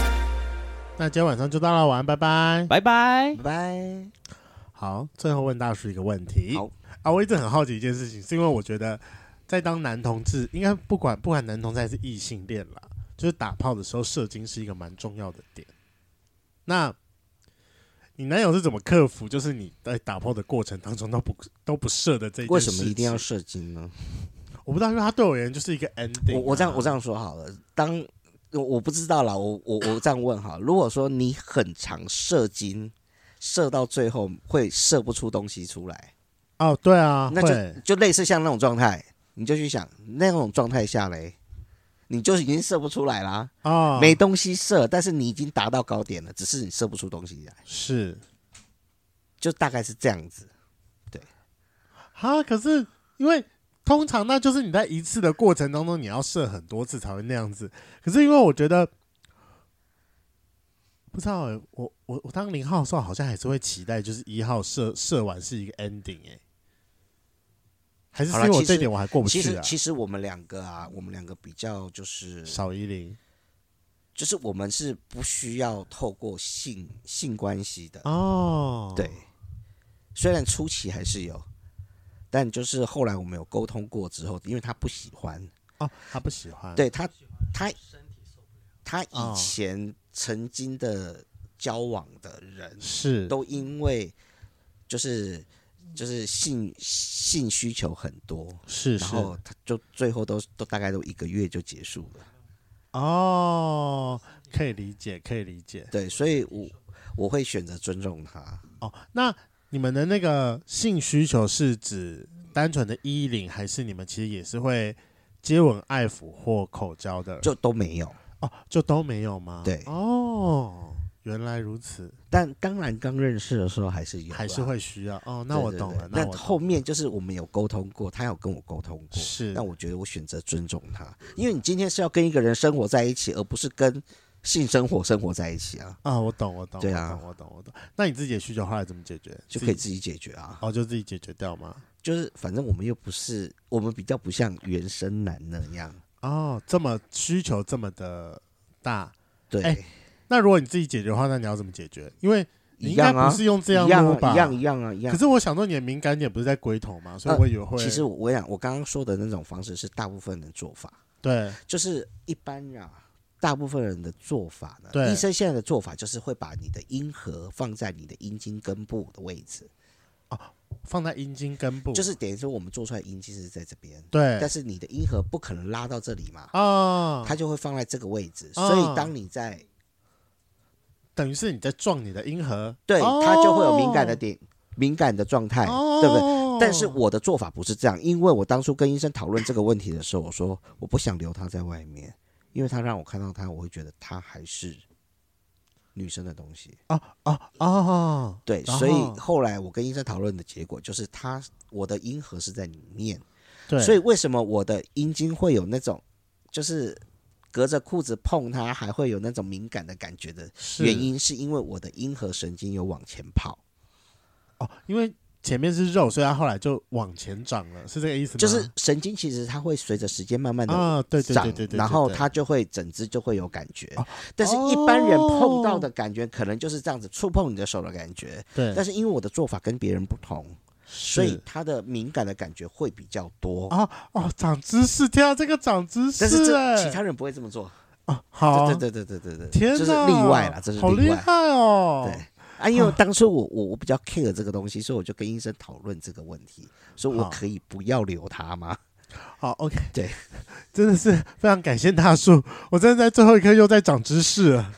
Speaker 5: 那今天晚上就到了，晚安，拜拜。
Speaker 1: 拜拜。
Speaker 3: 拜拜。
Speaker 5: 好，最后问大叔一个问题。
Speaker 3: 好
Speaker 5: 啊，我一直很好奇一件事情，是因为我觉得在当男同志，应该不管不管男同志还是异性恋啦，就是打炮的时候射精是一个蛮重要的点。那你男友是怎么克服？就是你在打炮的过程当中都不都不射的这一件
Speaker 3: 为
Speaker 5: 事
Speaker 3: 什
Speaker 5: 情
Speaker 3: 么一定要？射精呢？
Speaker 5: 我不知道，因为他对我而言就是一个 ending 啊、
Speaker 3: 我我这样我这样说好了，当我我不知道啦，我我我这样问哈，如果说你很常射精，射到最后会射不出东西出来，
Speaker 5: 哦，对啊，
Speaker 3: 那
Speaker 5: 会
Speaker 3: 就就类似像那种状态，你就去想那种状态下嘞，你就已经射不出来啦，
Speaker 5: 哦，
Speaker 3: 没东西射，但是你已经达到高点了，只是你射不出东西来，
Speaker 5: 是
Speaker 3: 就大概是这样子。
Speaker 5: 哈，可是因为通常那就是你在一次的过程当中，你要射很多次才会那样子。可是因为我觉得，不知道欸、我我我当零号的时候，好像还是会期待，就是一号射射完是一个 ending 哎、还是是
Speaker 3: 好啦
Speaker 5: 因为我
Speaker 3: 其实
Speaker 5: 这一点我还过不
Speaker 3: 其
Speaker 5: 去
Speaker 3: 实
Speaker 5: 啊。
Speaker 3: 其实我们两个啊，我们两个比较就是
Speaker 5: 少一零
Speaker 3: 就是我们是不需要透过性性关系的，
Speaker 5: 哦，
Speaker 3: 对，虽然初期还是有，但就是后来我们有沟通过之后，因为他不喜欢，
Speaker 5: 哦，他不喜欢，
Speaker 3: 对他他他
Speaker 5: 哦
Speaker 3: 以前曾经的交往的人，
Speaker 5: 是
Speaker 3: 都因为就是就是性性需求很多，
Speaker 5: 是
Speaker 3: 然
Speaker 5: 是
Speaker 3: 后他就最后都都大概都一个月就结束了。
Speaker 5: 哦，可以理解，可以理解。
Speaker 3: 对，所以我我会选择尊重他。
Speaker 5: 哦，那你们的那个性需求是指单纯的衣领，还是你们其实也是会接吻、爱抚或口交的？
Speaker 3: 就都没有，
Speaker 5: 哦，就都没有吗？
Speaker 3: 对
Speaker 5: 哦，原来如此，
Speaker 3: 但当然刚认识的时候还是有啦，
Speaker 5: 还是会需要哦。那
Speaker 3: 对
Speaker 5: 我
Speaker 3: 对
Speaker 5: 懂
Speaker 3: 对
Speaker 5: 了，那
Speaker 3: 那
Speaker 5: 我
Speaker 3: 后
Speaker 5: 懂了
Speaker 3: 面就是我们有沟通过，他有跟我沟通过，
Speaker 5: 是
Speaker 3: 但我觉得我选择尊重他，因为你今天是要跟一个人生活在一起，而不是跟性生活生活在一起啊，
Speaker 5: 啊，我懂，我懂，
Speaker 3: 对
Speaker 5: 我
Speaker 3: 啊
Speaker 5: 懂，我懂，我懂。那你自己的需求后来怎么解决？
Speaker 3: 就可以
Speaker 5: 自
Speaker 3: 自
Speaker 5: 己
Speaker 3: 己解决啊。
Speaker 5: 哦，就自己解决掉吗？
Speaker 3: 就是反正我们又不是，我们比较不像原生男那样，
Speaker 5: 哦，这么需求这么的大，
Speaker 3: 对，
Speaker 5: 哎那如果你自己解决的话，那你要怎么解决？因为你
Speaker 3: 一
Speaker 5: 应该
Speaker 3: 样啊，
Speaker 5: 不是用这样
Speaker 3: 一样
Speaker 5: 撸
Speaker 3: 啊
Speaker 5: 吧？
Speaker 3: 一样一样啊一样
Speaker 5: 可。是我想说，你的敏感点不是在龟头嘛，所以我以为会。
Speaker 3: 嗯其实我跟你讲，我刚刚说的那种方式是大部分人做法，
Speaker 5: 对
Speaker 3: 就是一般啊，大部分人的做法呢，
Speaker 5: 对
Speaker 3: 医生现在的做法就是会把你的阴核放在你的阴茎根部的位置，
Speaker 5: 放在阴茎根部，
Speaker 3: 就是等于说我们做出来的阴茎是在这边，
Speaker 5: 对
Speaker 3: 但是你的阴核不可能拉到这里嘛，
Speaker 5: 啊，
Speaker 3: 它就会放在这个位置，
Speaker 5: 啊
Speaker 3: 所以当你在
Speaker 5: 等于是你在撞你的阴核，
Speaker 3: 对
Speaker 5: 哦
Speaker 3: 它就会有敏感的点、敏感的状态，对不对？
Speaker 5: 哦
Speaker 3: 但是我的做法不是这样，因为我当初跟医生讨论这个问题的时候，我说我不想留他在外面，因为他让我看到他，我会觉得他还是女生的东西。
Speaker 5: 啊啊，
Speaker 3: 对，
Speaker 5: 然后
Speaker 3: 所以后来我跟医生讨论的结果就是他，我的阴核是在里面，
Speaker 5: 对，
Speaker 3: 所以
Speaker 5: 以
Speaker 3: 为什么我的阴茎会有那种就是隔着裤子碰它还会有那种敏感的感觉的原因，是因为我的阴核神经有往前跑。
Speaker 5: 哦，因为前面是肉，所以它后来就往前长了，是这个意思吗？
Speaker 3: 就是神经其实它会随着时间慢慢的
Speaker 5: 啊，对对
Speaker 3: 长
Speaker 5: 对对对，
Speaker 3: 然后
Speaker 5: 对
Speaker 3: 它就会整只就会有感觉
Speaker 5: 哦。
Speaker 3: 但是一般人碰到的感觉可能就是这样子，触碰你的手的感觉。
Speaker 5: 对，
Speaker 3: 但是因为我的做法跟别人不同，所
Speaker 5: 所
Speaker 3: 以它的敏感的感觉会比较多。
Speaker 5: 啊哦，长知识，天啊，这个长知识
Speaker 3: 但是这
Speaker 5: 哎
Speaker 3: 其他人不会这么做。
Speaker 5: 啊，好，
Speaker 3: 对对对对对对对，
Speaker 5: 天哪，
Speaker 3: 这是例外啦，这是
Speaker 5: 好
Speaker 3: 例
Speaker 5: 厉
Speaker 3: 外。
Speaker 5: 害哦，
Speaker 3: 对。啊，因为当初我我我比较 care 这个东西，所以我就跟医生讨论这个问题，说我
Speaker 5: 好
Speaker 3: 可以不要留它吗？
Speaker 5: 好，OK，
Speaker 3: 对，
Speaker 5: 真的是非常感谢大树，我真的在最后一刻又在长知识了。